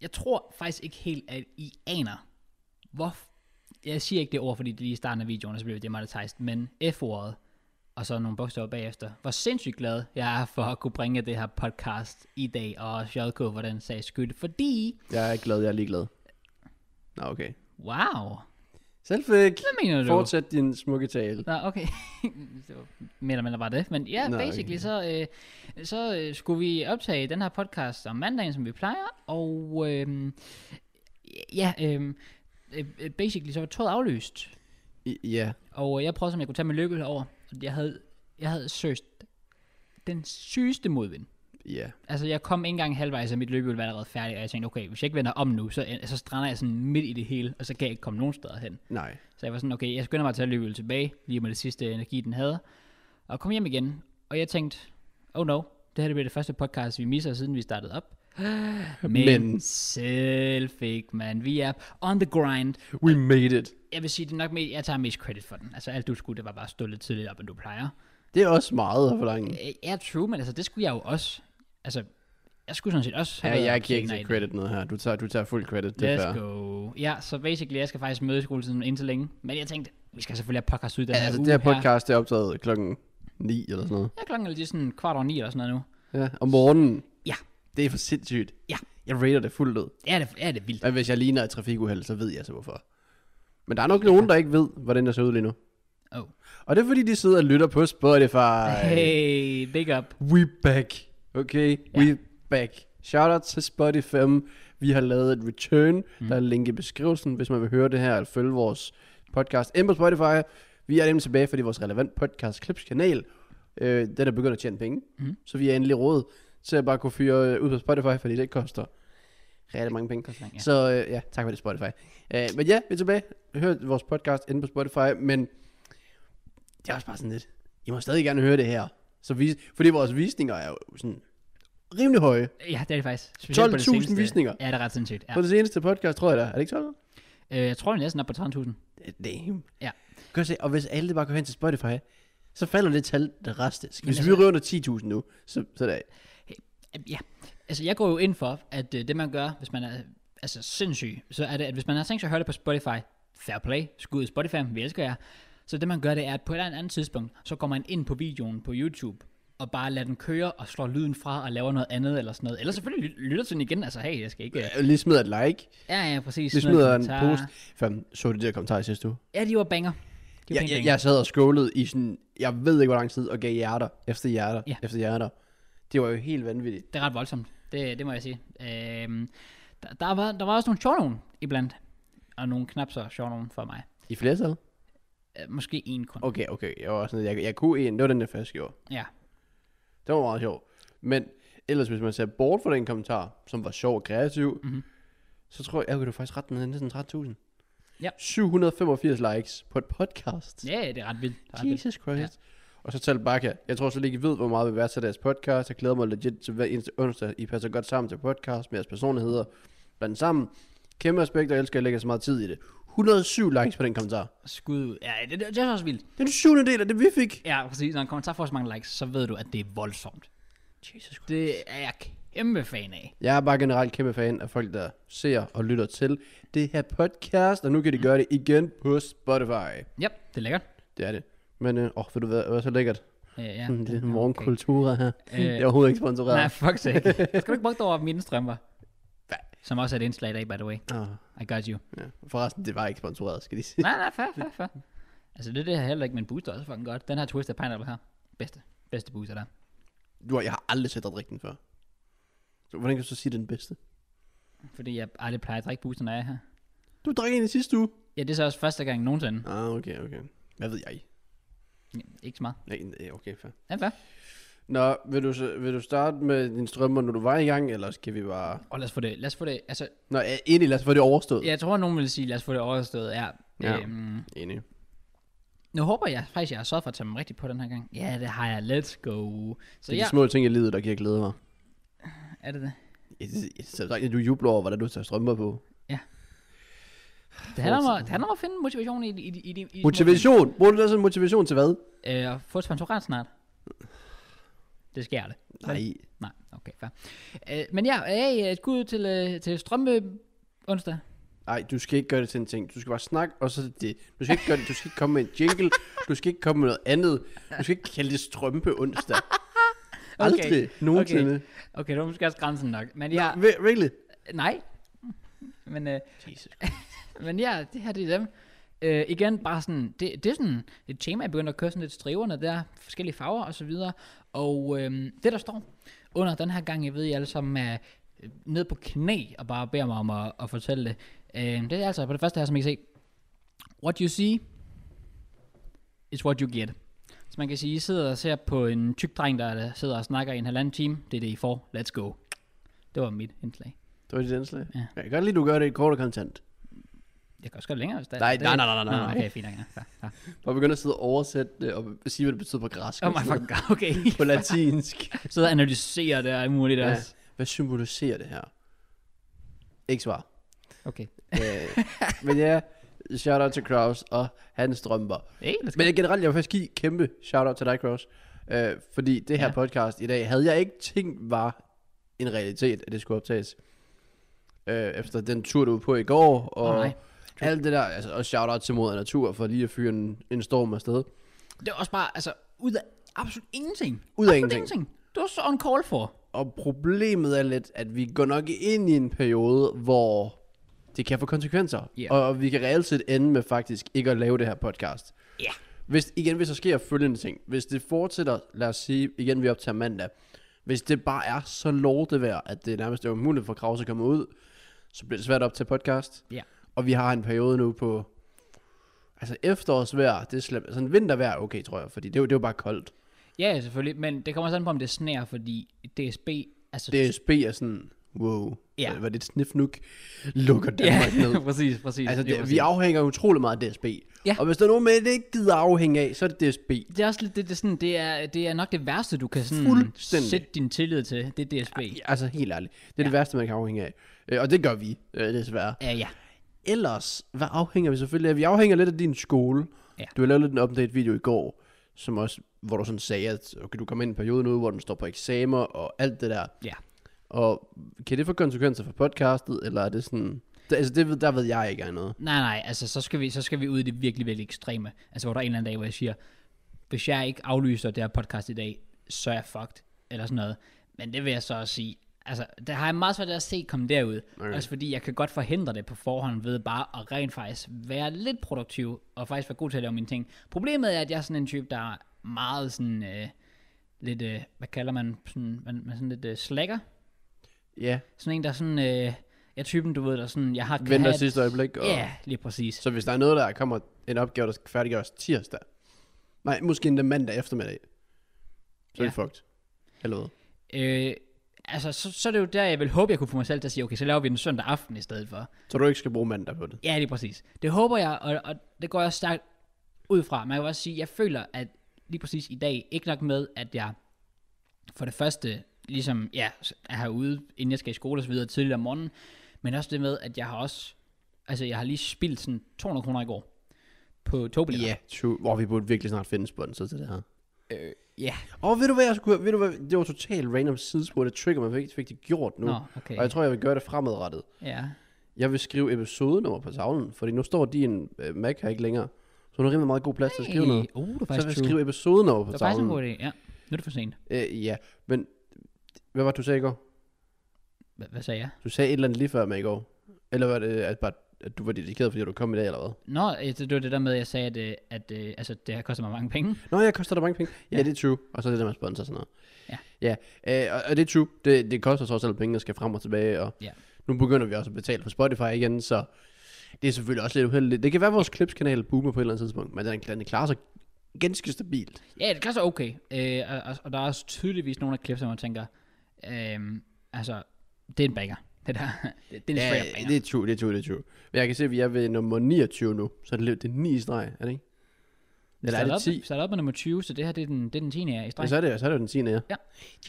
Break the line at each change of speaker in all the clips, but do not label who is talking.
jeg tror faktisk ikke helt, at I aner, hvor... Jeg siger ikke det ord, fordi det er lige i starten af videoen, og så bliver det monetized, men F-ordet, og så nogle bogstaver bagefter. Hvor sindssygt glad jeg er for at kunne bringe det her podcast i dag, og JK, hvordan sagde skyld, fordi...
Jeg er glad, jeg er ligeglad. Nå, okay.
Wow!
Selvfæk.
Hvad mener du?
Fortsæt din smukke tale.
Nå, okay. det var mere eller mindre bare det. Men ja,
Nå,
Nå, basically,
okay.
okay. så, øh, så øh, skulle vi optage den her podcast om mandagen, som vi plejer. Og øh, ja, øh, øh, basically, så var toget aflyst.
I, ja.
Og øh, jeg prøvede, som jeg kunne tage min lykke over. Og jeg havde, jeg havde søst den sygeste modvind.
Ja.
Altså, jeg kom ikke engang halvvejs, og mit løbehjul var allerede færdigt, og jeg tænkte, okay, hvis jeg ikke vender om nu, så, så strander jeg sådan midt i det hele, og så kan jeg ikke komme nogen steder hen.
Nej.
Så jeg var sådan, okay, jeg skynder mig at tage løbehjulet tilbage, lige med det sidste energi, den havde, og kom hjem igen. Og jeg tænkte, oh no, det her det bliver det første podcast, vi misser, siden vi startede op. Men,
Men-
Men. selv fik man. Vi er on the grind.
We made it.
Jeg vil sige, det er nok mest, jeg tager mest credit for den. Altså alt du skulle, det var bare at stå lidt tidligt op, end du plejer.
Det er også meget at forlange.
Øh, Ja, true, men altså det skulle jeg jo også. Altså, jeg skulle sådan set også
Ja,
været
jeg
op
kan ikke
senere i
tage
dag.
credit noget her. Du tager, du tager fuld credit, det er
Let's
fair.
go. Ja, så basically, jeg skal faktisk møde i skoletiden indtil længe. Men jeg tænkte, vi skal selvfølgelig have podcast ud den
Ja,
her
altså,
uge
det her podcast det er optaget klokken 9 eller sådan noget.
Ja, klokken er lige sådan kvart over ni eller sådan noget nu.
Ja, om morgenen.
Ja.
Det er for sindssygt.
Ja.
Jeg rater det fuldt ud.
Ja, det er det vildt.
Og hvis jeg ligner et trafikuheld, så ved jeg så hvorfor. Men der er nok nogen, der ikke ved, hvordan jeg ser ud lige nu.
Oh.
Og det er fordi, de sidder og lytter på Spotify.
Hey, big up.
We back. Okay, ja. we back. Shout out til Spotify. Vi har lavet et return. Mm. Der er et link i beskrivelsen, hvis man vil høre det her, eller følge vores podcast ind på Spotify. Vi er nemlig tilbage, fordi vores relevant podcast Clips kanal, øh, den er begyndt at tjene penge. Mm. Så vi er endelig råd til at bare kunne fyre øh, ud på Spotify, fordi det koster rigtig mange penge.
Ja.
Ja. Så øh, ja, tak for det Spotify. Øh, men ja, vi er tilbage. Hør vores podcast inde på Spotify, men det er også bare sådan lidt, I må stadig gerne høre det her. Så vi, fordi vores visninger er jo sådan rimelig høje.
Ja, det er det faktisk. Specielt på det
12.000
seneste.
visninger.
Ja, det er ret sindssygt. Ja.
På det seneste podcast, tror jeg da. Er det ikke sådan?
Øh, jeg tror, vi er næsten op på 13.000.
Damn.
Ja.
Kan se, og hvis alle bare går hen til Spotify, så falder det tal drastisk. Hvis
Jamen,
vi rører under 10.000 nu, så, så der,
Øh, Ja. Altså, jeg går jo ind for, at øh, det man gør, hvis man er altså, sindssyg, så er det, at hvis man har tænkt sig at høre det på Spotify, fair play, skud i Spotify, vi elsker jer. Så det man gør, det er, at på et eller andet tidspunkt, så går man ind på videoen på YouTube, og bare lader den køre, og slår lyden fra, og laver noget andet, eller sådan noget. Eller selvfølgelig ly- lytter til den igen, altså hey, jeg skal ikke... øh,
lige smider Ligesom et like,
Ja, ja, præcis.
lige
Smid en
smider en
Ligesom kommentar.
post. Fem, så du det der kommentar i sidste uge?
Ja, de var banger. De var
Jeg,
pænt
jeg,
banger.
jeg sad og scrollede i sådan, jeg ved ikke hvor lang tid, og gav hjerter efter hjerter
Ja.
efter hjerter. Det var jo helt vanvittigt.
Det er ret voldsomt. Det, det må jeg sige. Øhm, der, der, var, der var også nogle sjove nogen iblandt. Og nogle knap så sjove nogen for mig.
I flertal?
Øh, måske en kun.
Okay, okay. Jeg var også sådan, jeg, jeg kunne en, det var den der første gjorde.
Ja.
Det var meget sjov. Men ellers, hvis man ser bort fra den kommentar, som var sjov og kreativ,
Mhm.
mm-hmm. så tror jeg, at det var faktisk ret den er næsten 13.000.
Ja.
785 likes på et podcast.
Ja, det er ret vildt. Det er ret vildt.
Jesus Christ. Ja. Og så tal Bakke. Jeg tror slet ikke, I ved, hvor meget vi værdsætter deres podcast. Jeg glæder mig legit til hver eneste onsdag. I passer godt sammen til podcast med jeres personligheder. Blandt sammen. Kæmpe respekt, og jeg elsker, at I lægger så meget tid i det. 107 likes på den kommentar.
Skud ud. Ja, det, det, det, er også vildt.
Det er den syvende del af det, vi fik.
Ja, præcis. Når en kommentar får så mange likes, så ved du, at det er voldsomt.
Jesus Christ.
Det er jeg kæmpe fan af.
Jeg er bare generelt kæmpe fan af folk, der ser og lytter til det her podcast, og nu kan de gøre det igen på Spotify.
Ja, det er lækkert.
Det er det. Men, øh, åh, ved du hvad, det var så lækkert.
Øh, ja,
Mm, Det er
okay.
morgenkultur her.
Øh,
Det er overhovedet ikke
Nej,
sponsoreret.
fuck sake. Skal du ikke bruge det over mine strømper?
Hva?
Som også er et indslag i dag, by the way.
Ah,
I got you.
ja. Forresten, det var ikke sponsoreret, skal de sige.
nej, nej, fair, fair, fair. Altså, det er det her heller ikke, men booster er også fucking godt. Den her Twisted Pineapple her. Bedste. Bedste booster der.
Du, har- jeg har aldrig set dig drikke den før. Så hvordan kan du så sige, det er den bedste?
Fordi jeg aldrig plejer at drikke booster, når jeg er her.
Du drak en i sidste uge.
Ja, det er så også første gang nogensinde.
Ah, okay, okay. Hvad ved jeg?
Ja, ikke så meget.
Nej, nej, okay, fair.
Ja, fair.
Nå, vil du, så- vil du starte med din strømmer, når du var i gang, eller skal vi bare...
Og lad os få det, lad os få det, altså,
Nå, ja, egentlig, lad os få det overstået.
jeg tror, nogen vil sige, lad os få det overstået, ja.
Ja.
Øhm,
Enig.
nu håber jeg faktisk, jeg har sørget for at tage dem rigtigt på den her gang. Ja, det har jeg. Let's go.
Det
Så
er
ja,
de små ting i livet, der giver glæde mig.
er det det?
Jeg, jeg, så sagt, at du jubler over, hvordan du tager strømper på.
Det handler om, at- det handler om at finde motivation i, i, i, i, i
Motivation! Bruger du det som motivation til hvad?
Øh, at få et sponsorat snart. Det sker det.
Nej.
Nej, okay, fair. Øh, men ja, hey, skud ud til, øh, til Strømø onsdag.
Nej, du skal ikke gøre det til en ting. Du skal bare snakke, og så er det det. Du skal ikke gøre det. Du skal ikke komme med en jingle. Du skal ikke komme med noget andet. Du skal ikke kalde det strømpe onsdag. Aldrig.
Okay.
Nogensinde.
Okay, det var måske også grænsen nok. Men ja,
Re- really?
nej. Men, øh,
Jesus.
men ja, det her det er dem. Øh, igen, bare sådan, det, det er sådan et tema, jeg begyndte at køre sådan lidt striverne der, forskellige farver og så videre. Og øhm, det der står under den her gang, jeg ved, I alle sammen er øh, ned på knæ og bare beder mig om at, at fortælle det. Øh, det er altså på det første her, som I kan se. What you see is what you get. Så man kan sige, I sidder og ser på en tyk dreng, der sidder og snakker i en halvanden time. Det er det, I får. Let's go. Det var mit indslag.
Det var dit indslag.
Ja.
Ja. Jeg kan godt lide, at du gør det i kort og kontant.
Jeg kan også gøre det længere, hvis det er-
Nej,
det-
nej, nej, nej, nej,
Nå,
nej.
Okay, fint. nok, Ja, fair, fair.
Og begynder at sidde og oversætte det, og sige, hvad det betyder på græsk.
Oh
og
my
sådan noget.
fucking god, okay.
På latinsk.
Så og analyserer det og alt muligt
Ja.
også.
Hvad symboliserer det her? Ikke svar.
Okay.
øh, men ja, shout out til Kraus og hans drømper.
Hey, let's go.
Men generelt, jeg vil faktisk give et kæmpe shout out til dig, Kraus. Øh, fordi det her
Ja.
ja. podcast i dag, havde jeg ikke tænkt var en realitet, at det skulle optages. Øh, efter den tur, du var på i går, og
Åh,
oh,
nej.
alt det der. Altså, og shout out til Moder Natur for lige at fyre en, en storm afsted.
Det er også bare, altså, ud af absolut ingenting.
Ud af
Absolut
ingenting.
Det var så on call for.
Og problemet er lidt, at vi går nok ind i en periode, hvor det kan få konsekvenser.
Ja.
Og, og vi kan reelt set ende med faktisk ikke at lave det her podcast.
Ja.
Hvis, igen, hvis der sker følgende ting. Hvis det fortsætter, lad os sige, igen vi optager mandag. Hvis det bare er så lortevejr, at det nærmest er umuligt for Kraus at komme ud, så bliver det svært op til podcast.
Ja.
Og vi har en periode nu på... Altså efterårsvejr, det er slemt. Sådan vintervejr er okay, tror jeg, fordi det er jo, det er jo bare koldt.
Ja, selvfølgelig, men det kommer også an på, om det sner, fordi DSB, altså...
DSB er sådan, wow,
Ja.
ja. var det et snifnuk, lukker
ja,
Danmark ned.
præcis, præcis.
Altså,
lige
det,
præcis.
vi afhænger utrolig meget af DSB.
Ja.
Og hvis der er nogen med, det ikke gider afhænge af, så er det DSB.
det er også lidt, det, det, er sådan, det, er, det er nok det værste, du kan sådan
Fuldstændig.
sætte din tillid til. Det er DSB.
Ja, Altså, helt ærligt. Det er ja. det værste, man kan afhænge af. Øh, Og det gør vi, øh, desværre.
Ja, ja.
Ellers, hvad afhænger vi selvfølgelig af? Vi afhænger lidt af din skole.
Ja.
Du har lavet lidt en update-video i går, som også, hvor du sådan sagde, at okay, du kommer ind i en periode nu, hvor den står på eksamer og alt det der.
Ja.
Og kan det få konsekvenser for podcastet, eller er det sådan... Det, altså, det, ved- der ved jeg ikke er noget.
Nej, nej, altså så skal, vi, så skal vi ud i det virkelig, virkelig ekstreme. Altså hvor der er en eller anden dag, hvor jeg siger, hvis jeg ikke aflyser det her podcast i dag, så er jeg fucked, eller sådan noget. Men det vil jeg så også sige, altså det har jeg meget svært ved at se komme derud. Okay.
Okay.
Også fordi jeg kan godt forhindre det på forhånd ved bare at rent faktisk være lidt produktiv, og faktisk være god til at lave mine ting. Problemet er, at jeg er sådan en type, der er meget sådan... Øh, lidt, øh, hvad kalder man, sådan, man, man sådan lidt øh, slækker.
Ja,
Sådan en, der sådan, øh, jeg er typen, du ved, der sådan, jeg har... kan
venter
have et-
sidste øjeblik. Og,
Ja, yeah, lige præcis.
Så hvis der er noget, der kommer en opgave, der skal færdiggøres tirsdag, nej, måske endda mandag eftermiddag, så
Ja.
er det fucked. Eller hvad?
Øh, altså, så, så er det jo der, jeg vil håbe, jeg kunne få mig selv til at sige, okay, så laver vi den søndag aften i stedet for.
Så du ikke skal bruge mandag på det.
Ja, det er præcis. Det håber jeg, og, og det går jeg også stærkt ud fra. Man kan jo også sige, jeg føler, at lige præcis i dag, ikke nok med, at jeg for det første, ligesom, ja, er herude, inden jeg skal i skole og så videre tidligt om morgenen, men også det med, at jeg har også, altså jeg har lige spildt sådan 200 kroner i går på togbilletter.
Ja, yeah. hvor vi burde virkelig snart finde sponsor til det her.
Øh, ja.
Og ved du hvad, jeg skulle, ved du hvad, det var totalt random sidespor, det trigger mig, ikke fik det gjort nu.
Nå,
Og
okay.
jeg tror, jeg vil gøre det fremadrettet.
Ja.
Jeg vil skrive episodenummer på tavlen, fordi nu står din øh, Mac her ikke længere. Så nu er der rimelig meget god plads til at skrive noget.
Hey, Uh, det er
Så jeg vil
faktisk true.
skrive episodenummer
Det
på
var faktisk en
tavlen.
god idé, ja. Nu er det for sent.
Øh, ja, men hvad var det, du sagde i går?
Hvad, hvad sagde jeg?
Du sagde et eller andet lige før med i går. Eller var det, at, bare, at du var dedikeret, fordi du kom i dag, eller hvad?
Nå, øh, det det var det der med, at jeg sagde, at, øh, at øh, altså, det har kostet mig mange penge.
Nå, jeg koster dig mange penge. Ja,
Ja.
ja, det er true. Og så er det der med sponsor og sådan noget.
Ja.
ja øh, og, og, det er true. Det, det koster så også selv penge, der skal frem og tilbage. Og
Ja.
nu begynder vi også at betale for Spotify igen, så det er selvfølgelig også lidt uheldigt. Det kan være, at vores klipskanal boomer på et eller andet tidspunkt, men den, den klarer sig ganske stabilt.
Ja, det koster okay. Øh, og, og, og, der er også tydeligvis nogle af klip, som man tænker, øh, altså, det er en banger. Det der, det, det er en straight up banger.
det er true, det er true, det er true. Men jeg kan se, at vi er ved nummer 29 nu, så er det, lidt- det er 9 i streg, er det ikke? Eller er det 10?
Vi starter op med nummer 20, så det her, det er den, det er den 10. her i
Ja,
streg.
så er det, så er det jo den 10. Ja.
Ja.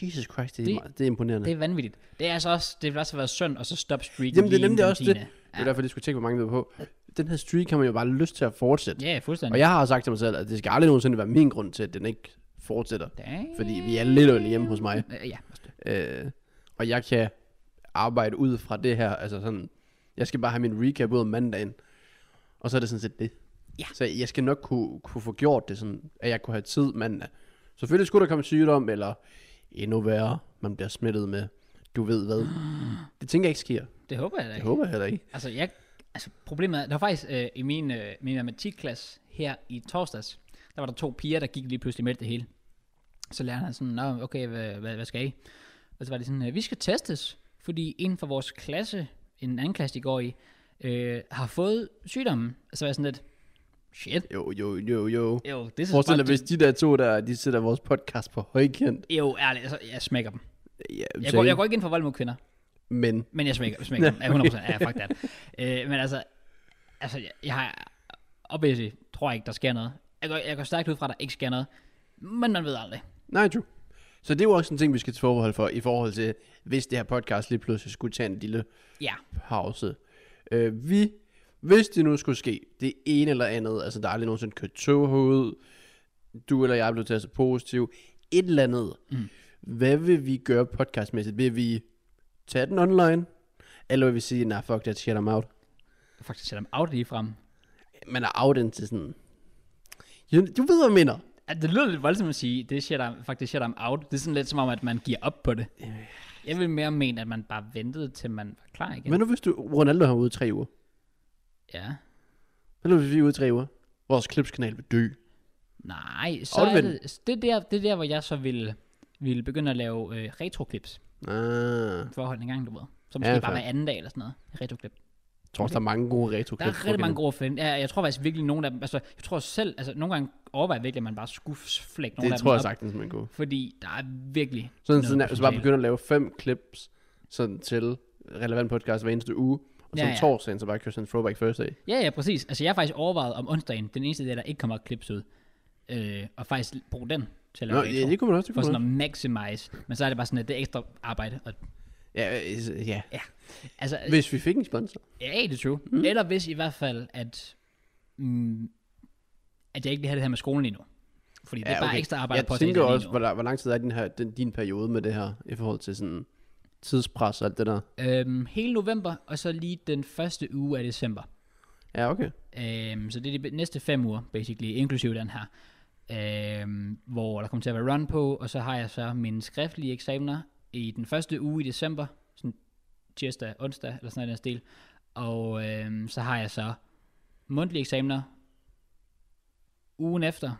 Jesus Christ, det er,
Det-
det, meget, det er imponerende.
Det er vanvittigt. Det er altså også, det vil også have været synd, og så stop streaken
Jamen, det er
lige
nemlig
inden den
også det.
10..
Det er derfor, jeg skulle tjekke, hvor mange vi var på. Den her streak har man jo bare lyst til at fortsætte.
Ja, fuldstændig.
Og jeg har sagt til mig selv, at det skal aldrig nogensinde være min grund til, at den ikke fortsætter.
Damn.
Fordi vi er lidt øl hjemme hos mig.
Øh, Ja, også det.
Øh, og jeg kan arbejde ud fra det her, altså sådan, jeg skal bare have min recap ud om mandagen, og så er det sådan set det.
Ja.
Så jeg skal nok kunne, kunne få gjort det sådan, at jeg kunne have tid mandag. Selvfølgelig skulle der komme sygdom, eller endnu værre, man bliver smittet med, du ved hvad. Det tænker jeg ikke sker.
det håber jeg da
Jeg
ikke.
håber heller ikke.
Altså, jeg, altså problemet er, der var faktisk øh, i min, øh, min matematikklasse her i torsdags, der var der to piger, der gik lige pludselig med det hele. Så læreren er sådan, Nå, okay, hvad, hvad, hvad skal I? Og så var det sådan, øh, vi skal testes, fordi en fra vores klasse, en anden klasse, de går i, øh, har fået sygdommen. Og så var jeg sådan lidt, shit,
Jo, jo, jo, jo.
jo, det er så
Forestil dig,
smart,
hvis de der to der, de sætter vores podcast på højkant.
de- Jo, ærligt, altså, jeg smækker dem.
Ja,
Jeg går, jeg går ikke ind for vold mod kvinder.
Men
Men jeg smækker, smækker dem. Ja, 100%. Ja, fuck that. Øh, men altså, altså jeg, jeg har obviously, tror jeg ikke, der sker noget. Jeg går, jeg går stærkt ud fra, at der ikke sker noget. Men man ved aldrig.
Nej, true. Så det er jo også en ting, vi skal til forbehold for, i forhold til, hvis det her podcast lige pludselig skulle tage en lille
Ja,
pause. Øh, vi, hvis det nu skulle ske, det ene eller andet, altså der er aldrig nogensinde kørt tog herud, du eller jeg blev testet positiv, et eller andet. Mm. Hvad vil vi gøre podcastmæssigt? Vil vi tage den online? Eller vil vi sige, nej, fuck that shit, I'm out?
faktisk sætter dem out lige frem.
Man er out indtil sådan... Du ved, hvad jeg mener.
Altså, det lyder lidt voldsomt at sige, det shit, I'm, faktisk shit, I'm out. Det er sådan lidt som om, at man giver op på det.
Øh.
Jeg vil mere mene, at man bare ventede, til man var klar igen.
Hvad nu hvis du, Ronaldo har ude i tre uger?
Ja.
Hvad nu hvis vi er ude i tre uger? Vores klipskanal vil dø.
Nej, så er
Omvendt.
det, det, er der, det er der, hvor jeg så ville, ville begynde at lave øh, retroklips
Ah,
for at holde en gang, du ved. Så
Ja,
måske ja,
fair.
bare hver anden dag eller sådan noget. Retroklip.
jeg tror også, der er mange gode retro
Der er rigtig mange gode film. Ja, jeg tror faktisk virkelig, nogle af dem... Altså, jeg tror selv... Altså, nogle gange overvejer jeg virkelig, at man bare skulle flække nogle
Det
af dem
tror jeg
op,
sagtens, man kunne.
Fordi der er virkelig...
Sådan,
noget
sådan at- så bare
potentiale.
begynde at lave fem clips sådan til relevant podcast hver eneste uge. Og så
Ja,
ja,
ja.
torsdagen, så bare køre sådan en throwback Thursday.
Ja, ja, præcis. Altså, jeg har faktisk overvejet om onsdagen, den eneste dag, der ikke kommer klips ud, øh, og faktisk bruge den til at
Nå,
lave
ja,
retro,
det kunne man også. Det
for
kunne
sådan
man
at maximize. Men så er det bare sådan, at det er ekstra arbejde. Og,
også. Ja, øh, ja.
altså,
Hvis vi fik en sponsor.
ja, det er true.
Hmm?
Mm. Eller hvis i hvert fald, at, mm, at jeg ikke vil have det her med skolen lige nu. Fordi det er
ja,
bare ekstra arbejde
Jeg
på at tage
tænker
det lige
også,
nu.
hvor, der, hvor lang tid er din, her, den, din periode med det her, i forhold til sådan tidspres og alt det der.
Øhm, hele november, og så lige den første uge af december.
Ja, okay.
Øhm, så det er de be- næste fem uger, basically, inklusive den her. Øhm, hvor der kommer til at være run på, og så har jeg så mine skriftlige eksamener i den første uge i december, sådan tirsdag, onsdag, eller sådan noget i den stil. Og øhm, så har jeg så mundtlige eksamener ugen efter,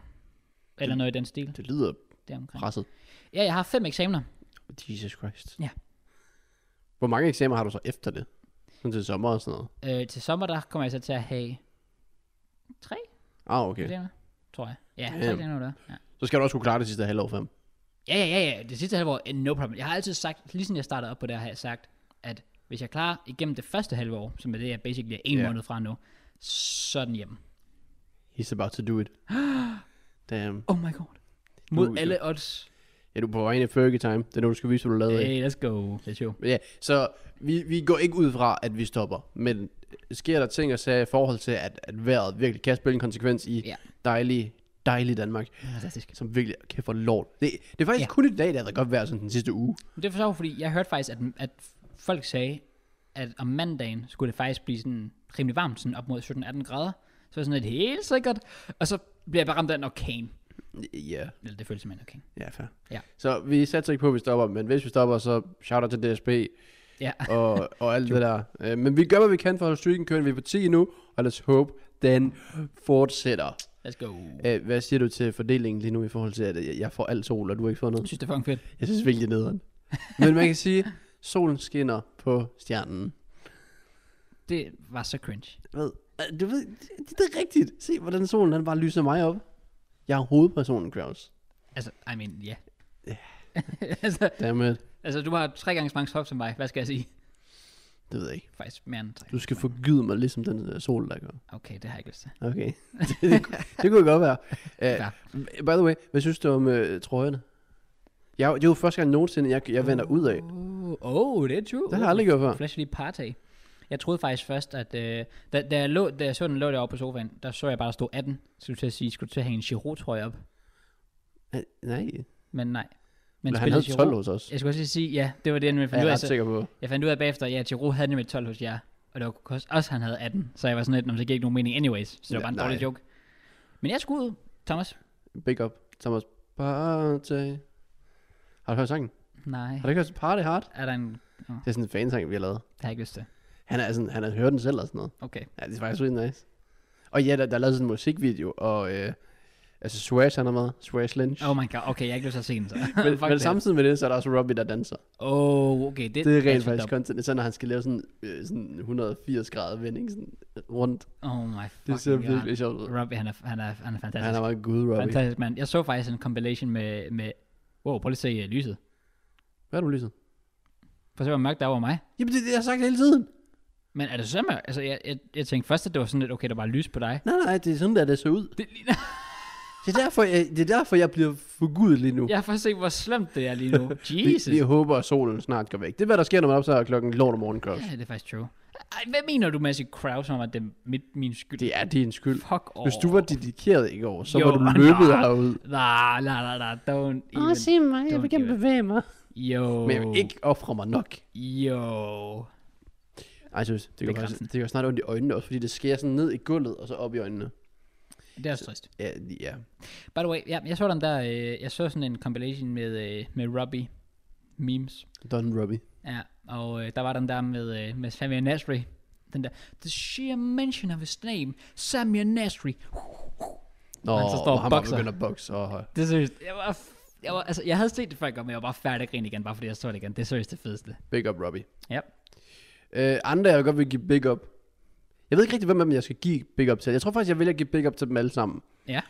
eller noget i den stil,
Det lyder
deromkring.
presset.
Ja, jeg har fem eksamener.
Jesus Christ.
Ja.
Hvor mange eksamener har du så efter det? Sådan til sommer og sådan noget.
Øh, til sommer, der kommer jeg så til at have tre
Ah, okay.
eksamener, tror jeg. Ja, tre
Damn.
eksamener, der. Ja.
Så skal du også kunne klare det sidste halvår fem.
Ja, ja, ja, ja. Det sidste halve år, eh, no problem. Jeg har altid sagt, lige siden jeg startede op på det, her, har jeg sagt, at hvis jeg klarer igennem det første halve år, som er det, jeg basically er en
Ja.
yeah. måned fra nu, så er den hjemme.
He's about to do it. Damn.
Oh my god.
Nu
Mod
er vi
alle odds.
Ja, du er på vej ind i Fergie time. Det er nu, du skal vise, hvad du lavede. af.
Hey, let's go. Det er sjovt.
Men Ja, så vi, vi går ikke ud fra, at vi stopper. Men sker der ting og sager i forhold til, at, at vejret virkelig kan spille en konsekvens i
Ja.
dejlig, dejlig Danmark,
Fantastisk.
som virkelig kan få lort. Det, det er faktisk
Ja.
kun i dag, der har været godt vejr sådan den sidste uge.
Men det er for sjovt, fordi jeg hørte faktisk, at, at folk sagde, at om mandagen skulle det faktisk blive sådan rimelig varmt, sådan op mod 17-18 grader. Så var sådan lidt helt sikkert. Og så bliver jeg bare ramt af en orkan.
Ja,
Eller det føles som en orkan.
ja, fair.
Ja.
Så vi satser ikke på, at vi stopper, men hvis vi stopper, så shout out til DSB
Ja.
og, og alt det der. Øh, Men vi gør, hvad vi kan for at holde styrken køren. Vi er på 10 nu, og lad os håbe, den fortsætter.
Let's go.
Øh, Hvad siger du til fordelingen lige nu i forhold til, at øh, jeg får alt sol, og du har ikke fået noget?
Jeg synes, det er fucking fedt.
Jeg synes virkelig, det er nederen. Men man kan sige, solen skinner på stjernen.
Det var så cringe.
Ved, øh, du ved, det, det er rigtigt. Se, hvordan solen den bare lyser mig op. Jeg er hovedpersonen, Kraus.
Altså, I mean, ja. Yeah. altså,
Dammit,
altså, du har tre gange så mange hop som mig. Hvad skal jeg sige?
det ved jeg ikke.
Faktisk mere end tre.
Du skal forgyde mig, ligesom den der sol, der gør.
Okay, det har jeg ikke lyst til.
Okay. det, det, kunne- det kunne godt være.
Fair.
Uh, by the way, hvad synes du om uh, trøjerne? Jeg, det er jo første gang nogensinde, jeg, jeg vender ud af.
Oh, oh, det er true.
Det har jeg aldrig gjort før.
Flash lige party. Jeg troede faktisk først, at øh, da, da, jeg lå, da jeg så den lå deroppe på sofaen, der så jeg bare, der stod 18. Så skulle du til at sige, skulle du til at hænge en Giroud-trøje op?
Øh, Nej,
Men nej.
men han
spillede
havde 12
Giroud-
hos os.
Jeg skulle også lige sige, ja, det var det, jeg
Er
fandt ud
jeg
af.
ret
Så
sikker på.
jeg fandt ud af bagefter, ja, Giro havde nemlig 12 hos jer, og det var kost, også, han havde 18. Så jeg var sådan lidt, "Nå, men så giver ikke nogen mening anyways. Så det var
Ja,
bare en
nej.
dårlig joke. Men jeg skulle ud, Thomas.
Big up. Thomas Party. Har du hørt sangen?
Nej.
Har du ikke hørt Party Hard?
Er der en...
Det er sådan en fansang, vi har lavet.
Det har jeg ikke lyst til.
Han er sådan, han har hørt den selv og sådan noget.
Okay.
Ja, det er faktisk really nice. Og ja, der, der er lavet sådan en musikvideo, og øh, altså Swash han er med, Swash Lynch.
Oh my god, okay, jeg har ikke lyst til at se den så.
men,
Fuck
men
det.
samtidig med det, så er der også Robbie, der danser.
Oh, okay. Det,
Det er
that's
rent
fucked
faktisk
up.
content. Især når han skal lave sådan, øh, sådan 180 grader vending sådan rundt.
Oh my
Det
fucking
ser
god.
virkelig sjovt ud.
Robbie, han er, han er, han er fantastisk.
Han er meget god, Robbie.
fantastisk mand. Jeg så faktisk en compilation med... med wow, prøv lige at se øh, lyset.
Hvad er du, lyset?
Prøv at se, hvor mørkt der er over mig.
Jamen, det er det, jeg har sagt hele tiden.
Men er det så mørkt? Altså, jeg, jeg, jeg tænkte først, at det var sådan lidt, okay, der var lys på dig.
Nej, nej, det er sådan, der det ser ud.
Det ligner...
Det er derfor, jeg, det er derfor, jeg bliver forgudet lige nu.
Jeg har først set, hvor slemt det er lige nu. Jesus.
Vi, vi håber, at solen snart går væk. Det er, hvad der sker, når man optager klokken lort om morgenen, Kraus.
ja, det er faktisk true. Ej, hvad mener du, Mads Kraus, om at det er mit, min skyld?
Det er din skyld.
Fuck over.
Hvis du var dedikeret i går, så
Jo,
var du
nej.
løbet herud.
Nej, nej, nej, nej. Don't even...
mig,
jeg vil gerne
bevæge mig.
Yo.
Men jeg vil ikke ofre mig nok.
Yo.
Ej, jeg synes, det,
er
gør faktisk,
grænsen.
det gør snart ondt i øjnene også, fordi det skærer sådan ned i gulvet, og så op i øjnene.
Det er også trist.
Ja, ja.
By the way, ja, jeg så den der, øh, jeg så sådan en compilation med, øh, med Robbie memes.
Don Robbie.
Ja, og øh, der var den der med, øh, med Samir Nasri. Den der, the sheer mention of his name, Samir Nasri.
Nå,
han så står og
og han bare
bokser.
begynder at bokse. øh, Og,
Det er seriøst, jeg var, f- jeg var, altså, jeg havde set det før, men jeg var bare færdig at grine igen, bare fordi jeg så det igen. Det er seriøst det fedeste.
big up, Robbie.
Ja.
Øh, andre, jeg godt vil give big up. Jeg ved ikke rigtig, hvem af dem, jeg skal give big up til. Jeg tror faktisk, jeg vælger at give big up til dem alle sammen.
Ja.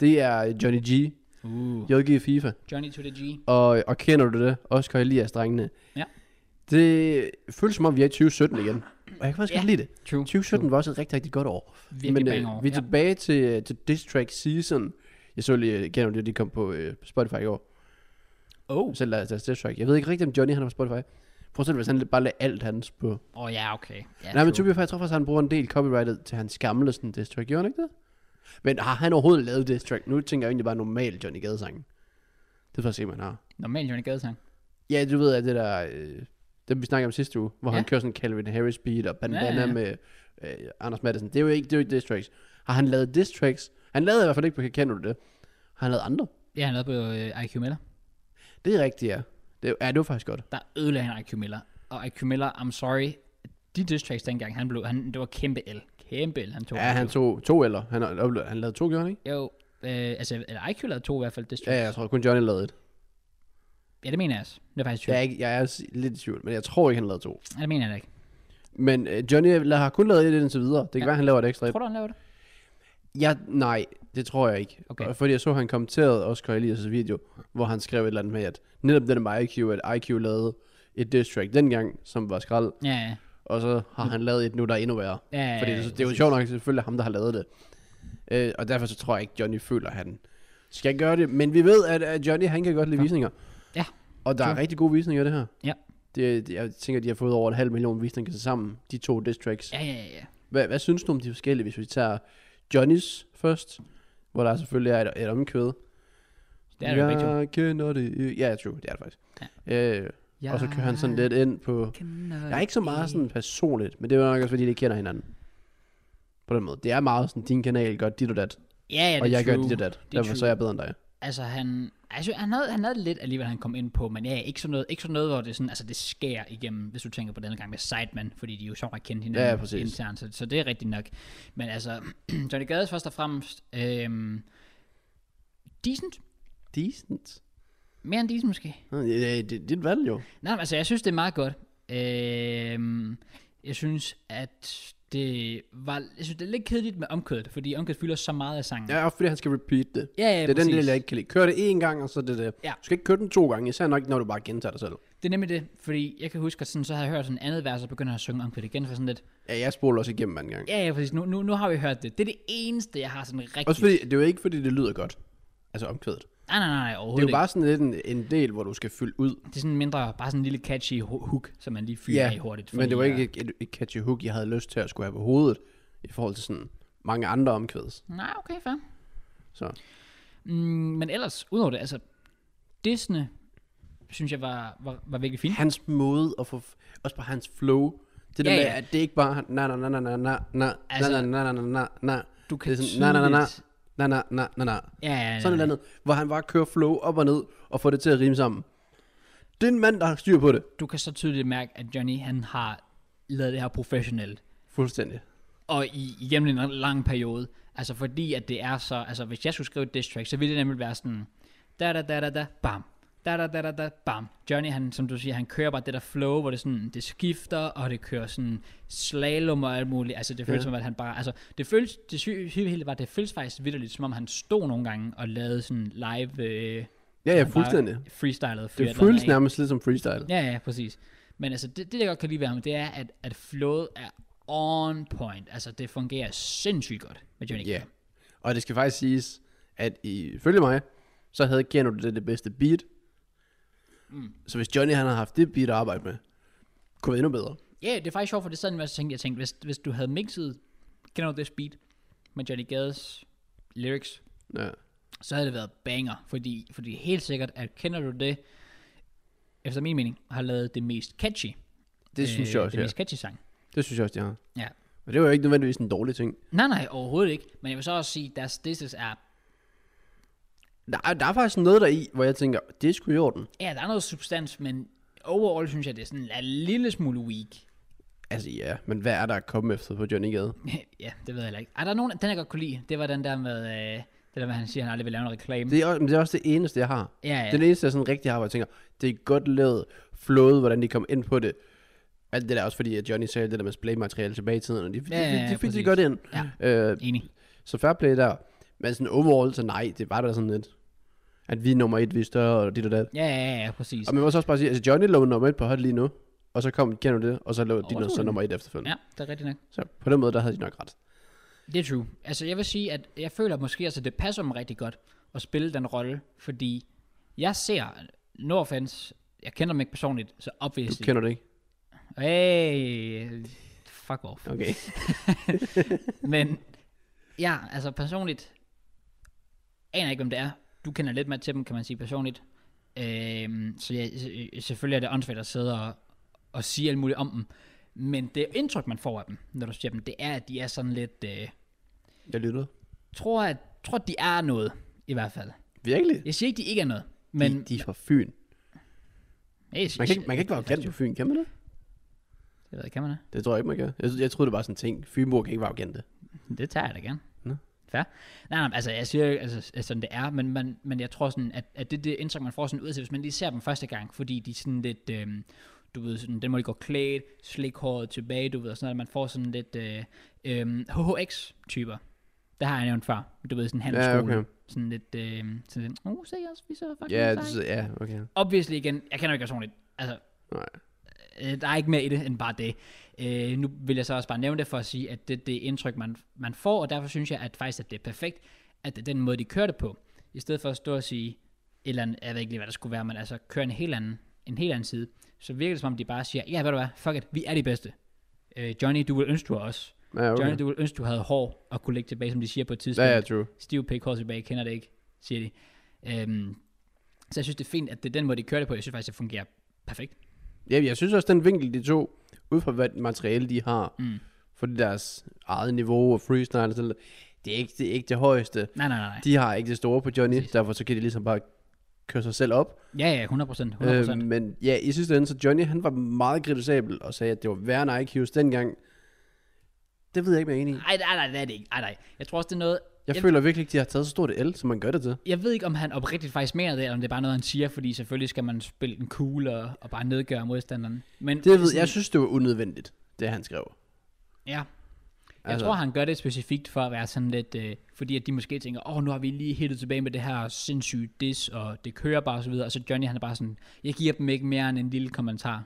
Det er øh, Johnny G,
Uh.
JG i FIFA.
Johnny to the G.
Og, og kender du det? Oscar Elias drengene.
Ja.
Det føles som om, vi er i 2017 igen. Og jeg kan faktisk
Ja.
godt lide det.
True.
2017 var også et rigtig, rigtig godt år.
Virkelig
Men
banger år,
vi er
ja.
tilbage til, øh, til Diss Track Season. Jeg så lige, øh, kender du det, de kom på øh, Spotify i går.
Oh.
Selv altså, deres deres Diss Track. Jeg ved ikke rigtigt, om Johnny han er på Spotify. Prøv at se, hvis han bare lagde alt hans på. Ja,
Åh oh, ja, okay. Ja,
Nej, men
true.
Tobi, jeg tror faktisk, han bruger en del copyrightet til hans gamle sådan, Diss Track. Gjorde han ikke det? Men har han overhovedet lavet Diss Track? Nu tænker jeg egentlig bare normal Johnny Gade-sangen. Det er faktisk ikke, man har.
Normalt Johnny Gadesang.
Ja, du ved, at det der... Øh, dem, vi snakkede om sidste uge, hvor ja. han
Ja.
kører sådan Calvin Harris beat og bandana
Ja,
ja,
ja,
ja.
ja.
med øh, Anders Madsen. Det er jo ikke, det er jo ikke diss tracks. Har han lavet diss tracks? Han lavede i hvert fald ikke på Kender du det? Har han lavet andre?
Ja, han lavede på øh, IQ Miller.
Det er rigtigt, ja. Det, er- ja, det var faktisk godt.
der ødelagde han IQ Miller. Og IQ Miller, I'm sorry, de diss tracks dengang, han blev, han, det var kæmpe L. Kæmpe L, han tog.
Ja, han tog to eller. Han, har- han lavede to, gjorde han ikke?
Jo, øh, altså, eller IQ lavede to i hvert fald diss tracks.
Ja, jeg tror kun Johnny lavede et.
ja, det mener jeg også. Det er faktisk
Jeg er,
ja.
ikke, jeg er s- lidt i tvivl, men jeg tror ikke, han lavede to.
ja, det mener jeg da ikke.
Men øh, Johnny la- har kun lavet et indtil videre. Det kan
Ja.
ja. være, han laver et ekstra et.
Tror du, han laver det?
Ja, nej, det tror jeg ikke.
Okay.
Og Fordi jeg så, han kommenterede Oscar Elias' video, hvor han skrev et eller andet med, at netop den med IQ, at IQ lavede et diss track dengang, som var skrald,
Ja, ja.
og så
Mm.
har han lavet et nu, der er endnu værre.
ja
Fordi det, det er
Øh,
jo
præcis.
sjovt nok selvfølgelig ham, der har lavet det. Øh, og derfor så tror jeg ikke, Johnny føler, at han skal gøre det. Men vi ved, at, at Johnny, han kan godt lide visninger.
Ja.
Og der er
Sure.
rigtig gode visninger, i det her.
Ja.
Det, det- jeg tænker, de har fået over en halv million visninger til sammen, de to diss tracks.
Ja, ja, ja.
Hvad, hvad synes du om de forskellige, hvis vi tager Johnny's først, hvor der selvfølgelig er et, et omkød.
Det er det jo begge to.
jeg kender det. Ja, true, det er det faktisk. Ja. Øh,
Ja.
og så kører han sådan lidt ind på... Jeg er ikke så meget sådan personligt, men det er jo nok også, fordi de kender hinanden. På den måde. Det er meget sådan, din kanal gør dit og dat,
Ja, ja, det
og jeg
true.
gør dit og dat.
Det er
Derfor så
true.
er jeg bedre end dig.
Altså, han, altså, han, havde, han havde lidt alligevel, han kom ind på, men ja, ikke sådan noget, ikke sådan noget hvor det, sådan, altså, det skærer igennem, hvis du tænker på den gang med Sideman, fordi de jo så har kendt hinanden
Ja, ja, præcis.
internt, så, så, det er rigtigt nok. Men altså, Johnny Gades først og fremmest, øhm, decent,
Decent.
mere end decent måske.
Ja, det, det er dit valg jo.
Nej, men altså, jeg synes, det er meget godt. Øhm, jeg synes, at det var, jeg synes, det er lidt kedeligt med omkødet, fordi omkødet fylder så meget af sangen.
Ja, også fordi han skal repeat det.
ja, ja
det er den
præcis.
del, jeg ikke kan lide. Kør det én gang, og så er det det.
Ja.
Du skal ikke køre den to gange, især nok, når du bare gentager dig selv.
Det er nemlig det, fordi jeg kan huske, at sådan, så havde jeg hørt sådan andet vers, og så begynder jeg at synge omkødet igen, for sådan lidt,
Ja, jeg spoler også igennem en gang.
Ja, ja, præcis. Nu, nu, nu har vi hørt det. Det er det eneste, jeg har sådan rigtig...
Også fordi, det er jo ikke fordi, det lyder godt. Altså omkvædet.
Nej, nej, nej, nej
Det er
overhovedet
jo bare sådan lidt en, en del, hvor du skal fylde ud.
ikke. Det er sådan mindre, bare sådan en lille catchy ho- hook, som man lige fyrer af hurtigt.
men det var
fordi,
ikke et, et, et catchy hook, jeg havde lyst til at skulle have på hovedet, i forhold til sådan mange andre omkvæds.
øh, Nej, okay, fair.
Så
Mm, men ellers, udover det, altså, Disney, synes jeg var, var, var virkelig fint.
Hans måde at få, også bare hans flow. Det der
Ja,
med,
ja.
at det ikke bare, na na na na na na na
Altså-
na na na na na na
Du kan
Det er sådan, na na na na
tydeligt-
na na na na na
Ja, ja, ja.
Sådan et eller andet, hvor han bare kører flow op og ned og får det til at rime sammen. Det er en mand, der har styr på det.
Du kan så tydeligt mærke, at Johnny, han har lavet det her professionelt.
Fuldstændig.
Og i, igennem en lang periode. Altså fordi, at det er så... Altså hvis jeg skulle skrive et diss track, så ville det nemlig være sådan... Da da da da da bam. Da da da da da bam. Johnny, han, som du siger, han kører bare det der flow, hvor det sådan, det skifter, og det kører sådan slalom og alt muligt. Altså det føles
Ja.
som, at han bare... Altså det føles... Det syge syge ved hele var, det føles faktisk vidderligt, som om han stod nogle gange og lavede sådan live... Øh,
Ja, ja,
han bare
fuldstændig.
Freestylede fyr et eller
Det
andet
føles
af.
nærmest lidt som freestyle.
Ja, ja, præcis. Men altså, det, det jeg godt kan lide ved ham, det er, at, at flowet er on point. Altså, det fungerer sindssygt godt med Johnny
Ja.
Cage.
Og det skal faktisk siges, at ifølge mig, så havde Keanu det, det bedste beat. Mm. Så hvis Johnny han havde haft det beat at arbejde med, kunne det endnu bedre.
Ja, det er faktisk sjovt, for det er sådan, jeg tænkte, jeg tænkte hvis, hvis du havde mixet, kender du det speed, med Johnny Gades lyrics,
Ja.
så havde det været banger, fordi, fordi helt sikkert, at kender du det, efter min mening, har lavet det mest catchy. Øh,
Det synes jeg også,
Det
ja.
mest catchy sang.
Det synes jeg også, de har.
Ja.
Og det var jo ikke nødvendigvis en dårlig ting.
Nej, nej, overhovedet ikke. Men jeg vil så også sige, at deres disses er
Der er, der er faktisk noget der i, hvor jeg tænker, det er sgu i orden.
Ja, der er noget substans, men overall synes jeg, det er sådan en lille smule weak.
Altså ja, men hvad er der at komme efter på Johnny Gade?
ja, det ved jeg heller ikke. Ej, der er nogen, den jeg godt kunne lide, det var den der med, øh, det der med, han siger, han aldrig vil lave en reklame.
Det er, også- men det er også det eneste, jeg har.
ja, ja.
Det er det eneste, jeg sådan rigtig har, hvor jeg tænker, det er godt lavet, flået, hvordan de kom ind på det. Alt det der også, fordi at Johnny sagde alt det der med splaymateriale tilbage i tiden, og de,
Ja, ja,
de, de,
ja,
de fik det
præcis.
godt ind.
Ja.
Øh,
Enig.
så fair play der. Men sådan overall, så nej, det var der sådan lidt. At vi er nummer et, vi er større, og dit og dat.
Ja, ja, ja, ja præcis.
Og man må så også bare sige, altså Johnny lå nummer et på hot lige nu, og så kom Keanu det, og så lå de noget, så
Overraskende.
nummer et efterfølgende.
Ja, det er rigtigt nok.
Så på den måde, der havde de nok ret.
Det er true. Altså, jeg vil sige, at jeg føler måske, altså, det passer mig rigtig godt at spille den rolle, fordi jeg ser, no offense, jeg kender dem ikke personligt, så
Du
obviously.
kender det ikke?
Hey, fuck off.
Okay.
Men ja, altså personligt aner jeg ikke, hvem det er. Du kender lidt mere til dem, kan man sige personligt. Øhm, så ja, se- selvfølgelig er det åndssvagt at sidde og, og sige alt muligt om dem. Men det indtryk, man får af dem, når du ser dem, det er, at de er sådan lidt... Øh,
Jeg lyttede.
tror, at, tror, at de er noget, i hvert fald.
Virkelig?
Jeg siger ikke, de ikke er noget. Men,
Men, de, de er fra Fyn.
jeg, siger-
Man kan, ikke, man kan ikke være arrogant på Fyn, kan man det?
Jeg ved, kan man det?
Det tror jeg ikke, man kan. Jeg, jeg troede, det var sådan en ting. Fynboer kan ikke være arrogante.
Det tager jeg da gerne.
Nå.
Fair. Nej, nej, altså jeg siger jo ikke, altså, altså, sådan det er, men, man, men jeg tror sådan, at, at det er det indtryk, man får sådan ud af, hvis man lige ser dem første gang, fordi de er sådan lidt, øh, du ved, sådan, den må de gå klædt, slik håret tilbage, du ved, og sådan noget, man får sådan lidt øh, øh, HHX-typer. Det har jeg nævnt før, du ved, sådan handelsskole.
Ja,
Ja,
okay.
okay. Sådan lidt, øh, sådan lidt, oh, se os, vi så faktisk
Ja,
yeah,
det,
det...
så- ja okay.
Obviously igen, jeg kender jo ikke personligt, altså
Nej.
Øh, Der er ikke mere i det end bare det. Øh, nu vil jeg så også bare nævne det for at sige, at det det indtryk, man, man får, og derfor synes jeg at faktisk, at det er perfekt, at det er den måde, de kører det på. I stedet for at stå og sige, et eller andet, jeg ved ikke lige, hvad der skulle være, men altså køre en helt anden, en helt anden side, så virker det som om, de bare siger, ja, ved du hvad, fuck it, vi er de bedste. Øh, Johnny, du vil ønske, du var os.
Ja,
Okay. Johnny,
okay.
du vil ønske, du havde hår og kunne lægge tilbage, som de siger på et
Ja,
tidspunkt.
ja, true.
Stiv pik, hår tilbage, kender det ikke, siger de. Øhm, så jeg synes, det er fint, at det er den måde, de kører det på. Jeg synes faktisk, det fungerer perfekt.
Ja, jeg synes også, den vinkel, de to, ud fra hvad materiale de har,
Mm.
for deres eget niveau og freestyle og sådan noget, det er ikke det, er ikke det højeste.
Nej, nej, nej, nej.
De har ikke det store på Johnny,
Præcis.
derfor så kan de ligesom bare køre sig selv op.
Ja, ja, 100%. 100%.
Øh, men ja, i sidste ende, så Johnny, han var meget kritisabel og sagde, at det var værre end Ike Hughes dengang. Det ved jeg ikke, om jeg er enig i.
Ej, nej, nej, det er det ikke. Ej, nej. Jeg tror også, det er noget...
Jeg
Jeg-
føler virkelig ikke, de har taget så stort et el, som man gør det til.
Jeg ved ikke, om han oprigtigt faktisk mener det, eller om det er bare noget, han siger, fordi selvfølgelig skal man spille den cool og, og bare nedgøre modstanderen. Men
Det ved,
sådan-
jeg synes, det var unødvendigt, det han skrev.
Ja. Jeg
Altså.
tror, han gør det specifikt for at være sådan lidt... Øh, fordi at de måske tænker, åh, oh, nu har vi lige hittet tilbage med det her sindssyge dis, og det kører bare og så videre. Og så Johnny, han er bare sådan, jeg giver dem ikke mere end en lille kommentar.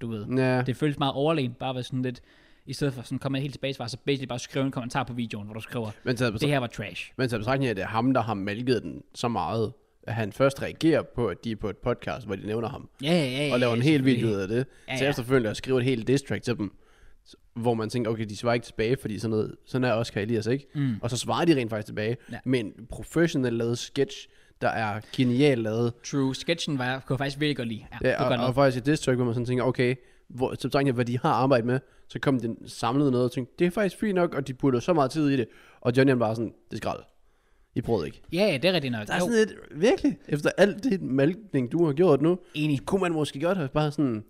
Du ved.
Ja,
Det føles meget overlegen, bare at være sådan lidt... I stedet for sådan at komme helt tilbage, så var så basically bare skrive en kommentar på videoen, hvor du skriver,
men taget på
det her var trash.
Men til betragtning af, at det er ham, der har malket den så meget, at han først reagerer på, at de er på et podcast, hvor de nævner ham,
Ja, ja, ja. ja
og laver en hel
selvfølgelig.
video ud af det.
Ja,
Ja, ja. Så
ja.
efterfølgende at skrive et helt diss track til dem. Så- hvor man tænker, okay, de svarer ikke tilbage, fordi sådan, noget, sådan er Oscar Elias, ikke?
Mm.
Og så svarer de rent faktisk tilbage,
Ja.
men professionelt lavet sketch, der er genialt lavet,
True. Sketchen var, kunne jeg faktisk virkelig godt lide. Ja, det
Ja,
var godt
og, og
nok.
faktisk et district, hvor man sådan tænker, okay, hvor, så tænker jeg, hvad de har arbejdet med, så kom den samlede noget og tænkte, det er faktisk fint nok, og de putter så meget tid i det. Og Johnny han bare sådan, det er skrald. I prøvede ikke.
Ja, ja, det er rigtigt nok.
Der er
Jo,
sådan et, virkelig, efter alt det malkning, du har gjort nu,
enig.
kunne man måske godt have bare sådan,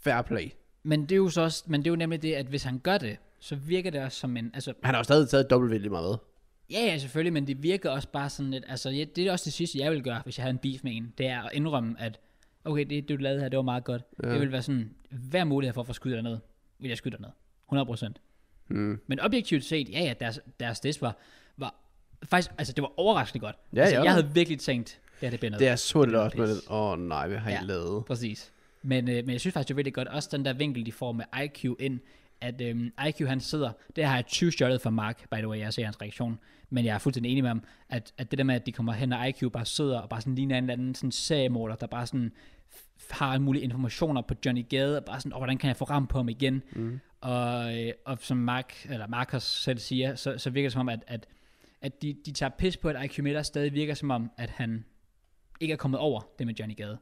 fair play.
Men det er jo så også, men det er jo nemlig det, at hvis han gør det, så virker det også som en, altså,
Han har jo stadig taget dobbelt vildt meget med.
ja, ja, selvfølgelig, men det virker også bare sådan lidt, altså, ja, det er også det sidste, jeg vil gøre, hvis jeg havde en beef med en, det er at indrømme, at, okay, det, det du lavede her, det var meget godt. Ja. Det vil være sådan, hver mulighed for at få skudt dig ned, vil jeg skyde dig ned. 100 procent.
Hmm.
Men objektivt set, ja, ja, deres, deres test var, var faktisk, altså, det var overraskende godt.
Ja,
altså,
ja.
jeg havde virkelig tænkt, det her, det bliver noget.
Det er så det
Det er
også med
pis.
lidt, åh oh, nej, hvad har I
Ja.
lavet?
Præcis. Men, øh, men jeg synes faktisk, det er virkelig godt, også den der vinkel, de får med IQ ind, at øh, IQ han sidder, det har jeg 20 stjålet fra Mark, by the way, jeg ser hans reaktion, men jeg er fuldstændig enig med ham, at, at det der med, at de kommer hen, og IQ bare sidder og bare sådan ligner en eller anden sådan seriemorder, der bare sådan f- har alle mulige informationer på Johnny Gade, og bare sådan, åh, hvordan kan jeg få ramt på ham igen? Mm. Og, øh, og som Mark, eller Marcus selv siger, så, så virker det som om, at, at, at de, de tager pis på, at IQ Miller stadig virker som om, at han ikke er kommet over det med Johnny Gade.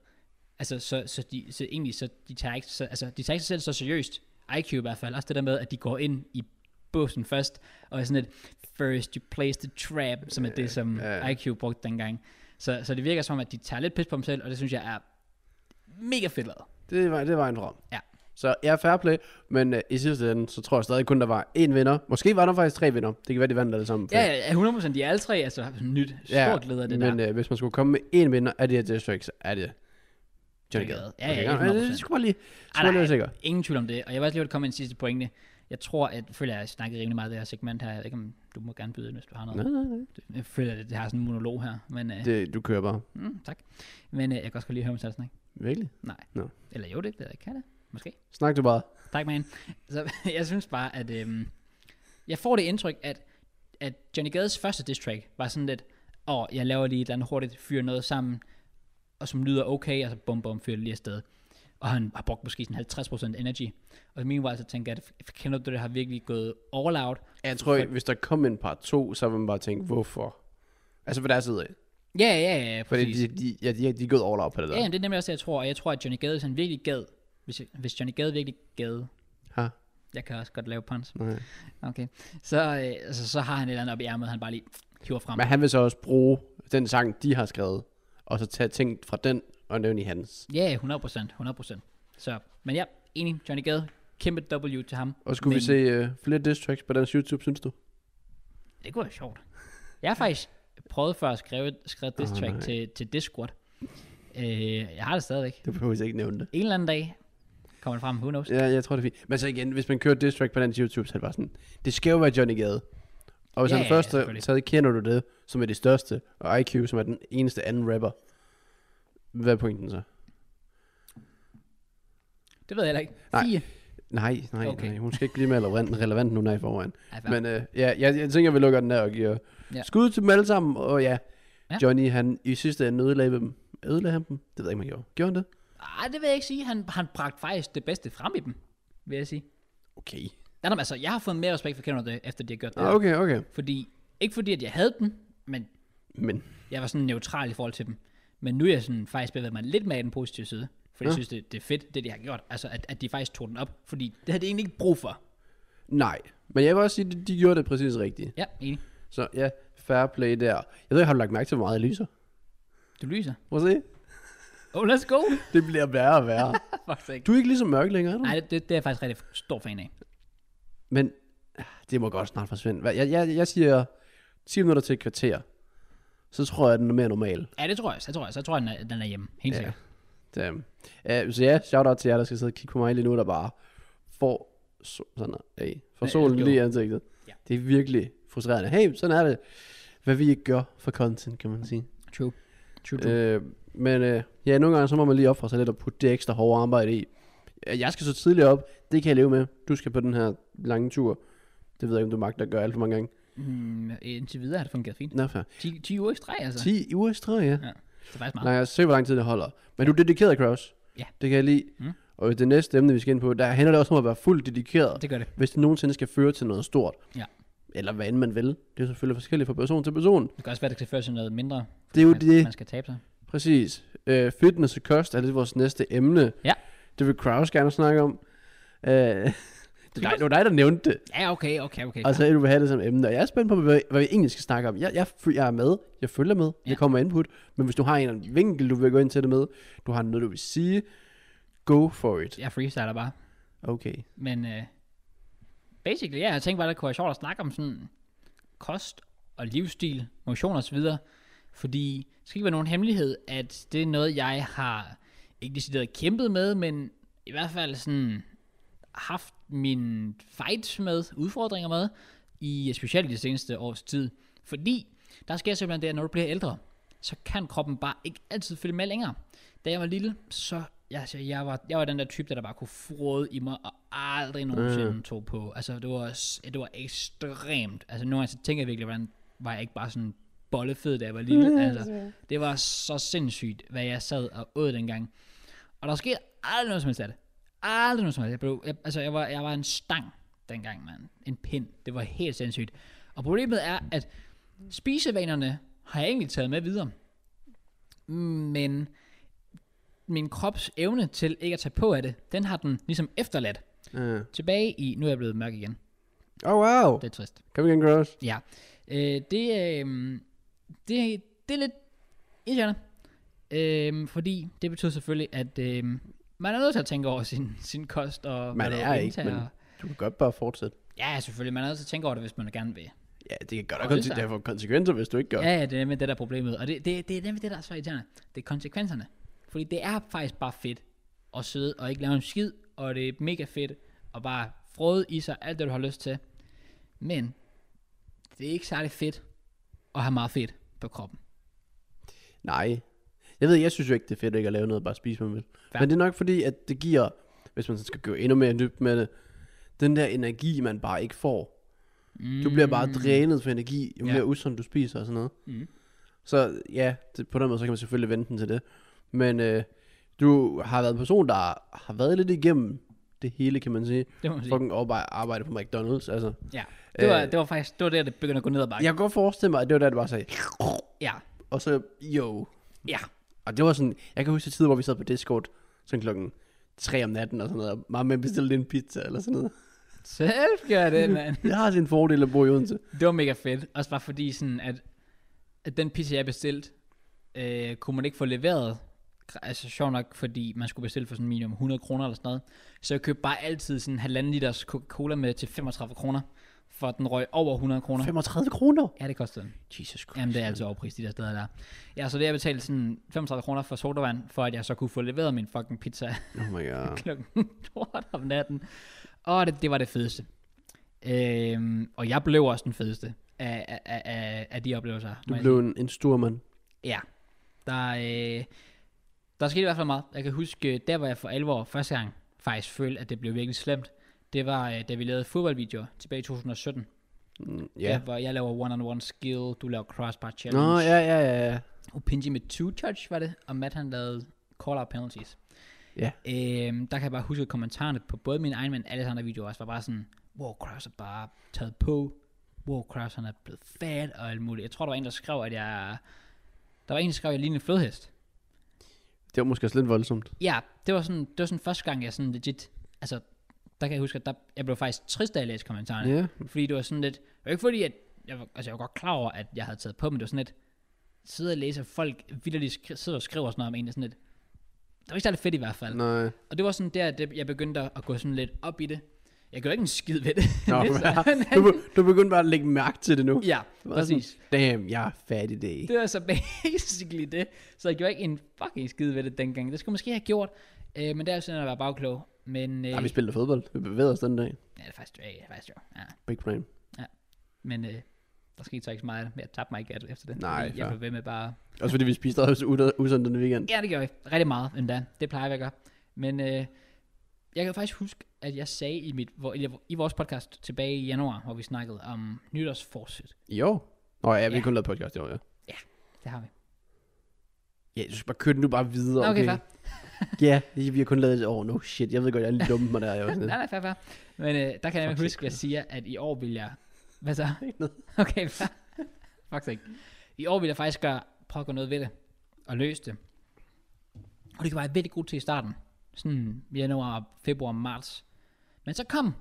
Altså, så, så, de, så egentlig, så de tager ikke, så, altså, de tager ikke sig selv så seriøst. IQ i hvert fald. Også det der med, at de går ind i bussen først, og er sådan et, first you place the trap, som er det, som
Ja.
IQ brugte dengang. Så, så det virker som om, at de tager lidt pis på dem selv, og det synes jeg er mega fedt lavet.
Det var, det var en drøm.
Ja.
Så ja, fair play, men øh, i sidste ende, så tror jeg stadig kun, der var én vinder. Måske var der faktisk tre vinder. Det kan være, de vandt alle sammen.
Ja, ja, 100% de er alle tre, altså nyt, stort ja, leder det
men
der.
Øh, hvis man skulle komme med én vinder af det her district, så er det
Johnny
Johnny Gade.
Gade. Ja, ja,
okay,
100%.
det, det skulle man lige,
Ej,
skulle man lige være
nej,
sikker.
Ingen tvivl om det, og jeg vil også lige vil komme med en sidste pointe. Jeg tror, at føler, jeg har snakket rimelig meget af det her segment her. Jeg ved ikke, om du må gerne byde ind, hvis du har noget.
Nej, nej, nej.
Jeg føler, at det har sådan en monolog her, men øh,
Det, du kører bare.
mm, tak. Men øh, jeg kan også godt lige høre mig selv snakke.
Virkelig?
Nej.
Nå.
Eller jo, det ved jeg ikke. Kan jeg det? Måske.
Snak du bare.
Tak, man. Så jeg synes bare, at øhm, jeg får det indtryk, at, at Johnny Gades første diss track var sådan lidt, åh, jeg laver lige et eller andet hurtigt, fyrer noget sammen, og som lyder okay, og så bum bum, fyrer det lige afsted. Og han har brugt måske sådan 50% energy. Og meanwhile, så tænker jeg, at kender du det har virkelig gået all out.
Jeg tror, hvis der kom en par to, så ville man bare
Mm.
tænke, hvorfor? Altså for deres side af.
Ja, ja, ja,
Fordi
præcis.
de, de, ja, de, de er gået all out på det der.
Ja, jamen, det er nemlig også det, jeg tror. Og jeg tror, at Johnny Gade, hvis han virkelig gad, hvis, hvis Johnny Gade virkelig gad,
Ha?
jeg kan også godt lave puns,
Nej.
okay, så, øh, altså, så har han et eller andet op i ærmet, han bare lige hiver frem.
Men han vil så også bruge den sang, de har skrevet, og så tage ting fra den og nævne i hans.
Ja, 100%, 100%. Så, men ja, enig, Johnny Gade, kæmpe W til ham.
Og skulle men... vi
Men
se uh, flere diss tracks på dansk YouTube, synes du?
Det kunne være sjovt. Jeg har faktisk prøvet før at skrive, skrive diss
Åh,
track
nej.
til, til Discord. Øh, jeg har det stadigvæk.
Det behøver jeg ikke nævne det.
En eller anden dag kommer det frem, who knows.
Ja, jeg tror det er fint. Men så igen, hvis man kører diss track på dansk YouTube, så er det bare sådan, det skal jo være Johnny Gade. Og hvis
Ja,
han
ja,
først
selvfølgelig.
taget kender du det, som er det største, og IQ, som er den eneste anden rapper, hvad er pointen så?
Det ved jeg heller ikke.
Nej.
Fie.
Nej, nej, okay.
Okay.
nej. Hun skal ikke blive mere relevant, relevant nu, når jeg foran.
Ej, fair.
Men øh, ja, jeg, jeg tænker, vi lukker den der og giver ja.
Ja.
skud til dem alle sammen. Og ja, ja.
Ja.
Johnny, han i sidste ende ødelagde dem. Ødelagde han dem? Det ved jeg ikke, man gjorde. Gjorde han det?
Ej, det vil jeg ikke sige. Han, han bragte faktisk det bedste frem i dem, vil jeg sige.
Okay.
Nej, nej, altså, jeg har fået mere respekt for Kendrick, Lamar, efter de har gjort det.
Ah, okay, okay.
Fordi, ikke fordi, at jeg havde dem, men
Men
jeg var sådan neutral i forhold til dem. Men nu er jeg sådan faktisk bevæget mig lidt mere af den positive side. For jeg
Ja.
synes, det, det er fedt, det de har gjort. Altså, at, at de faktisk tog den op. Fordi det havde de egentlig ikke brug for.
nej. Men jeg vil også sige, at de gjorde det præcis rigtigt.
Ja, enig.
Så ja, fair play der. Jeg ved ikke, har du lagt mærke til, hvor meget jeg lyser?
Du lyser.
Prøv at se.
Oh, let's go.
Det bliver værre og værre.
Fuck sake.
Du er ikke lige så mørk længere, er du?
Nej, det, det, det er jeg faktisk rigtig stor fan af.
Men ah, det må godt snart forsvinde. Hvad- Jeg, jeg, jeg siger 10 minutter til et kvarter. Så tror jeg, den er mere normal.
Ja, det tror jeg. Så tror jeg, så tror jeg, den er, den er hjemme. Helt
Ja.
sikkert.
Damn. Uh, så ja, shout out til jer, der skal sidde og kigge på mig lige nu, der bare får, so- sådan, hey, får
Ja,
solen
jo.
lige i ansigtet.
Ja.
Det er virkelig frustrerende. Hey, sådan er det, hvad vi ikke gør for content, kan man sige.
True. True, true.
Øh, men øh, ja, nogle gange så må man lige ofre sig lidt og putte det ekstra hårde arbejde i. Øh, Jeg skal så tidligt op, det kan jeg leve med. Du skal på den her lange tur. Det ved jeg ikke, om du magter at gøre alt for mange gange.
Mm, indtil videre har det fungeret fint.
Nå, fair.
10, 10 uger i streg, altså.
10 uger i streg, ja.
Ja, det er faktisk meget.
Nej, jeg ser, hvor lang tid det holder. Men du er dedikeret, Kraus.
Ja.
Det kan jeg lide.
Mm.
Og det næste emne, vi skal ind på, der handler det også om at være fuldt dedikeret,
Det gør det.
hvis det nogensinde skal føre til noget stort.
Ja.
Eller hvad end man vil. Det er selvfølgelig forskelligt fra person til person.
Det kan også være, at det kan føre til noget mindre.
Det er jo
man,
det.
Man skal tabe sig.
Præcis. Øh, fitness og kost er lidt vores næste emne.
Ja.
Det vil Kraus gerne snakke om. Øh, det, var dig, det var dig, der nævnte det.
Ja, okay, okay, okay.
Og så er du vil have det som emne. Og jeg er spændt på, hvad, hvad vi egentlig skal snakke om. Jeg, jeg, fø- jeg er med. Jeg følger med.
Ja.
Jeg kommer med input. Men hvis du har en eller anden vinkel, du vil gå ind til det med, du har noget, du vil sige, go for it.
Jeg freestyler bare.
Okay.
Men øh, basically, ja, jeg tænkte bare, det kunne være sjovt at snakke om sådan kost og livsstil, motion og så videre. Fordi det skal ikke være nogen hemmelighed, at det er noget, jeg har ikke decideret kæmpet med, men i hvert fald sådan haft min fights med, udfordringer med, i specielt i det seneste års tid. Fordi der sker simpelthen det, at når du bliver ældre, så kan kroppen bare ikke altid følge med længere. Da jeg var lille, så jeg, altså, jeg, var, jeg var den der type, der, der bare kunne frode i mig, og aldrig nogensinde mm. tog på. Altså, det var, s- det var ekstremt. Altså, nogle gange så tænker jeg virkelig, hvordan var jeg ikke bare sådan bollefed, da jeg var lille. Altså, det var så sindssygt, hvad jeg sad og åd dengang. Og der sker aldrig noget som helst af det. Aldrig noget som helst. Jeg, blev, jeg, altså, jeg var, jeg var en stang dengang, mand. En pind. Det var helt sindssygt. Og problemet er, at spisevanerne har jeg egentlig taget med videre. Men min krops evne til ikke at tage på af det, den har den ligesom efterladt.
Uh.
Tilbage i, nu er jeg blevet mørk igen.
Oh wow.
Det er trist.
Kom igen, Kraus.
Ja. Øh, det, øh, det, det er lidt irriterende. Øh, fordi det betyder selvfølgelig, at øh, man er nødt til at tænke over sin, sin kost. Og
Man
hvad
er
du
ikke,
indtager.
men du kan godt bare fortsætte.
Ja, selvfølgelig. Man er nødt til at tænke over det, hvis man gerne vil.
Ja, det kan godt
Og
have
det er
konse- det får konsekvenser, hvis du ikke gør.
Ja, ja, det er nemlig det, der er problemet. Og det, det, det er nemlig det, der er så irriterende. Det er konsekvenserne. Fordi det er faktisk bare fedt at sidde og ikke lave en skid, og det er mega fedt at bare frode i sig alt det, du har lyst til. Men det er ikke særlig fedt at have meget fedt på kroppen.
Nej. Jeg ved, jeg synes jo ikke, det er fedt ikke at lave noget, bare spise, hvad man vil.
Fair.
Men det er nok fordi, at det giver, hvis man sådan skal gå endnu mere dybt med det, den der energi, man bare ikke får. Mm. Du bliver bare drænet for energi, jo
Ja.
mere usund du spiser og sådan noget.
Mm.
Så ja, det, på den måde, så kan man selvfølgelig vente den til det. Men øh, du har været en person, der har været lidt igennem det hele, kan man sige.
Det må man sige.
Fucking arbejde, arbejde på McDonald's, altså.
Ja. Det var,
Øh.
det var faktisk, det var der, det begyndte at gå ned ad bakke.
Jeg kan godt forestille mig, at det var der, det bare sagde,
Ja.
og så, jo,
Ja.
Og det var sådan, jeg kan huske tider, hvor vi sad på Discord, sådan klokken 3 om natten og sådan noget, og mamma bestilte en pizza eller sådan noget.
Selv gør det, mand.
Det har sin fordel at bo i Odense.
Det var mega fedt. Også bare fordi sådan, at, at den pizza, jeg bestilte, øh, kunne man ikke få leveret. Altså sjovt nok, fordi man skulle bestille for sådan minimum 100 kroner eller sådan noget. Så jeg købte bare altid sådan en halvanden liters Coca-Cola med til 35 kroner. For den røg over 100 kroner.
35 kroner?
Ja, det kostede den.
Jesus Christ.
Jamen, det er altså- altid overpris, de der steder der. Ja, så det jeg betalte sådan 35 kroner for sodavand, for at jeg så kunne få leveret min fucking pizza
Oh my god.
klokken lort om natten. Og det, det var det fedeste. Øhm, og jeg blev også den fedeste af, af- af, af, af de oplevelser.
Du
må jeg
blev en, en stor mand.
Ja. Der, øh, der skete i hvert fald meget. Jeg kan huske, øh, der hvor jeg for alvor første gang faktisk følte, at det blev virkelig slemt, det var, øh, da vi lavede fodboldvideoer tilbage i 2017.
Mm, Ja.
Der, hvor jeg laver one-on-one skill, du laver crossbar
Nå,
challenge.
ja, ja, ja, ja.
Opinji med two touch var det, og Matt han lavede call out penalties.
Ja.
Øhm, der kan jeg bare huske at kommentarerne på både min egen, men alle andre videoer også, var bare sådan, wow, Kraus er bare taget på, wow, Kraus han er blevet fat og alt muligt. Jeg tror, der var en, der skrev, at jeg... Der var en, der skrev, at jeg lignede en flodhest.
Det var måske også lidt voldsomt.
Ja, det var sådan, det var sådan første gang, jeg sådan legit, altså, der kan jeg huske, at der, jeg blev faktisk trist, da jeg læste kommentarerne.
Ja.
Fordi det var sådan lidt, det var ikke fordi, at jeg, var- altså jeg var godt klar over, at jeg havde taget på, men det var sådan lidt, sidde og læse, at folk vildt skri- sidder og skriver sådan noget om en, det er sådan lidt, det var ikke særlig fedt i hvert fald. Nej.
Nej.
Og det var sådan der, at det- jeg begyndte at gå sådan lidt op i det. Jeg gjorde ikke en skid ved det.
Nå,
Det er sådan-
du, be- du begyndte bare at lægge mærke til det nu.
ja,
Det var
præcis.
Sådan, Damn, jeg er fat i dag.
Det var så basically det. Så jeg gjorde ikke en fucking skid ved det dengang. Det skulle jeg måske have gjort, øh, men det er jo sådan at være bagklog. Men øh,
Ja, vi spillede fodbold. Vi bevægede os den dag.
ja, det er faktisk, ja, det er faktisk jo. Ja.
Big brain.
Men øh, der skete så ikke så meget, af det, men jeg tabte mig ikke af det efter det.
Nej,
fordi jeg
fair.
blev ved med bare
Også fordi vi spiste også u- usundt den weekend.
Ja, det gør jeg. Rigtig meget endda. Det plejer jeg at gøre. Men øh, jeg kan faktisk huske, at jeg sagde i, mit, hvor, eller i vores podcast tilbage i januar, hvor vi snakkede om nytårsforsæt.
Jo. Nå ja, vi
Ja.
har kun lavet podcast i år, ja.
Det har vi.
Ja, du skal bare køre den nu bare videre.
Okay, okay fair.
Ja, vi har kun lavet et år nu. Shit, jeg ved godt, jeg er lidt dumme mig der. Jeg var sådan,
Nej,
lidt,
nej, fair, fair. Men øh, der kan jeg
Fuck,
huske, at jeg siger, at i år vil jeg... Hvad så?
ikke noget.
Okay, fair. Faktisk ikke. I år vil jeg faktisk gøre, prøve at gøre noget ved det. Og løse det. Og det kan være vældig godt til i starten. Sådan januar, februar, marts. Men så kom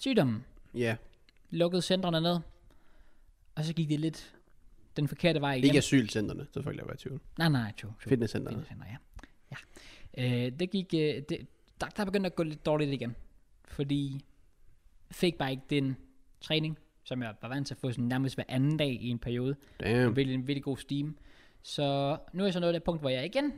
sygdommen.
Ja,
Lukkede centrene ned. Og så gik det lidt den forkerte vej igen.
ikke asylcenterne, så folk laver i tvivl.
Nej, nej, true, true.
Fitnesscenterne.
Fitnesscenter, ja. ja. Øh, det gik, øh, det, der, der begyndte at gå lidt dårligt igen, fordi jeg fik bare ikke den træning, som jeg var vant til at få sådan nærmest hver anden dag i en periode. Mm.
Damn.
Virkelig en virkelig god steam. Så nu er jeg så nået til et punkt, hvor jeg igen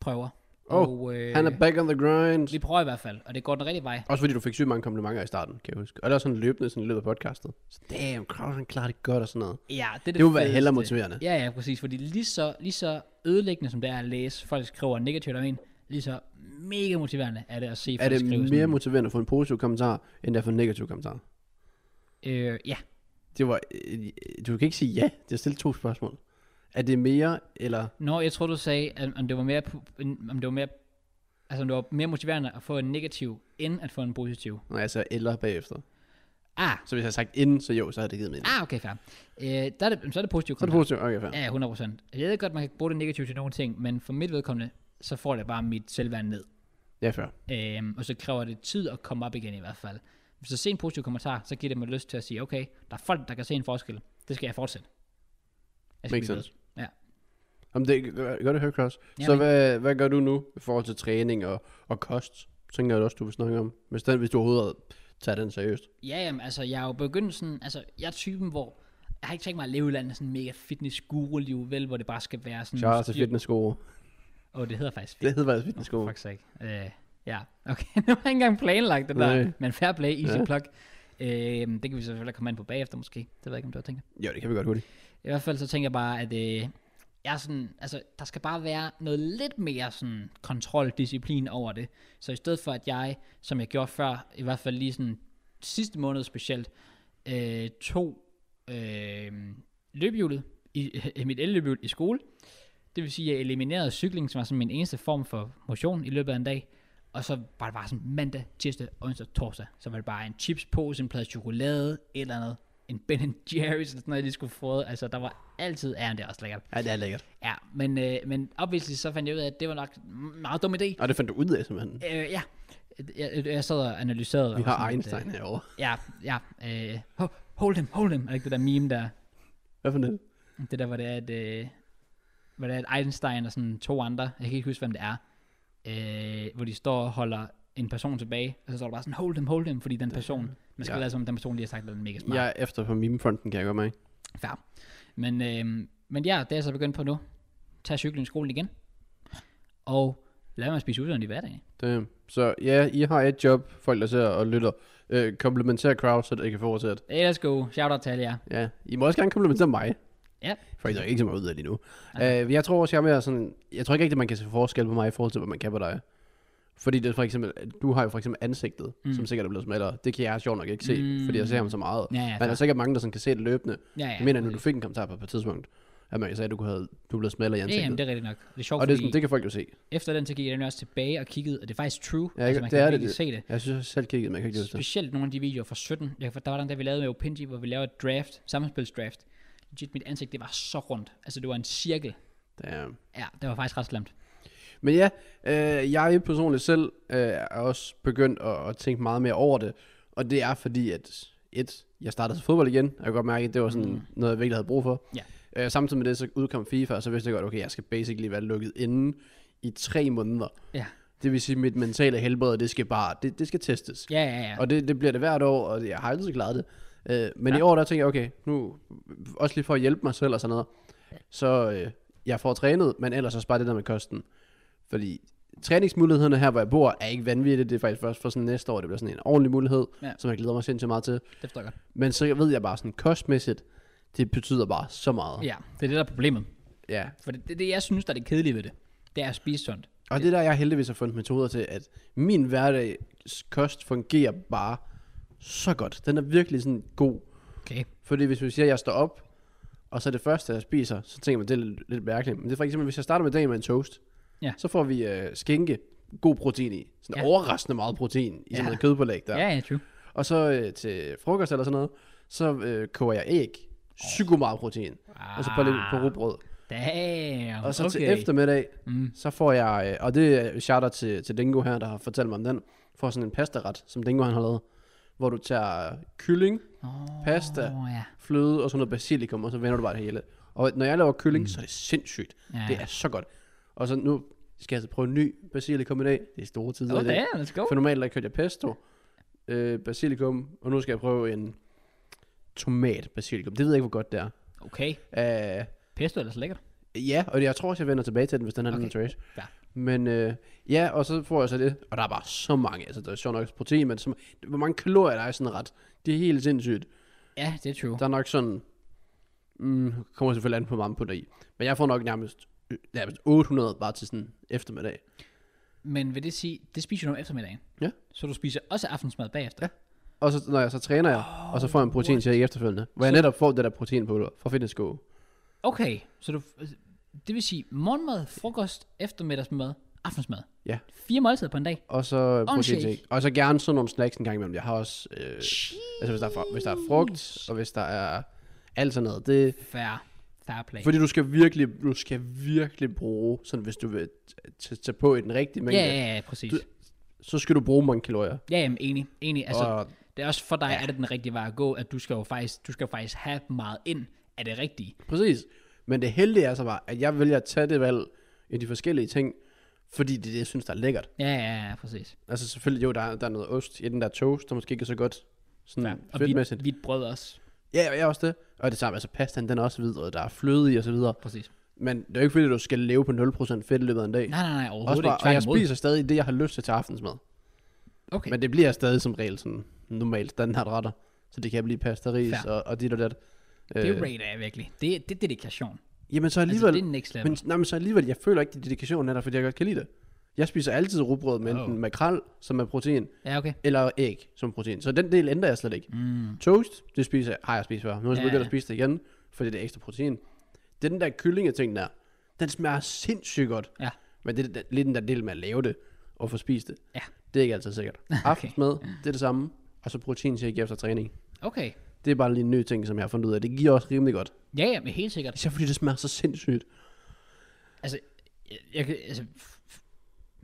prøver.
Oh,
og, øh,
Han er back on the grind.
vi prøver i hvert fald, og det går den rigtige vej.
Også fordi du fik sygt mange komplimenter i starten, kan jeg huske. Og der er sådan løbende sådan i løbet af podcastet. Så damn, Kraus han klarer det godt og sådan noget.
Ja, det, er det
Det må være
fedeste.
hellere motiverende.
Ja, ja, præcis. Fordi lige så, lige så ødelæggende som det er at læse, folk skriver negativt om en, lige så mega motiverende er det at se folk
Er det
skrive
mere motiverende at få en positiv kommentar, end at få en negativ kommentar?
Øh, ja,
Det var, øh, du kan ikke sige ja. Det er stillet to spørgsmål. Er det mere, eller...
Nå, jeg tror du sagde, at om det var mere, pu- en- om det var mere, altså om det var mere motiverende at få en negativ, end at få en positiv.
Nej, altså eller bagefter.
Ah,
Så hvis jeg havde sagt inden, så jo, så havde det givet mening.
ah okay, fair. Øh, der er det, så er det positivt.
Så er det positivt. Okay, fair.
Ja, 100 procent. Jeg ved godt, man kan bruge det negative til nogle ting, men for mit vedkommende, så får det bare mit selvværd ned.
Ja, fair.
Øhm, og så kræver det tid at komme op igen i hvert fald. Hvis jeg ser en positiv kommentar, så giver det mig lyst til at sige, okay, der er folk, der kan se en forskel. Det skal jeg fortsætte. Jeg
Makes
blive
sense.
bedre. Altså, Ja.
Jamen, det er godt at høre, Klaus.
Ja,
Så
men-
hvad, hvad gør du nu i forhold til træning og, og kost? Tænker jeg også, du vil snakke om. Hvis, den, hvis du overhovedet tager den seriøst.
Ja, jamen, altså, jeg er jo begyndt sådan, altså, jeg er typen, hvor, jeg har ikke tænkt mig at leve i et eller andet sådan mega fitness guru liv vel, hvor det bare skal være sådan...
Shout out til fitnessgode.
Åh, oh, det hedder faktisk
Det
fitness.
hedder faktisk fitnessgode.
Fuck sake. Øh, ja, okay, nu har jeg ikke engang planlagt det der,
Nej.
men fair play, easy
Ja.
ja. plug. Øh, det kan vi selvfølgelig komme ind på bagefter måske, det ved jeg ikke, om du har tænkt.
Jo, det kan vi godt hurtigt.
I hvert fald så tænker jeg bare, at øh, jeg er sådan, altså, der skal bare være noget lidt mere sådan, kontrol, disciplin over det. Så i stedet for, at jeg, som jeg gjorde før, i hvert fald lige sådan sidste måned specielt, øh, tog øh, løbehjulet, i, øh, mit elløbehjul i skole. Det vil sige, at jeg eliminerede cykling, som var sådan min eneste form for motion i løbet af en dag. Og så var det bare sådan mandag, tirsdag, onsdag, torsdag. Så var det bare en chipspose, en plade chokolade, et eller andet. En Ben Jerry's eller sådan noget, jeg lige skulle få. Altså, der var altid æren, det er også lækkert.
Ja, det er lækkert.
Ja, men, øh, men obviously så fandt jeg ud af, at det var nok en meget dum idé.
Og det fandt du ud af, simpelthen.
Øh, ja, jeg, jeg sad og analyserede. og
Vi
var
har
sådan lidt,
Einstein
Øh,
herovre.
ja, ja. Øh, ho- hold him, hold him. Er det ikke det der meme der?
Hvad for det?
Det der, hvor det er, at, øh, hvor det er, at Einstein og sådan to andre, jeg kan ikke huske, hvem det er, øh, hvor de står og holder en person tilbage, og så står der bare sådan, hold him, hold him, fordi den person, man skal
Ja.
ja. lade som om den person lige har sagt, at den er mega smart.
Jeg er efter på mimefronten, kan jeg godt mærke.
Fair. Men, øh, men ja, det er jeg så begyndt på nu. Tag cyklen i skolen igen. Og lad mig spise udlandet i hverdagen.
Det. Så ja, I har et job, folk der ser og lytter. Øh, komplementer Kraus, så det kan fortsætte.
Hey, let's go. Shout out til alle jer.
Ja, I må også gerne komplementere mig.
Ja.
For jeg er ikke så meget ud af lige nu. Okay. Øh, jeg tror også, jeg er mere sådan... Jeg tror ikke rigtigt, man kan se forskel på mig i forhold til, hvad man kan på dig. Fordi det er for eksempel, du har jo for eksempel ansigtet, mm. som sikkert er blevet smallere. Det kan jeg sjovt nok ikke se, mm. fordi jeg ser ham så meget.
Ja, ja,
Men der er
fair.
sikkert mange, der sådan kan se det løbende.
Ja, ja.
Jeg mener, nu du fik en kommentar på på et tidspunkt, at man sagde, at du, kunne have, du blev smallere i
Ja,
ansigtet.
jamen, det er rigtigt nok. Det er sjovt,
og det, er sådan,
fordi det...
det kan folk jo se.
efter den, så gik jeg nemlig også tilbage og kiggede, og det er faktisk true.
Ja,
altså,
ikke?
man
det
kan
er
virkelig
det.
se det.
Jeg synes, jeg har selv kigget, men jeg kan ikke huske det.
Specielt nogle af de videoer fra 17. Jeg, der var den der, vi lavede med Opinji, hvor vi lavede et draft, sammenspilsdraft. Legit, mit ansigt, det var så rundt. Altså, det var en cirkel.
Damn.
Ja, det var faktisk ret slemt.
Men ja, øh, jeg personligt selv øh, er også begyndt at, at tænke meget mere over det. Og det er fordi, at et, jeg startede til fodbold igen, og jeg kan godt mærke, at det var sådan mm. noget, jeg virkelig havde brug for.
Ja.
Øh, samtidig med det, så udkom FIFA, og så vidste jeg godt, okay, jeg skal basically være lukket inde i tre måneder.
Ja,
Det vil sige, at mit mentale helbred, det skal bare, det, det skal testes.
ja, ja. ja.
Og det, det bliver det hvert år, og jeg har altid klaret det. Øh, men ja. i år, der tænker jeg, okay, nu, også lige for at hjælpe mig selv og sådan noget, så øh, jeg får trænet, men ellers også bare det der med kosten. Fordi træningsmulighederne her, hvor jeg bor, er ikke vanvittige. Det er faktisk først for sådan næste år, det bliver sådan en ordentlig mulighed, ja.
Ja.
som jeg glæder mig sindssygt meget til.
Det forstår jeg godt.
Men så ved jeg bare sådan kostmæssigt, det betyder bare så meget.
Ja, det er det, der er problemet.
ja.
For det, det, det jeg synes, der er det kedelige ved det, det er at spise sundt.
Og det er der, jeg heldigvis har fundet metoder til, at min hverdags kost fungerer bare så godt. Den er virkelig sådan god.
Okay.
Fordi hvis vi siger, at jeg står op, og så det første, jeg spiser, så tænker man, det er lidt, lidt mærkeligt. Men det er for eksempel, hvis jeg starter med dagen med en toast,
Ja.
så får vi øh, skinke, god protein i. Sådan
Ja.
ja. overraskende meget protein i
Ja.
sådan noget kødpålæg der.
Ja, ja, true.
Og så øh, til frokost eller sådan noget, så øh, koger jeg æg. Psyko meget protein. Og så bare lidt på rugbrød.
Damn,
Og så
Ah. okay.
okay. til eftermiddag,
Mm.
så får jeg, øh, og det er shout out til, til Dingo her, der har fortalt mig om den, får sådan en pastaret, som Dingo han har lavet, hvor du tager kylling,
Oh,
pasta.
ja.
fløde og sådan noget basilikum, og så vender du bare det hele. Og når jeg laver kylling, mm. så er det sindssygt.
ja.
Det er så godt. Og så nu skal jeg altså prøve en ny basilikum i dag. Det er store tider
Oh,
i dag.
damn, let's go.
For normalt der kørte jeg pesto, øh, basilikum, og nu skal jeg prøve en tomat basilikum. Det ved jeg ikke, hvor godt det er.
Okay,
Uh,
pesto er ellers lækkert.
ja, og jeg tror også, jeg vender tilbage til den, hvis den her okay.
Okay.
den er trash.
Ja.
Men øh, ja, og så får jeg så det, og der er bare så mange, altså der er sjovt nok protein, men så, hvor mange kalorier der er i sådan en ret, det er helt sindssygt.
Ja, det er true.
Der er nok sådan, mm, kommer selvfølgelig an på, hvor mange på i. Men jeg får nok nærmest, øh, nærmest 800 bare til sådan eftermiddag.
Men vil det sige, det spiser du om eftermiddagen?
Ja.
Så du spiser også aftensmad bagefter?
Ja. Og så, når jeg så træner jeg, oh, og så får jeg en protein til efterfølgende, hvor jeg
Så-
netop får det der proteinpulver fra Fitness Go.
Okay, så du, det vil sige morgenmad, frokost, eftermiddagsmad, aftensmad.
Ja.
Fire måltider på en dag.
Og så
Og en
protein til.
Oh, shake.
Og så gerne sådan nogle snacks en gang imellem. Jeg har også, øh, altså hvis der, er, fru- hvis der er frugt, og hvis der er alt sådan noget. Det,
Fair, fair play.
fordi du skal virkelig, du skal virkelig bruge, sådan hvis du vil t- t- tage på i den rigtige
ja,
mængde,
ja, ja, præcis.
Du- så skal du bruge mange kalorier.
Ja, jamen, enig, enig. Altså,
og
det er også for dig, ja. er det den rigtige vej at gå, at du skal jo faktisk, du skal jo faktisk have meget ind af det rigtige.
Præcis. Men det heldige er så bare, at jeg vælger at tage det valg i de forskellige ting, fordi det er det, jeg synes, der er lækkert.
Ja, ja, ja, præcis.
Altså selvfølgelig, jo, der er, der er noget ost i den der toast, der måske ikke er så godt sådan
Og
fedtmæssigt.
hvidt, hvidt brød også.
Ja, og jeg er også det. Og det samme, altså pastaen, den er også hvid, og der er fløde i og så videre.
Præcis.
Men det er jo ikke fordi, du skal leve på 0% fedt i løbet af en dag.
Nej, nej, nej,
også
overhovedet
bare,
ikke.
og jeg
Tværtimod.
spiser stadig det, jeg har lyst til til aftensmad.
Okay,
Men det bliver stadig som regel sådan normal standardretter. Så det kan blive pasta, ris
Fair.
og, og dit og dat. Øh,
det rater jeg virkelig. Det, det er dedikation.
jamen
Altså,
så alligevel,
det er next level.
Men, nej, men så alligevel, jeg føler ikke, at dedikationen er der, fordi jeg godt kan lide det. Jeg spiser altid rugbrød med enten
Oh.
makrel, som er protein,
Ja, okay.
eller æg som er protein. Så den del ændrer jeg slet ikke.
Mm.
Toast, det spiser jeg, har jeg spist før. Nu har jeg
Ja.
ja. begyndt at spise det igen, fordi det er ekstra protein. Det er den der kyllingeting der. Den smager sindssygt godt.
Ja.
Men det er den- lidt den der del med at lave det og få spist det.
Ja.
Det er ikke altid sikkert. Aftensmad, det er det samme. Og så protein efter træning.
Okay.
Det er bare lige en ny ting, som jeg har fundet ud af. Det giver også rimelig godt.
Ja, ja, men helt sikkert.
Især fordi det smager så sindssygt.
Altså, jeg, jeg kan- altså, f- f-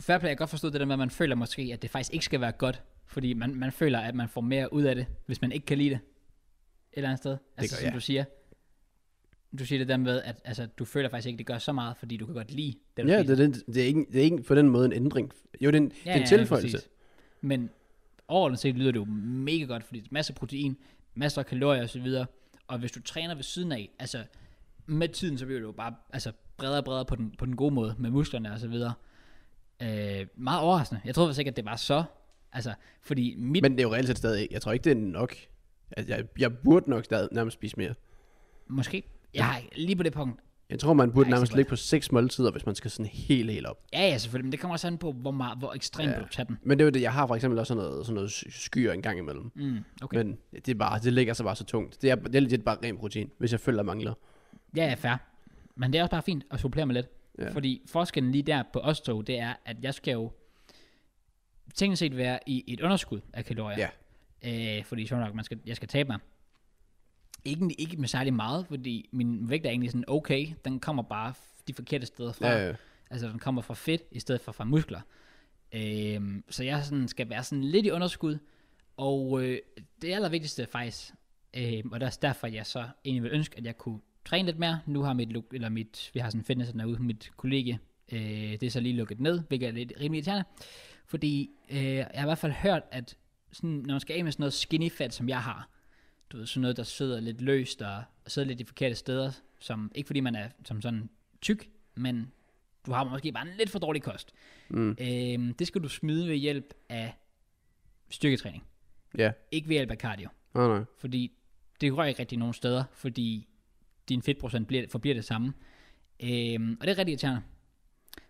fair play, jeg kan godt forstå det der med, at man føler måske, at det faktisk ikke skal være godt, fordi man, man føler, at man får mere ud af det, hvis man ikke kan lide det. Et eller andet sted. Altså,
gør
som
jeg.
du siger. Du siger det der med, at altså, du føler faktisk ikke, det gør så meget, fordi du kan godt lide det, du
Ja,
spiser.
det er, den, det, er ikke, det er ikke på den måde en ændring. Jo, det er en, ja, det er en tilføjelse.
præcis. Men overordnet set lyder det jo mega godt, fordi det er masser af protein, masser af kalorier osv. Og hvis du træner ved siden af, altså med tiden, så bliver du jo bare altså, bredere og bredere på den, på den gode måde, med musklerne osv. Øh, meget overraskende. Jeg troede faktisk ikke, at det var så. Altså, fordi mit...
Men det er jo reelt set stadig ikke. Jeg tror ikke, det er nok. Altså, jeg, jeg burde nok stadig nærmest spise mere.
måske... Jeg har ikke- lige på det punkt...
Jeg tror, man burde
Ej,
Ej, nærmest
så
ligge på seks måltider, hvis man skal sådan helt, helt op.
Ja, ja, selvfølgelig, men det kommer også an på, hvor, meget, hvor ekstremt ja.
Ja.
du tager den.
Men det er jo det, jeg har for eksempel også sådan noget, sådan noget sy- skyer en gang imellem.
Mm, okay.
Okay. Men det, er bare, det ligger så bare så tungt. Det er, det er legit bare ren protein, hvis jeg føler, jeg mangler.
Ja, ja, fair. Men det er også bare fint at supplere med lidt. Ja.
Ja.
Fordi forskellen lige der på os to, det er, at jeg skal jo teknisk set være i et underskud af kalorier. Ja. Øh, fordi sjovt nok, man skal, jeg skal tabe mig. Ikke, ikke med særlig meget, fordi min vægt er egentlig sådan, okay, den kommer bare f- de forkerte steder fra.
Ja. Øh,
Altså, den kommer fra fedt, i stedet for fra muskler. Øhm, så jeg sådan skal være sådan lidt i underskud. Og øh, det allervigtigste er faktisk, øh, og det er også derfor, jeg så egentlig vil ønske, at jeg kunne træne lidt mere. Nu har mit, lo- eller mit vi har sådan en fitness derude, mit kollega, øh, det er så lige lukket ned, hvilket er lidt rimelig irriterende. Fordi øh, jeg har i hvert fald hørt, at sådan, når man skal af med sådan noget skinny fat, som jeg har, du ved, sådan noget, der sidder lidt løst og sidder lidt de forkerte steder, som, ikke fordi man er som sådan tyk, men du har måske bare en lidt for dårlig kost.
mm,
Øhm, det skal du smide ved hjælp af styrketræning.
ja.
Ikke ved hjælp af cardio.
Nå, nej.
Fordi det rører ikke rigtig nogen steder, fordi din fedtprocent bliver, forbliver det samme. Øhm, og det er rigtig irriterende.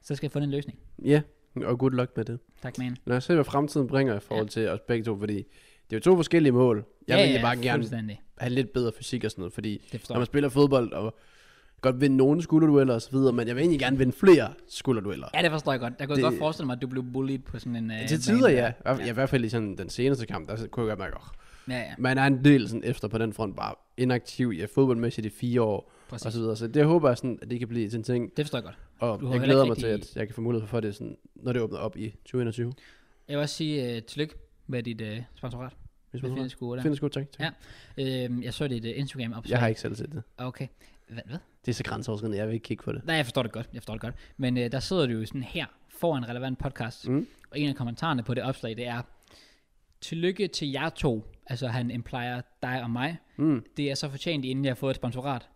Så skal jeg finde en løsning.
Ja, og good luck med det.
Tak, man.
Lad os se, hvad fremtiden bringer i forhold til os begge to, fordi det er jo to forskellige mål. Jeg vil egentlig bare gerne
fuldstændig.
have lidt bedre fysik og sådan noget, fordi
Det forstår
når man
jeg.
spiller fodbold og godt vinde nogle skulderdueller og så videre, men jeg vil egentlig gerne vinde flere skulderdueller.
Ja, det forstår jeg godt. Jeg kunne
Det-
det... godt forestille mig, at du blev bullied på sådan en... øh,
Til
bane
tider,
der.
ja. ja. I hvert fald i sådan den seneste kamp, der kunne jeg godt mærke, at
Ja, ja.
man er en del sådan efter på den front, bare inaktiv ja, fodboldmæssigt i fire år,
Præcis.
og så videre. Så det håber jeg sådan, at det kan blive sådan en ting,
Det forstår jeg godt.
og
Du har
jeg
heller
glæder
ikke
mig til,
rigtig-
at jeg kan få mulighed for det, sådan, når det åbner op i 2021.
Jeg vil også sige uh, tillykke med dit uh, sponsorat.
Hvis
Med
man
Finnes Gode.
findes godt, tak. tak.
Ja. Øhm, jeg så dit uh, Instagram-opslag.
Jeg har ikke selv set det.
Okay. Hvad? hvad?
Det er så grænseoverskridende, jeg vil ikke kigge på det.
Nej, jeg forstår det godt. Jeg forstår det godt. Men uh, der sidder du jo sådan her foran en relevant podcast.
Mm.
Og en af kommentarerne på det opslag, det er... Tillykke til jer to. Altså han implier dig og mig.
Mm.
Det er så fortjent, inden jeg har fået et sponsorat.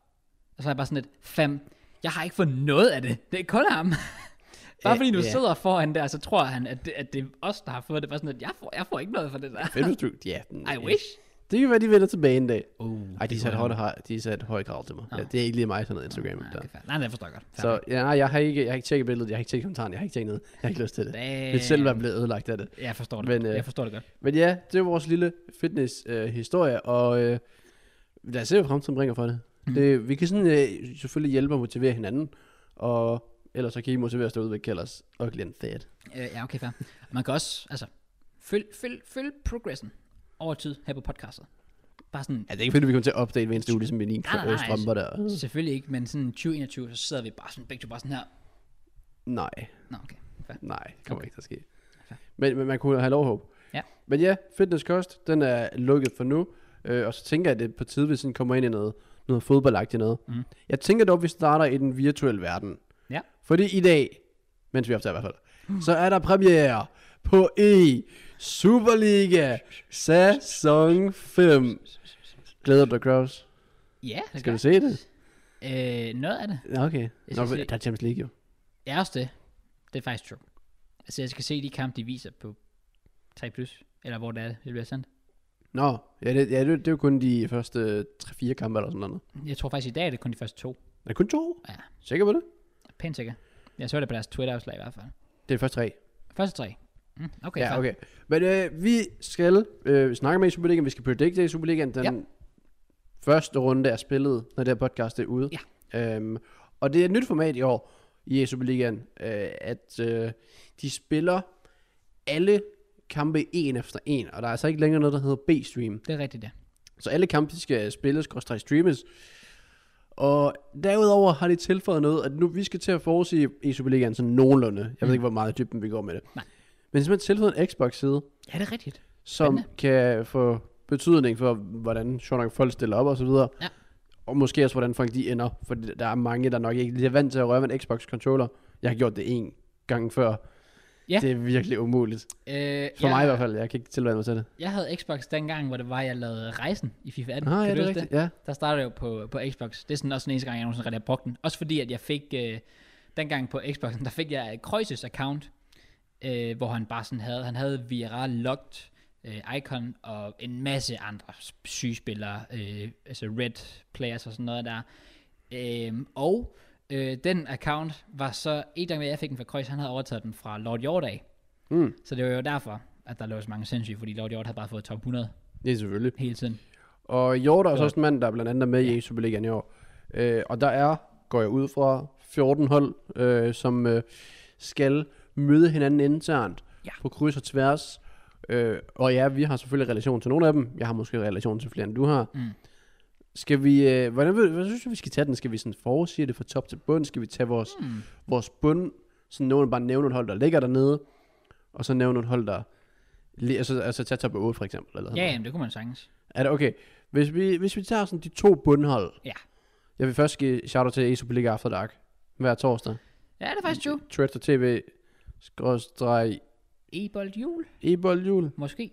Og så er jeg bare sådan lidt... Fam, jeg har ikke fået noget af det. Det er kun ham. Bare
Ja,
fordi du
ja.
sidder foran der, så tror han, at det, at det er os, der har fået det. Bare sådan, at jeg får, jeg får ikke noget for det der.
Fedt, hvis du... Ja, Oh. den,
I wish.
Det kan være, de vender tilbage en dag.
Uh,
Ej, de satte højt, de satte høj krav til mig. Ja, det er ikke lige mig, sådan noget Instagram.
Nej,
der.
okay, fair. nej, det forstår jeg godt. Fair.
Så ja, nej, jeg har ikke, jeg har ikke tjekket billedet, jeg har ikke tjekket kommentaren, jeg har ikke tjekket noget, jeg har ikke lyst til det.
Damn.
Mit selvværd blev ødelagt af det.
Jeg forstår det.
Men,
Men,
øh,
jeg forstår det godt.
Men ja, det er vores lille fitness-historie, øh, historie, og øh, lad os se, hvad fremtiden bringer for det.
Mhm.
Mm. det vi kan sådan, øh, selvfølgelig hjælpe og motivere hinanden, og ellers så kan I motivere os derude ved Kjellers og Glenn Thad.
Øh, ja, okay, fair. Og Man kan også, altså, følg, følg, følg progressen over tid her på podcastet. Bare sådan,
Ja, det er ikke fordi, vi kommer til at opdate hver eneste uge, ligesom vi lige
Nej, nej, nej,
strømper der.
selvfølgelig ikke, men sådan 2021, så sidder vi bare sådan, begge to bare sådan her.
Nej,
Nå, okay, fair.
nej, det kommer
Okay.
ikke til at ske.
Fair.
Men, men man kunne have lovhåb.
Ja.
Men ja, fitnesskost, den er lukket for nu, øh, og så tænker jeg, at det er på tide, vi sådan kommer ind i noget, noget fodboldagtigt noget.
Mm.
Jeg tænker dog, at vi starter i den virtuelle verden.
Ja. Mm.
Fordi i dag, mens vi optager i hvert fald, så er der premiere på E Superliga sæson 5. Glæder du dig, Kraus?
Ja, det
Skal
gør.
du se det?
Øh, noget af det.
Nå, Okay.
Jeg
Nå,
skal se-
der er Champions League jo.
Jeg er også det. Det er faktisk true. Altså, jeg skal se de kampe, de viser på 3+, plus, eller hvor det er, det bliver sendt.
Nå, ja, det, ja, det, det er jo kun de første øh, 3-4 kampe eller sådan noget.
Jeg tror faktisk, i dag er det kun de første to.
Der er kun to.
Ja.
Sikker på det?
Pænt sikker. Jeg så det på deres Twitter-opslag i hvert fald.
Det er først tre.
Første tre. Mm, okay,
ja,
fair.
okay. Men øh, vi skal øh, snakke med i Superligaen. Vi skal predicte i Superligaen. Den
Ja.
første runde er spillet, når det her podcast er ude. Ja. Øhm, og det er et nyt format i år i Superligaen, øh, at øh, de spiller alle kampe en efter en. Og der er altså ikke længere noget, der hedder B-stream.
Det er rigtigt, ja.
Så alle kampe de skal spilles, koster streames. Og derudover har de tilføjet noget, at nu vi skal til at forudsige i Superligaen sådan nogenlunde. Jeg ved ikke, hvor meget i dybden vi går med det.
Mm. Nej.
Men simpelthen tilføjet en Xbox-side,
Ja, det er rigtigt.
som kan få betydning for, hvordan sjovt nok folk stiller op og så videre.
Ja.
Og måske også, hvordan folk de ender. For der er mange, der nok ikke lige er vant til at røre med en Xbox-controller. Jeg har gjort det en gang før.
Ja.
Det er virkelig umuligt.
Øh,
For
jeg,
mig i hvert fald. Jeg kan ikke tilvænne mig til det.
Jeg havde Xbox dengang, hvor det var, jeg lavede rejsen i FIFA 18.
Ah, ja,
Kan
det
du
er
huske
rigtigt. Ja.
Der startede jeg jo på, på Xbox. Det er sådan også den eneste gang, jeg nogensinde rigtig har brugt den. Også fordi, at jeg fik, øh, dengang på Xboxen, der fik jeg Kreuzes account, øh, hvor han bare sådan havde, han havde Viral Locked, øh, Icon og en masse andre s- syge spillere, øh, altså Red Players og sådan noget der. Øh, og øh, den account var så, en gang med, at jeg fik den fra Kreuz, han havde overtaget den fra Lord Jordag.
Mm.
Så det var jo derfor, at der lå så mange sindssyge, fordi Lord Hjort havde bare fået top 100
Det er selvfølgelig.
hele tiden.
Og Hjort er også
Ja.
også en mand, der blandt andet er med i Superligaen i år. Øh, og der er, går jeg ud fra, 14 hold, øh, som øh, skal møde hinanden internt
Ja.
på kryds og tværs. Øh, og ja, vi har selvfølgelig relation til nogle af dem. Jeg har måske relation til flere, end du har.
Mm.
Skal vi, øh, hvordan, vil- hvad synes du, vi skal tage den? Skal vi sådan forudsige det fra top til bund? Skal vi tage vores, mm.
Hmm.
vores bund? Sådan nogen bare nævne nogle hold, der ligger dernede. Og så nævne nogle hold, der... li- Altså, altså tage top 8 for eksempel. Eller sådan
Ja,
noget.
jamen, det kunne man sagtens.
Er det okay? Hvis vi, hvis vi tager sådan de to bundhold.
Ja.
Jeg vil først give shout til Superliga After Dark. Hver torsdag.
Ja, det er faktisk true.
Twitter TV. Skråstreg.
Ebold Jul,
E-bold jul.
måske. I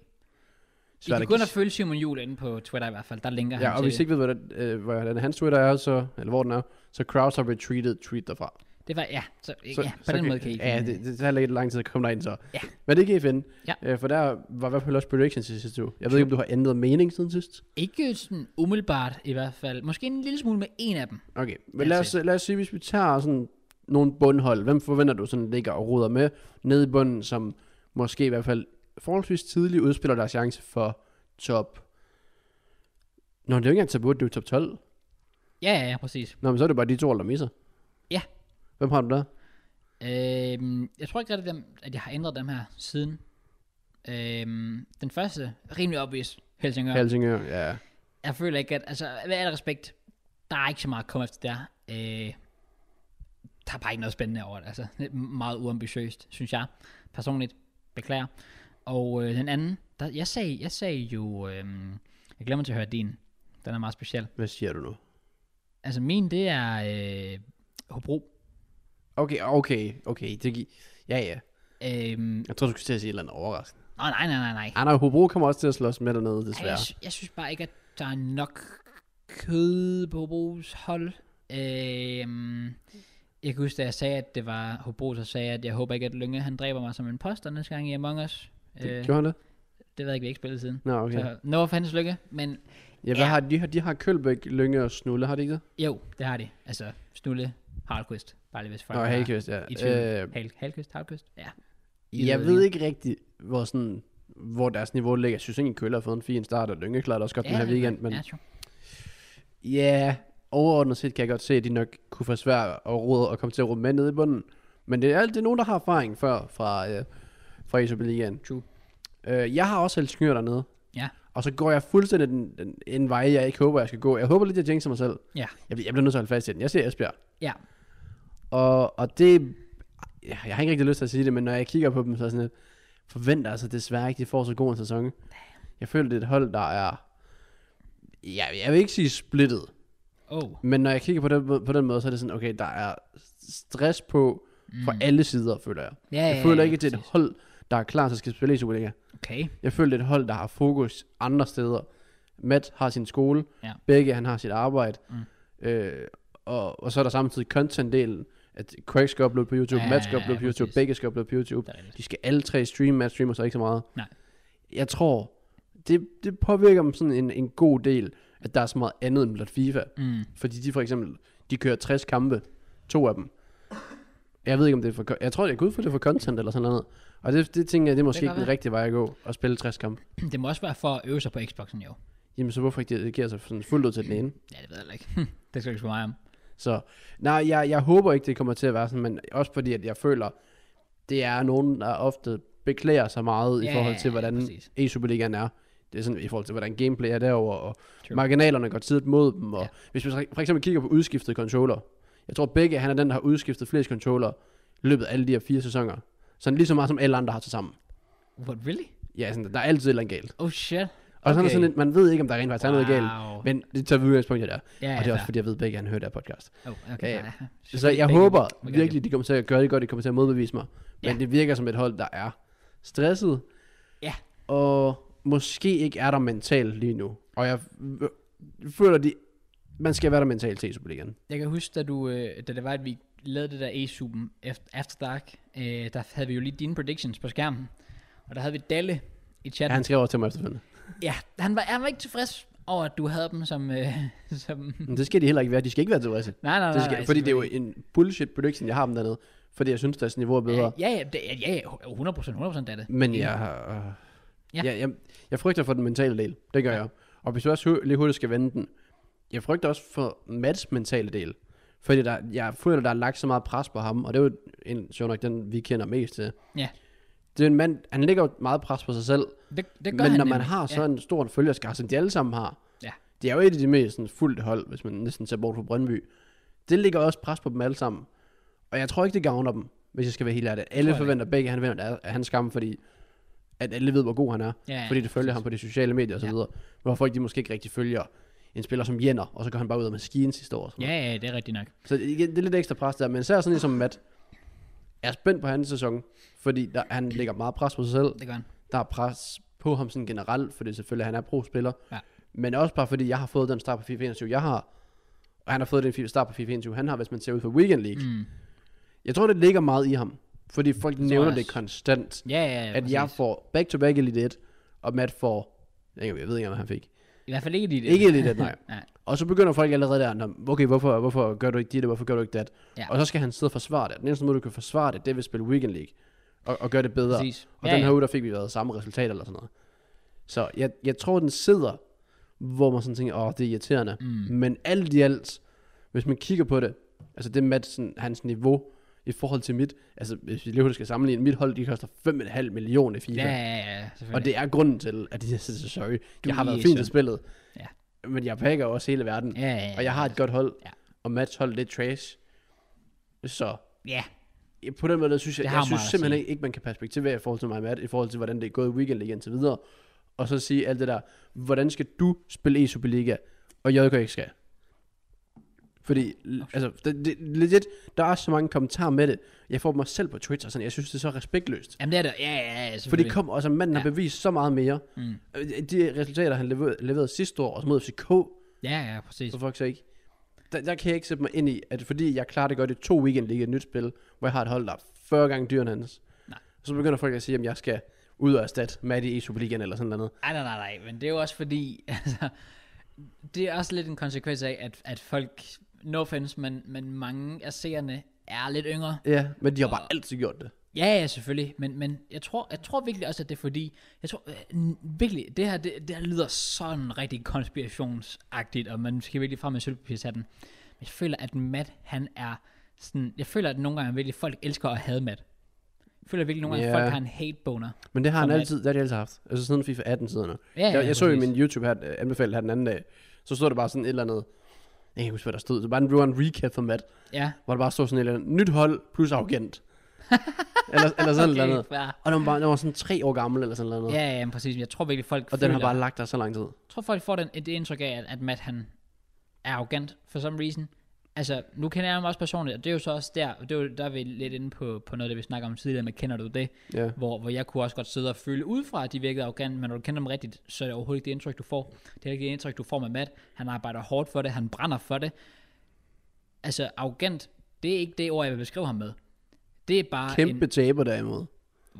Svært
kan
at
gå ind og
give-
følge Simon Jul inde på Twitter i hvert fald. Der linker
Ja,
han
og
til
hvis ikke ved, hvordan, øh, hvordan hans Twitter er, så, eller hvor den er, så Kraus har retweetet tweet derfra.
det. var, ja, så,
Så,
ja, på
så
den måde kan I
Ja, det, det tager lidt lang tid at komme derind så.
Ja.
Men det kan I finde.
Ja.
Øh, for der var i hvert fald også predictions i sidste uge. Jeg ved ikke, om du har ændret mening siden sidst?
Ikke sådan umiddelbart i hvert fald. Måske en lille smule med en af dem.
Okay, men
Helt
lad os, lad os sige, hvis vi tager sådan nogle bundhold, hvem forventer du sådan ligger og ruder med nede i bunden, som måske i hvert fald forholdsvis tidligt udspiller deres chance for top Nå, det er jo ikke engang top 8, det er jo top 12.
Ja, ja, ja, præcis.
Nå, men så er det bare de to, der misser.
Ja.
Hvem har du der?
Øhm, jeg tror ikke rigtig, dem- at jeg har ændret dem her siden. Øhm, den første, rimelig obvious, Helsingør.
Ja. Helsingør, ja.
jeg føler ikke, at, altså, med al respekt, der er ikke så meget at komme efter der. Øh, der er bare ikke noget spændende over det, altså. Det er meget uambitiøst, synes jeg. Personligt. Beklager. Og øh, den anden, der, jeg, sagde, jeg sagde jo, øh, jeg glemmer til at høre din. Den er meget speciel.
Hvad siger du nu?
Altså min, det er øh, Hobro.
Okay, okay, okay. Det gi- ja, ja.
Øhm,
Jeg tror, du skulle til at sige et eller andet overraskende.
nå, nej, nej, nej, nej.
Ah, nej, Hobro kommer også til at slås med dernede,
Ej, Jeg,
desværre.
sy- jeg synes bare ikke, at der er nok kød på Hobros hold. Øhm, jeg kan huske, da jeg sagde, at det var Hobro, så sagde jeg, at jeg håber ikke, at Lønge han dræber mig som en poster næste gang i Among Us. Øh,
Det,
det
gjorde han det?
ved jeg ikke, vi har ikke spillet siden.
Nå, okay.
Så no offense, Lønge, men
Ja, hvad
Ja.
har de? De har Kølbæk, Lønge og Snulle, har de ikke det?
jo, det har de. Altså, Snulle, Hardquist, bare lige hvis folk
Nå,
er
Halkøst, ja.
i tvivl.
Øh,
Hal, Halquist, Hardquist, ja. I
jeg
ved
ved
det.
ikke rigtigt, hvor, sådan, hvor deres niveau ligger. Jeg synes ikke, at Kølle har fået en fin start, og Lønge klarer det også godt
ja,
den her
det er
weekend.
godt.
Men
Ja, sure.
Ja, overordnet set kan jeg godt se, at de nok kunne få svært at råde og komme til at rumme med nede i bunden. Men det er, det er nogen, der har erfaring før fra, øh, fra ESB Ligaen.
True.
Øh, jeg har også Helsingør dernede.
Ja.
Og så går jeg fuldstændig den, den, en vej, jeg ikke håber, jeg skal gå. Jeg håber lidt, jeg jinxer mig selv.
Ja.
Jeg, bliver- jeg bliver nødt til at holde fast i den. Jeg ser Esbjerg.
ja,
Og, og det... ja, Jeg har ikke rigtig lyst til at sige det, men når jeg kigger på dem, så er jeg sådan lidt... Forventer altså desværre ikke, de får så god en sæson. Jeg føler, det er et hold, der er... Jeg, jeg vil ikke sige splittet,
oh,
men når jeg kigger på den, måde- på den måde, så er det sådan, okay, der er stress på fra alle sider, føler jeg.
Mm. ja, ja,
Jeg føler
ja,
ikke, at det er et
præcis.
hold, der er klar til at skal spille i Superliga.
Okay,
Jeg føler, det er et hold, der har fokus andre steder. Matt har sin skole,
Ja.
Begge han har sit arbejde,
Mm.
øh, og, og så er der samtidig content-delen, at Craig skal uploade på YouTube,
Ja,
Matt skal
ja, ja,
uploade på YouTube,
præcis.
begge skal uploade på YouTube.
det er rigtigt.
De skal alle tre streame, Matt streamer så ikke så meget.
Nej.
Jeg tror, det, det påvirker dem sådan en, en god del, at der er så meget andet end blot FIFA.
Mm.
Fordi de for eksempel, de kører 60 kampe, to af dem. Jeg ved ikke, om det er for, jeg tror, jeg kunne for det er for content eller sådan noget. Og det, det tænker jeg, det er måske
kan
det ikke den
være.
rigtige vej at gå, at spille 60 kampe.
Det må også være for at øve sig på Xboxen, jo.
Jamen, så hvorfor ikke dedikere sig sådan fuldt ud til den ene?
Ja, det ved jeg heller ikke. det skal du ikke spørge mig om.
Så, nej, jeg, jeg håber ikke, det kommer til at være sådan, men også fordi, at jeg føler, det er nogen, der ofte beklager sig meget
Ja,
i forhold til, hvordan
præcis.
E-Superligaen er. Det er sådan i forhold til, hvordan gameplay er derover og
True.
True. marginalerne går tidligt mod dem. Og
Ja.
ja. Hvis vi for eksempel kigger på udskiftede controller, jeg tror begge, han er den, der har udskiftet flest controller i løbet af alle de her fire sæsoner. Sådan lige så meget, som alle andre har til sammen.
What, really?
Ja, sådan, der er altid et eller andet galt.
Oh shit.
Og sådan er
Okay.
sådan, lidt, man ved ikke, om der rent faktisk er noget galt.
Wow.
Men det tager vi udgangspunkt i der.
Ja,
og det er også,
fair.
fordi jeg ved, at begge han hører det her podcast.
Oh, okay,
Øh,
ja,
Så jeg
Begge-
håber
begge-
virkelig, de kommer til at gøre det godt, de kommer til at modbevise mig. Men
Ja.
ja. det virker som et hold, der er stresset.
Ja.
Og måske ikke er der mentalt lige nu. Og jeg f- føler, de, man skal være der mentalt til i Superligaen.
Jeg kan huske, da, du, øh, da det var, at vi lavede det der e-suben efter, efter Dark, øh, der havde vi jo lige dine predictions på skærmen. Og der havde vi Dalle i
Ja,
chatten.
han skrev også til mig efterfølgende.
Ja, han var, han var ikke tilfreds over, at du havde dem som... Øh, som
Men det skal de heller ikke være. De skal ikke være tilfredse.
nej, nej, nej,
Det skal,
nej,
fordi det er jo
selvfølgelig.
en bullshit prediction, jeg har dem dernede. Fordi jeg synes, deres niveau er bedre.
Ja, ja, det, ja, ja, 100%, 100% Dalle.
Men jeg, har-
Ja.
ja. jeg, jeg, jeg frygter for den mentale del. Det gør ja. jeg. Og hvis du også hu- lige hurtigt skal vende den, jeg frygter også for Mads mentale del. Fordi der, jeg føler, der er lagt så meget pres på ham, og det er jo en, sjov nok den, vi kender mest til.
Ja.
Det er en mand, han lægger jo meget pres på sig selv,
Det, det gør
men
han
når man
nemlig.
har sådan ja. en stor følgerskare, som de alle sammen har,
Ja.
det er jo et af de mest sådan, fuldt hold, hvis man næsten ser bort fra Brøndby. Det ligger også pres på dem alle sammen. Og jeg tror ikke, det gavner dem, hvis jeg skal være helt ærlig. Alle
jeg
forventer begge, han venter, at han skam, fordi at alle ved, hvor god han er.
Ja, ja,
fordi det følger ham på de sociale medier osv.
Ja.
Ja. Hvor folk de måske ikke rigtig følger en spiller som Jenner, og så går han bare ud af maskinen sidste år. og sådan
Ja, ja, det er rigtigt nok.
så igen, det er lidt ekstra pres der, men især sådan en som Matt, jeg er spændt på hans sæson, fordi der, han lægger meget pres på sig selv.
Det gør han.
Der er pres på ham sådan generelt, fordi selvfølgelig han er pro-spiller.
Ja.
Men også bare fordi, jeg har fået den start på FIFA 21, jeg har. Og han har fået den fi- start på FIFA 21, han har, hvis man ser ud for Weekend League.
Mm.
Jeg tror, det ligger meget i ham, fordi folk
jeg
nævner
også.
det konstant.
Ja, ja, ja,
at jeg
præcis.
får back-to-back Elite 1, og Matt får... Jeg ved ikke, hvad han fik.
I hvert fald ikke lige det.
Ikke Elite 1, nej.
Nej.
Og så begynder folk allerede der, "Nå, okay, hvorfor, hvorfor gør du ikke dit, og hvorfor gør du ikke dat?
Ja.
Ja. Og så skal han sidde og forsvare det. Den eneste måde, du kan forsvare det, det er ved at spille Weekend League, og, og gøre det bedre.
Præcis.
Og
Ja,
den
ja.
her uge, der fik vi været samme resultat eller sådan noget. Så jeg, jeg tror, den sidder hvor man sådan tænker, åh, det er irriterende.
Mm.
Men alt i alt, hvis man kigger på det, altså det Madsen, hans niveau i forhold til mit, altså hvis vi lige skal sammenligne, mit hold, de koster 5,5 millioner i FIFA.
Ja, ja, ja, ja selvfølgelig.
Og det er grunden til, at de er så sorry.
Du
Jeg har
er
været fint
sådan.
til spillet.
Ja.
Men jeg pakker også hele verden.
ja, ja, ja,
Og jeg har et godt hold.
Ja.
Og Mats hold lidt trash. Så
Ja,
ja, på den måde, der synes jeg,
Det
jeg,
har
jeg
meget
synes
at
simpelthen ikke, ikke, man kan perspektivere i forhold til mig og Matt, i forhold til, hvordan det er gået i weekenden igen til videre. Og så sige alt det der, hvordan skal du spille i Superliga, og JK ikke skal? Fordi, l- altså, det, det, legit, der er så mange kommentarer med det. Jeg får mig selv på Twitter, sådan, jeg synes, det er så respektløst.
jamen det er det. Ja, ja, ja,
For det
selvfølgelig.
kom, altså manden har
Ja.
bevist så meget mere.
Mm.
Øh, De resultater, han leverede, leverede sidste år, også mod FCK,
Ja, ja, præcis.
for fuck's sake. Der, der kan jeg ikke sætte mig ind i, at fordi jeg klarer det godt i to weekend i et nyt spil, hvor jeg har et hold, der er 40 gange dyrere end hans.
Nej.
Så begynder folk at sige, at jeg skal ud og erstatte Maddie i Superligaen eller sådan noget.
Ej, nej, nej, nej, men det er jo også fordi, altså, det er også lidt en konsekvens af, at, at folk, no offense, men, men mange af seerne er lidt yngre.
Ja, men de har bare altid gjort det.
Ja, ja, selvfølgelig, men, men jeg, tror, jeg tror virkelig også, at det er fordi, jeg tror øh, n- virkelig, det her, det, det her lyder sådan rigtig konspirationsagtigt, og man skal virkelig frem med sølvpapirshatten. Men jeg føler, at Matt, han er sådan, jeg føler, at nogle gange virkelig folk elsker at have Matt. Jeg føler virkelig nogle gange, at
Ja.
folk har en hate boner.
Men det har han
Som at-
altid, det har de altid haft. Altså siden FIFA 18 tiderne.
Ja, ja,
jeg, jeg så i
præcis.
min YouTube her, øh, anbefalet her den anden dag, så stod der bare sådan et eller andet, jeg kan ikke huske, hvad der stod, det var en, det var en recap for Matt,
Ja.
hvor der bare stod sådan et eller andet, nyt hold plus arrogant. eller, eller sådan okay. noget.
fair.
Og den var, den var sådan tre år gammel eller sådan noget.
Ja, ja, men præcis. men Jeg tror virkelig, folk
Og den har
føler-
bare lagt der så lang tid.
Jeg tror folk får den, et indtryk af, at, at Matt han er arrogant for some reason. Altså, nu kender jeg ham også personligt, og det er jo så også der, og det er jo, der er vi lidt inde på, på noget, af det vi snakker om tidligere med, kender du det?
Ja.
Hvor, hvor jeg kunne også godt sidde og føle ud fra, at de virkede arrogant, men når du kender dem rigtigt, så er det overhovedet ikke det indtryk, du får. Det er ikke det indtryk, du får med Matt. Han arbejder hårdt for det, han brænder for det. Altså, arrogant, det er ikke det ord, jeg vil beskrive ham med. Det er bare
Kæmpe
en...
taber derimod.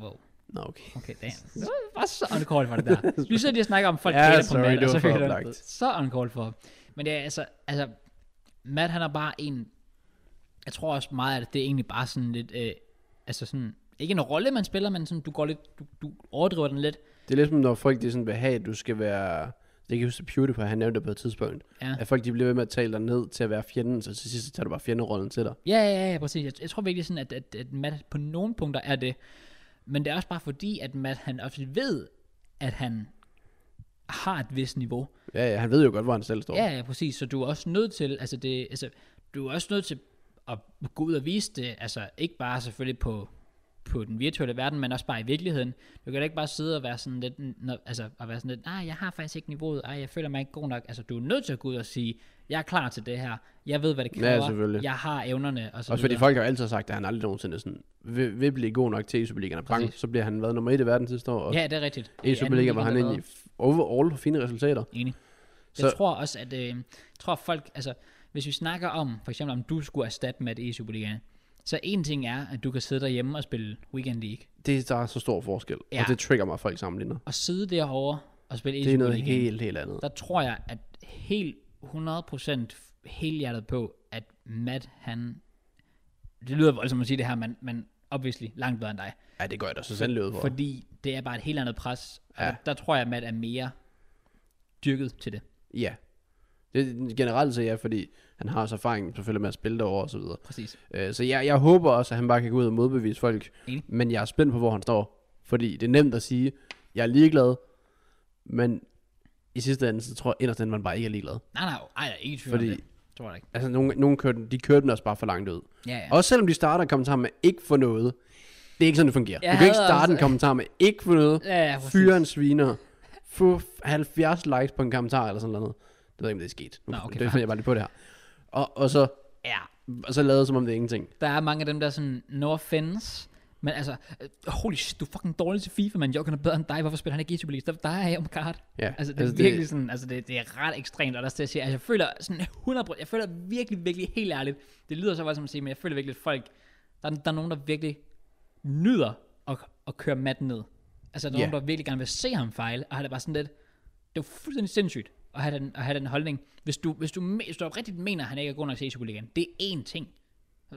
Wow.
Nå, okay.
Okay, damn. Det var så uncalled for det der. Vi sidder lige og snakker om folk,
Ja,
der hater
sorry,
Matt,
det
og så
var for
føler jeg,
oplagt.
at- Så uncalled for. Men det er altså, altså, Matt han er bare en, jeg tror også meget, at det er egentlig bare sådan lidt, øh, altså sådan, ikke en rolle, man spiller, men sådan, du går lidt, du, du overdriver den lidt.
Det er ligesom, når folk de sådan vil have, at du skal være... Det kan jeg huske, at PewDiePie, han nævnte det på et tidspunkt.
Ja.
At folk de bliver ved med at tale dig ned til at være fjenden, så til sidst så tager du bare fjenderollen til dig.
Ja, ja, ja, ja, præcis. Jeg, jeg tror virkelig sådan, at, at, at Matt på nogle punkter er det. Men det er også bare fordi, at Matt han også ved, at han har et vist niveau.
Ja, ja, han ved jo godt, hvor han selv står.
Ja, ja, præcis. Så du er også nødt til, altså det, altså, du er også nødt til at gå ud og vise det, altså ikke bare selvfølgelig på, på den virtuelle verden, men også bare i virkeligheden. Du kan da ikke bare sidde og være sådan lidt, n- nå, altså at være sådan lidt, nej, jeg har faktisk ikke niveauet, ej, jeg føler mig ikke god nok. Altså, du er nødt til at gå ud og sige, jeg er klar til det her, jeg ved, hvad det
Ja,
kræver,
selvfølgelig.
jeg har evnerne, og så
Også fordi
videre.
folk har jo altid sagt, at han aldrig nogensinde sådan, vil, vil blive god nok til E-Superligaen. Og bang,
Præcis.
så bliver han været nummer 1 i verden sidste år. Og
Ja, det er rigtigt. I anden
E-Superligaen var
liga,
han
der
egentlig f- overall for fine resultater.
Enig. Så, jeg
Så-
tror også, at øh, jeg tror folk, altså, hvis vi snakker om, for eksempel om du skulle erstatte Matt i Superligaen, så en ting er, at du kan sidde derhjemme og spille Weekend League,
Det der er så stor forskel.
Ja.
Og det trigger mig, at folk sammenligner.
og sidde derovre og spille i
Det er noget
Superligaen.
helt, helt andet.
Der tror jeg, at helt 100% helhjertet på, at Matt, han, det lyder voldsomt at sige det her, men, men obviously langt bedre end dig.
Ja, det gør jeg da så sandelig ud for.
Fordi det er bare et helt andet pres. Og
Ja.
der, der, tror jeg, at Matt er mere dyrket til det.
Ja. Det, generelt så ja, fordi han har også erfaring selvfølgelig med at spille derovre og så videre.
Præcis.
Øh, så jeg, jeg håber også, at han bare kan gå ud og modbevise folk.
Enig.
Men jeg er spændt på, hvor han står. Fordi det er nemt at sige, jeg er ligeglad, men i sidste ende, så tror jeg inderst inde, man bare ikke er ligeglad.
Nej, nej, ej, jeg er ikke i tvivl
Fordi-
om det. Tror jeg da ikke.
Altså, nogen, nogen kørte, de kørte den også bare for langt ud.
Ja, ja.
Ja. Også selvom de starter kommentaren med ikke for noget. Det er ikke sådan, det fungerer.
Jeg
du kan ikke
hader
starte
også-
en kommentar med ikke for noget.
altså- Ja, ja, præcis.
Fyre en sviner. Få 70 likes på en kommentar eller sådan noget. Det ved jeg ikke, om det er sket.
Nå, okay,
det
fair.
finder jeg bare lige på det her. Og, og så
Ja,
Og så lavede som om det er ingenting.
der er mange af dem, der er sådan, no offense, men altså, øh, holy shit, du er fucking dårlig til FIFA, man. Jokken er bedre end dig, hvorfor spiller han ikke i Super League? Der der er jeg om kart.
Ja,
Altså, det er virkelig sådan, altså, det, det er ret ekstremt, og der skal jeg sige, altså, jeg føler sådan 100%, jeg føler virkelig, virkelig helt ærligt, det lyder så voldsomt at sige, men jeg føler virkelig, at folk, der, der er nogen, der virkelig nyder at, at køre Matt ned. Altså, der er
Ja.
nogen, der virkelig gerne vil se ham fejle, og har det bare sådan lidt, det er jo fuldstændig sindssygt at have den, at have den holdning. Hvis du, hvis, du, me- hvis du rigtigt mener, at han ikke er god nok til i Superligaen, det er én ting.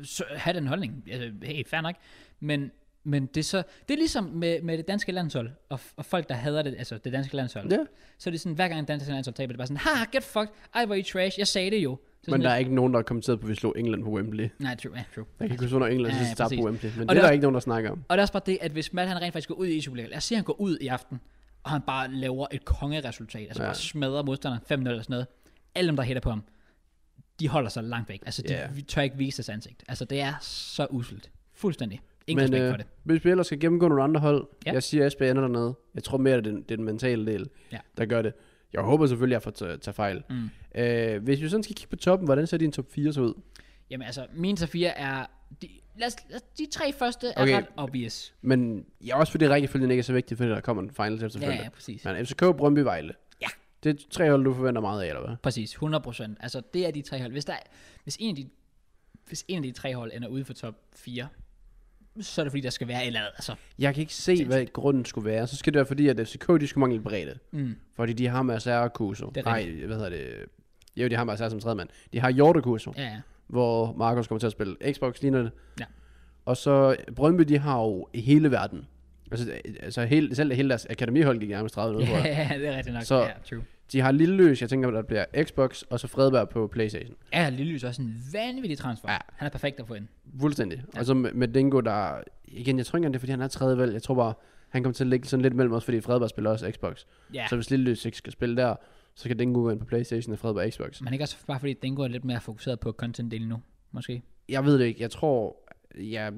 Så have den holdning. Altså, hey, fair nok. Men Men det er, så, det er ligesom med, med det danske landshold, og, f- og folk, der hader det, altså det danske landshold.
Ja.
Så er det sådan, hver gang det danske landshold taber, det er bare sådan, haha, get fucked, ej, hvor er I trash, jeg sagde det jo. Så
Men
sådan
der er
lidt-
ikke nogen, der har kommenteret på, at vi slog England på Wembley.
Nej, true, ja, true.
Jeg kan ikke huske, når England
Ja,
sidst tabte på
præcis.
Wembley. Men
Og
det er
der-
der ikke nogen, der snakker om.
Og det er også bare det, at hvis Matt han rent faktisk går ud i Superligaen, lad os sige, at han går ud i aften, og han bare laver et kongeresultat, altså
Ja.
ja. bare smadrer modstanderen 5-0 eller sådan noget. Alle dem, der hætter på ham, de holder sig langt væk. Altså, de
Ja.
yeah. tør ikke vise deres ansigt. Altså, det er så uselt. Fuldstændig. Ingen
Men,
Men, respekt
øh,
for det.
Hvis vi ellers skal gennemgå nogle andre hold, ja.
Ja.
jeg siger, at Esbjerg ender dernede. Jeg tror mere, det er den, det er den mentale del,
Ja.
der gør det. Jeg håber selvfølgelig, at jeg får t- tage fejl.
Mm.
Øh, hvis vi sådan skal kigge på toppen, hvordan ser din top 4 så ud?
Jamen, altså, min Safia er... De, lad os, lad os, de tre første er
Okay.
ret obvious.
Men ja, også fordi rækkefølgen ikke er så vigtig, fordi der kommer en finals
Ja,
efterfølgende.
ja, præcis.
Ja, ja. Men FCK, Brøndby, Vejle.
Ja.
Det er tre hold, du forventer meget af, eller hvad?
Præcis, 100%. Altså, det er de tre hold. Hvis, der er, hvis, en af de, hvis en af de tre hold ender ude for top 4, så er det fordi, der skal være et eller andet. Altså,
Jeg kan ikke se, hvad grunden skulle være. Så skal det være fordi, at FCK, de skulle mangle bredde.
mm,
Fordi de har Masser og Kuso.
er
Nej, hvad hedder det? Jo, de har Masser som tredje mand. De har Jorte Kuso.
ja, ja.
hvor Markus kommer til at spille Xbox, ligner det.
Ja.
Og så Brøndby, de har jo hele verden. Altså, altså hele, selv hele deres akademihold gik nærmest 30 yeah. tror jeg.
Ja, det er rigtigt nok.
Så-
Så, ja, true.
De har Lilleløs, jeg tænker, der bliver Xbox, og så Fredberg på Playstation.
Ja, Lille er også en vanvittig transfer.
Ja.
Ja. Han er perfekt at få ind.
Fuldstændig. Ja. Og så med, med Dingo, der... Igen, jeg tror ikke, engang, det er, fordi han er tredje valg. Jeg tror bare, han kommer til at ligge sådan lidt mellem os, fordi Fredberg spiller også Xbox.
Ja,
Så hvis Lilleløs ikke skal spille der, så kan Dingo gå ind på Playstation og Fredberg Xbox.
men ikke også bare fordi Dingo er lidt mere fokuseret på content-delen nu, måske.
Jeg ved det ikke. Jeg tror, jeg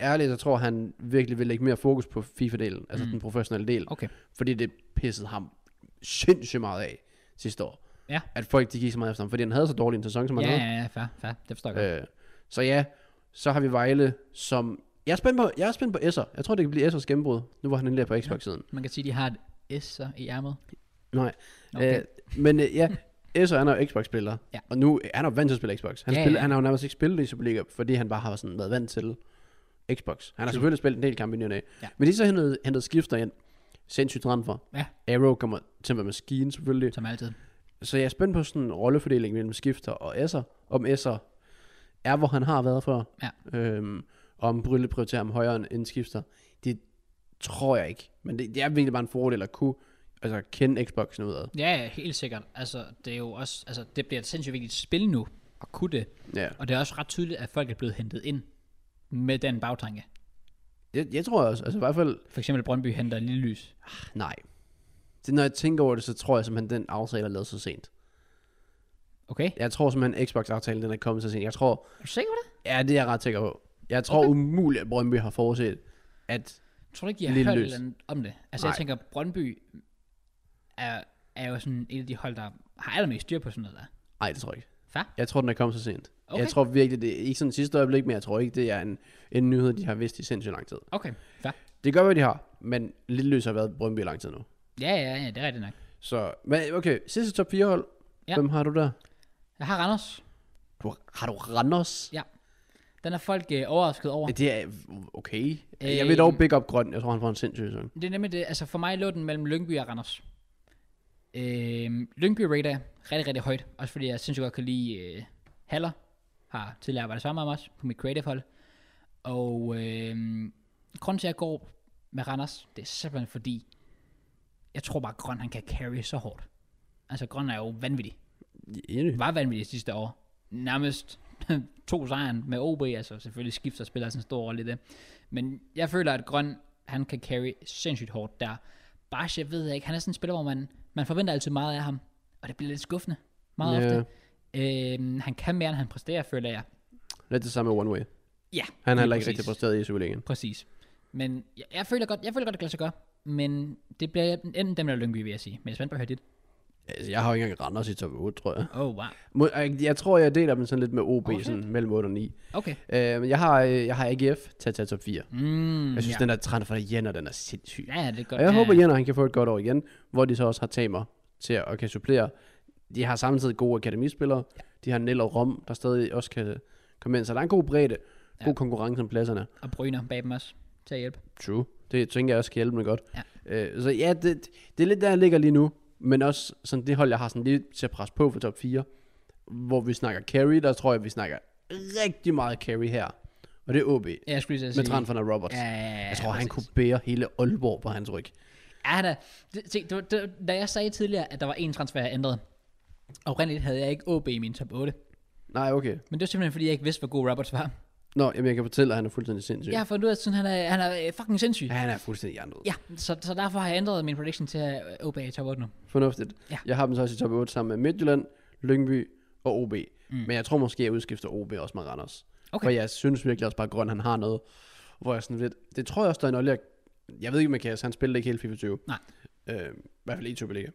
ærligt, jeg tror, han virkelig vil lægge mere fokus på FIFA-delen, altså mm.
Mm.
den professionelle del,
Okay.
fordi det pissede ham sindssygt meget af sidste år.
Ja.
At folk, de gik så meget efter ham, fordi han havde så dårlig en sæson, som han
Ja, ja, ja, fair, fair. Det forstår jeg godt.
havde. Øh, så ja, så har vi Vejle, som... Jeg er spændt på, jeg er spændt på Esser. Jeg tror, det kan blive Essers gennembrud, nu hvor han endelig er på Xbox-siden.
Man kan sige, at de har et S i ærmet.
Nej.
Okay.
Øh, men øh, ja, Esser han er jo Xbox-spiller,
Ja.
og nu han er jo vant til at spille Xbox. Han,
Ja,
ja,
ja,
spiller,
ja.
han har jo nærmest ikke spillet i Superliga, fordi han bare har sådan været vant til Xbox. Han har
True.
selvfølgelig spillet en del kampe i ny og næ.
Ja.
Men de har så hentet, hentet skifter ind. Sindssygt transfer.
Ja.
Arrow kommer til at være maskinen selvfølgelig.
Som altid.
Så jeg er spændt på sådan en rollefordeling mellem skifter og Esser. Om Esser er, hvor han har været før. Ja. Øhm, og om Brylle prioriterer ham højere end- end skifter. Det tror jeg ikke. Men det, det er virkelig bare en fordel at kunne altså, kende Xboxen udad.
Ja, ja, helt sikkert. Altså, det er jo også, altså, det bliver et sindssygt vigtigt spil nu, at kunne det.
Ja.
Og det er også ret tydeligt, at folk er blevet hentet ind med den bagtanke.
Jeg, jeg tror også, altså i hvert fald,
For eksempel Brøndby henter Lille Lys.
nej. Det, når jeg tænker over det, så tror jeg simpelthen, den aftale er lavet så sent.
Okay?
Jeg tror simpelthen, Xbox-aftalen den er kommet så sent. Jeg tror,
Er du sikker på det?
ja, det er jeg ret sikker på. Jeg tror okay. umuligt, at Brøndby har forudset, at
Tror du ikke, jeg har
Lille
hørt et
Lys.
eller andet om det? Altså,
Nej.
jeg tænker, Brøndby er, er jo sådan et af de hold, der har allermest styr på sådan noget der.
nej, det tror jeg ikke.
Fair.
Jeg tror, den er kommet så sent. Okay.
Okay.
Jeg tror virkelig, det er ikke sådan sidste øjeblik, men jeg tror ikke, det er en, en nyhed, de har vidst i sindssygt lang tid.
Okay, fair.
Det gør, hvad de har, men Lille Løs har været Brøndby i lang tid nu.
Ja, ja, ja, det er rigtigt nok.
Så, men okay, sidste top 4 hold. Ja.
Ja.
Hvem har du der?
Jeg har Randers.
Du, har- har du Randers?
Ja. Den er folk øh, overrasket over.
Ja, Det er okay.
Øh,
Jeg vil dog big up grøn. Jeg tror, han får en sindssyg sæson.
Det er nemlig det, altså for mig lå den mellem Lyngby og Randers. Øh, Lyngby rater jeg rigtig, rigtig højt, også fordi jeg sindssygt godt kan lide øh, Haller, har tidligere arbejdet sammen med mig også, på mit creative hold. Og øh, grunden til, at jeg går med Randers, det er simpelthen fordi, jeg tror bare, at Grøn han kan carry så hårdt. Altså Grøn er jo vanvittig.
Enig.
Var vanvittig sidste år. Nærmest to sejren med OB, altså selvfølgelig skifter og spiller sådan en stor rolle i det. Men jeg føler, at Grøn, han kan carry sindssygt hårdt der. Bash, jeg ved jeg ikke, han er sådan en spiller, hvor man, man forventer altid meget af ham, og det bliver lidt skuffende meget
Ja.
yeah. ofte. Øhm, han kan mere, end han præsterer, føler jeg.
Lidt det samme med One Way.
Ja,
Han har
lige
heller ikke rigtig
præcis.
præsteret i Superligaen.
Præcis. Men jeg, jeg, føler godt, jeg føler godt, det kan lade sig gøre. Men det bliver enten dem eller Lyngby, vil jeg sige. Men jeg er spændt på at høre dit.
Altså, jeg har jo ikke engang Randers i top 8, tror jeg.
Oh, wow.
Må- Jeg, jeg tror, jeg deler dem sådan lidt med OB,
Okay.
sådan mellem 8 og 9.
Okay.
Øh, men jeg har, øh, jeg har AGF til at tage top 4.
Mm,
Jeg synes,
ja.
den der trend for Jenner, den er sindssyg.
ja, det er godt.
Og jeg
ja.
håber, Jenner han kan få et godt år igen, hvor de så også har tamer til at og kan supplere. De har samtidig gode akademispillere. De har Nell og Rom, der stadig også kan komme ind. Så der er en god bredde, god
Ja.
konkurrence om pladserne.
Og Bryner bag dem også, til at hjælpe.
True. Det tænker jeg også kan hjælpe mig godt. Ja. Øh, så ja, det, det er lidt der, jeg ligger lige nu. Men også sådan det hold, jeg har sådan lidt til at presse på for top 4. Hvor vi snakker carry, der tror jeg, vi snakker rigtig meget carry her. Og det er OB.
Ja, jeg skulle lige til
Med
at sige.
Tranfan og Roberts.
Ja, ja, ja,
jeg tror, han
præcis.
kunne bære hele Aalborg på hans ryg.
Ja, da. Det, se, det, var- det, da jeg sagde tidligere, at der var en transfer, jeg ændrede, oprindeligt havde jeg ikke OB i min top 8.
Nej, okay.
Men det var simpelthen, fordi jeg ikke vidste, hvor god Roberts var.
Nå, jamen, jeg kan fortælle, at han er fuldstændig sindssyg.
Jeg har fundet ud af, at sådan, han, er, han er øh, fucking sindssyg.
Ja, han er fuldstændig jernød.
Ja, så, så derfor har jeg ændret min prediction til at OB er i top 8 nu.
Fornuftigt.
Ja.
Jeg har dem så også i top 8 sammen med Midtjylland, Lyngby og OB. Mm. Men jeg tror måske, jeg udskifter OB også med Randers.
Okay.
For jeg synes virkelig også bare, at Grøn han har noget, hvor jeg sådan lidt... Det tror jeg også, der er en olje... Jeg ved ikke med Kass, han spillede ikke hele FIFA 20.
Nej.
Øh, I hvert fald i Superliga.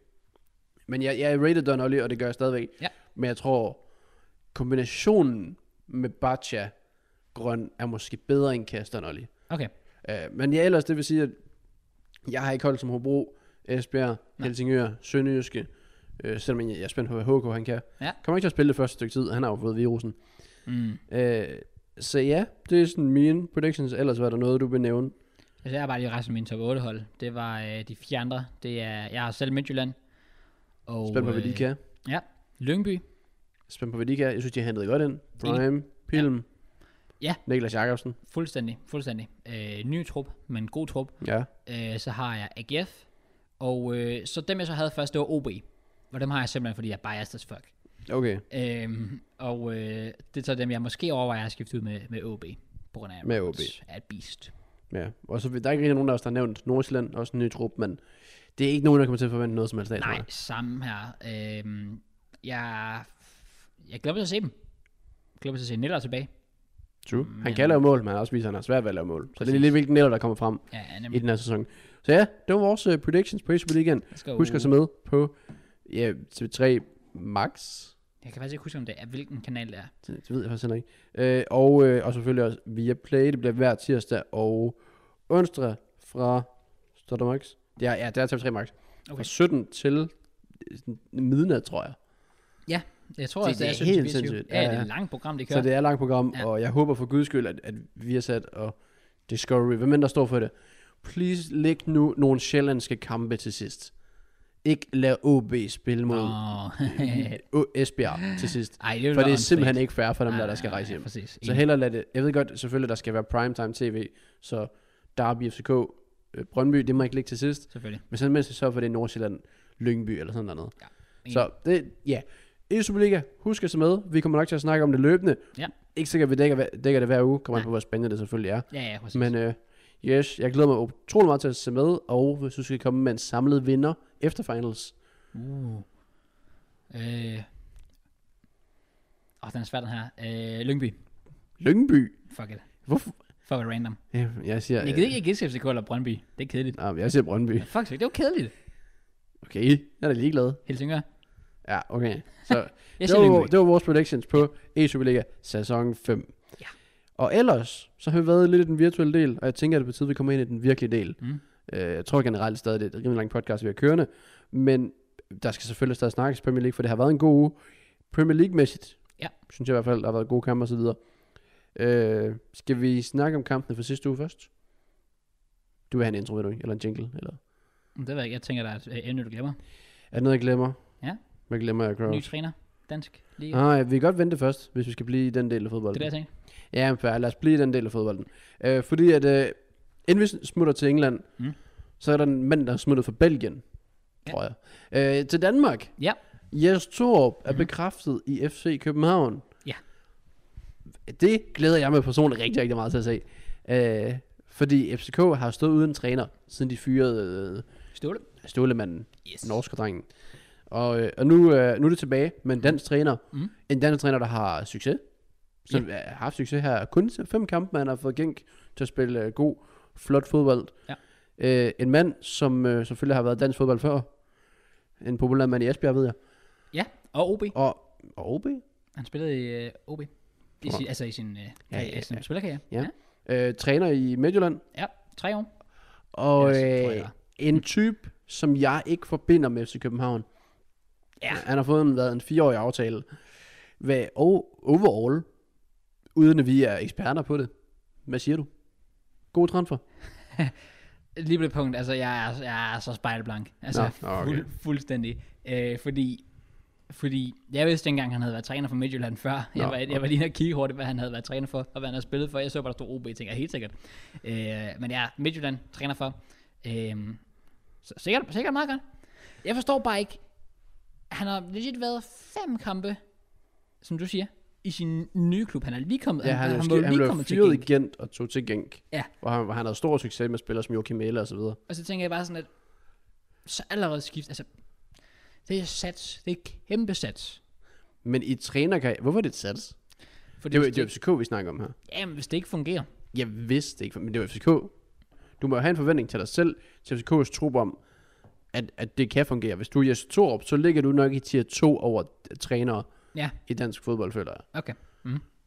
Men jeg, jeg rated Don Olli, og det gør jeg stadigvæk.
Ja.
Men jeg tror, kombinationen med Baccia Grøn er måske bedre end Kass Don Olli.
Okay.
Øh, men ja, ellers det vil sige, at jeg har ikke holdt som Hobro, Esbjerg, Nej. Helsingør, Sønderjyske, øh, selvom jeg jeg er spændt på, hvad HK han kan.
Ja.
Kommer ikke til at spille det første stykke tid, han har jo fået virusen.
Mm.
Øh, så ja, det er sådan mine predictions, ellers var der noget, du vil nævne.
Altså, jeg har bare lige resten af mine top 8 hold. Det var øh, de fire andre. Det er, jeg har selv Midtjylland. Og, øh,
Spændt på, hvad de kan.
Ja. Lyngby.
Spændt på, hvad de kan. Jeg synes, de har hentet godt ind. Prime, Pilm,
Ja.
Niklas Jakobsen.
Fuldstændig. Fuldstændig. Øh, ny trup, men god trup.
Ja.
Øh, så har jeg AGF. Og øh, så dem, jeg så havde først, det var OB. Og dem har jeg simpelthen, fordi jeg er biased as fuck.
Okay,
Øhm, og øh, det er så dem, jeg måske overvejer at skifte ud med, med OB. På grund af, at
Med
Roberts er et beast.
ja. Og så der er ikke rigtig nogen af os, der har nævnt Nordsjælland, også en ny trup, men det er ikke nogen, der kommer til at forvente noget som helst af. tror
Nej,
jeg.
samme her. Øhm, jeg, jeg glæder mig til at se dem. Jeg glæder mig til at se Neller tilbage.
True. Han kan lave mål, men han har også viser, at han har svært ved at lave mål. Så det er
Præcis.
lidt hvilken netter, der kommer frem.
Ja,
i
nemlig.
den her sæson. Så ja, det var vores uh, predictions på Super League
Let's go.
Husk at se med på ja, TV3 Max.
Jeg kan faktisk ikke huske, om det er, hvilken kanal det er.
Det, det ved jeg faktisk heller ikke. Øh, og, øh, og selvfølgelig også via Play. Det bliver hver tirsdag og onsdag fra... Står der Max? Det er, ja, det er TV3 Max. Okay.
Okay.
Fra 17 til øh, sådan midnat, tror jeg.
Ja, jeg tror
Det-
også,
det er
det, er
helt
17-24.
sindssygt.
Ja,
Ja,
det er
ja.
et langt program, det
Så
kører.
det er et langt program,
Ja.
ja. og jeg håber for guds skyld, at, at Viasat og Discovery, hvem end der står for det, please læg nu nogle sjællandske kampe til sidst. Ikke lad OB spille mod
Åh,
Ø- Esbjerg til sidst.
Ej, det vil
For
være
det er
åndssvagt.
simpelthen ikke fair for dem, der,
Nej,
der skal
nej,
rejse
nej,
hjem.
Præcis.
Så heller lad det. Jeg ved godt selvfølgelig, der skal være primetime tv, så Derby, FCK, øh, Brøndby, det må ikke ligge til sidst.
Selvfølgelig.
Men sådan mens så for det er Nordsjælland, Lyngby eller sådan noget.
Ja,
Ja, så det, ja. I Superliga, husk at se med. Vi kommer nok til at snakke om det løbende.
Ja.
Ikke sikkert, at vi dækker, hver- dækker det hver uge. Kommer an
Nej.
på, hvor spændende det selvfølgelig er.
Ja, ja, præcis.
Men øh, yes, jeg glæder mig utrolig meget til at se med. Og hvis du skal komme med en samlet vinder efter finals.
Uh. Øh. Åh, den er svær, den her. Øh, Lyngby.
Lyngby.
Fuck it.
Hvorfor?
Fuck it random.
Ja, Jeg siger, øh,
Jeg gider ikke gætte FCK eller Brøndby. Det er kedeligt.
Nej, men jeg siger Brøndby.
Men fuck, det var kedeligt.
Okay, jeg er da ligeglad.
Helsingør.
Ja, okay. Så
Jeg
det,
siger
var,
Lyngby.
det var vores predictions på e Superliga sæson 5.
Ja.
Og ellers, så har vi været lidt i den virtuelle del, og jeg tænker, at det betyder, at vi kommer ind i den virkelige del.
Mm.
Øh, jeg tror generelt stadig, det er et rimelig langt podcast, vi har kørende, men der skal selvfølgelig stadig snakkes Premier League, for det har været en god uge. Premier League-mæssigt,
Ja.
synes jeg i hvert fald, der har været gode kampe osv. Øh, skal vi snakke om kampene fra sidste uge først? Du vil have en intro, ved du ikke? Eller en jingle? Eller?
Det ved jeg ikke. Jeg tænker, der er et øh, emne, du glemmer.
Er det noget, jeg glemmer?
Ja.
Hvad glemmer jeg, Crow?
Ny træner. Dansk. Lige.
Nej, ah, vi kan godt vente først, hvis vi skal blive i den del af
Det
fodbolden.
er det, jeg tænkte.
Ja, men fair. lad os blive i den del af fodbolden. Øh, fordi at, øh, inden vi smutter til England,
Mm.
mm. så er der en mand, der er smuttet fra Belgien,
Ja.
ja. tror jeg. Øh, til Danmark.
Ja.
Jes Torup er bekræftet i FC København.
Ja.
Det glæder jeg mig personligt rigtig, rigtig meget til at se. Øh, fordi FCK har stået uden træner, siden de fyrede
Ståle.
øh, Stålemanden
Yes.
norske drengen. Og, øh, og nu, øh, nu er det tilbage med en dansk træner.
Mm.
Mm. En dansk træner, der har succes. Som ja. har haft succes her. Kun til fem kampe, man har fået Genk til at spille øh, god, flot fodbold.
Ja.
Øh, en mand, som øh, selvfølgelig har været dansk fodbold før. En populær mand i Esbjerg, ved jeg.
Ja, og OB.
Og, og OB.
Han spillede i øh, OB. I
Tror
sin, altså i sin, øh, ja,
Ja,
ja,
ja,
sin
ja.
spillerkarriere.
Ja. Øh, træner i Midtjylland.
ja. Tre år.
Og
Ja, så tror jeg,
øh,
det var.
en type, som jeg ikke forbinder med FC København.
Ja.
Han har fået en, været en fireårig aftale. Hvad, og overall, uden at vi er eksperter på det. Hvad siger du? God transfer.
Lige på det punkt, altså jeg er, jeg er så spejlblank. Altså
Nå, nå, okay.
fuld, fuldstændig. Øh, fordi Fordi jeg vidste dengang, han havde været træner for Midtjylland før.
Nå,
jeg, var, jeg var lige inde og kigge hurtigt, hvad han havde været træner for, og hvad han havde spillet for. Jeg så bare, der stod OB, tænker jeg helt sikkert. Øh, men ja, Midtjylland træner for. Øh, så sikkert, sikkert meget godt. Jeg forstår bare ikke, han har legit været fem kampe, som du siger, i sin nye klub. Han er lige kommet,
Ja, han, han,
han
måske,
var jo
han
lige
blev
kommet til
fyret i
Genk.
Gent og tog til Genk.
Ja.
Hvor han, hvor han havde stor succes med spillere som Joachim Mæle og så videre.
Og så tænker jeg bare sådan, at så allerede skift, altså, det er sats, det er kæmpe sats.
Men i trænerkarriere, hvorfor er det et sats?
Fordi
Det er jo
hvis,
det er
det,
FCK, vi snakker om her.
jamen, hvis det ikke fungerer,
Jeg vidste ikke, men det var FCK. Du må jo have en forventning til dig selv, til FCK's trup om, at, at det kan fungere. Hvis du er Jes Torup, så ligger du nok i tier 2 over trænere
ja,
i dansk fodbold, føler jeg.
okay.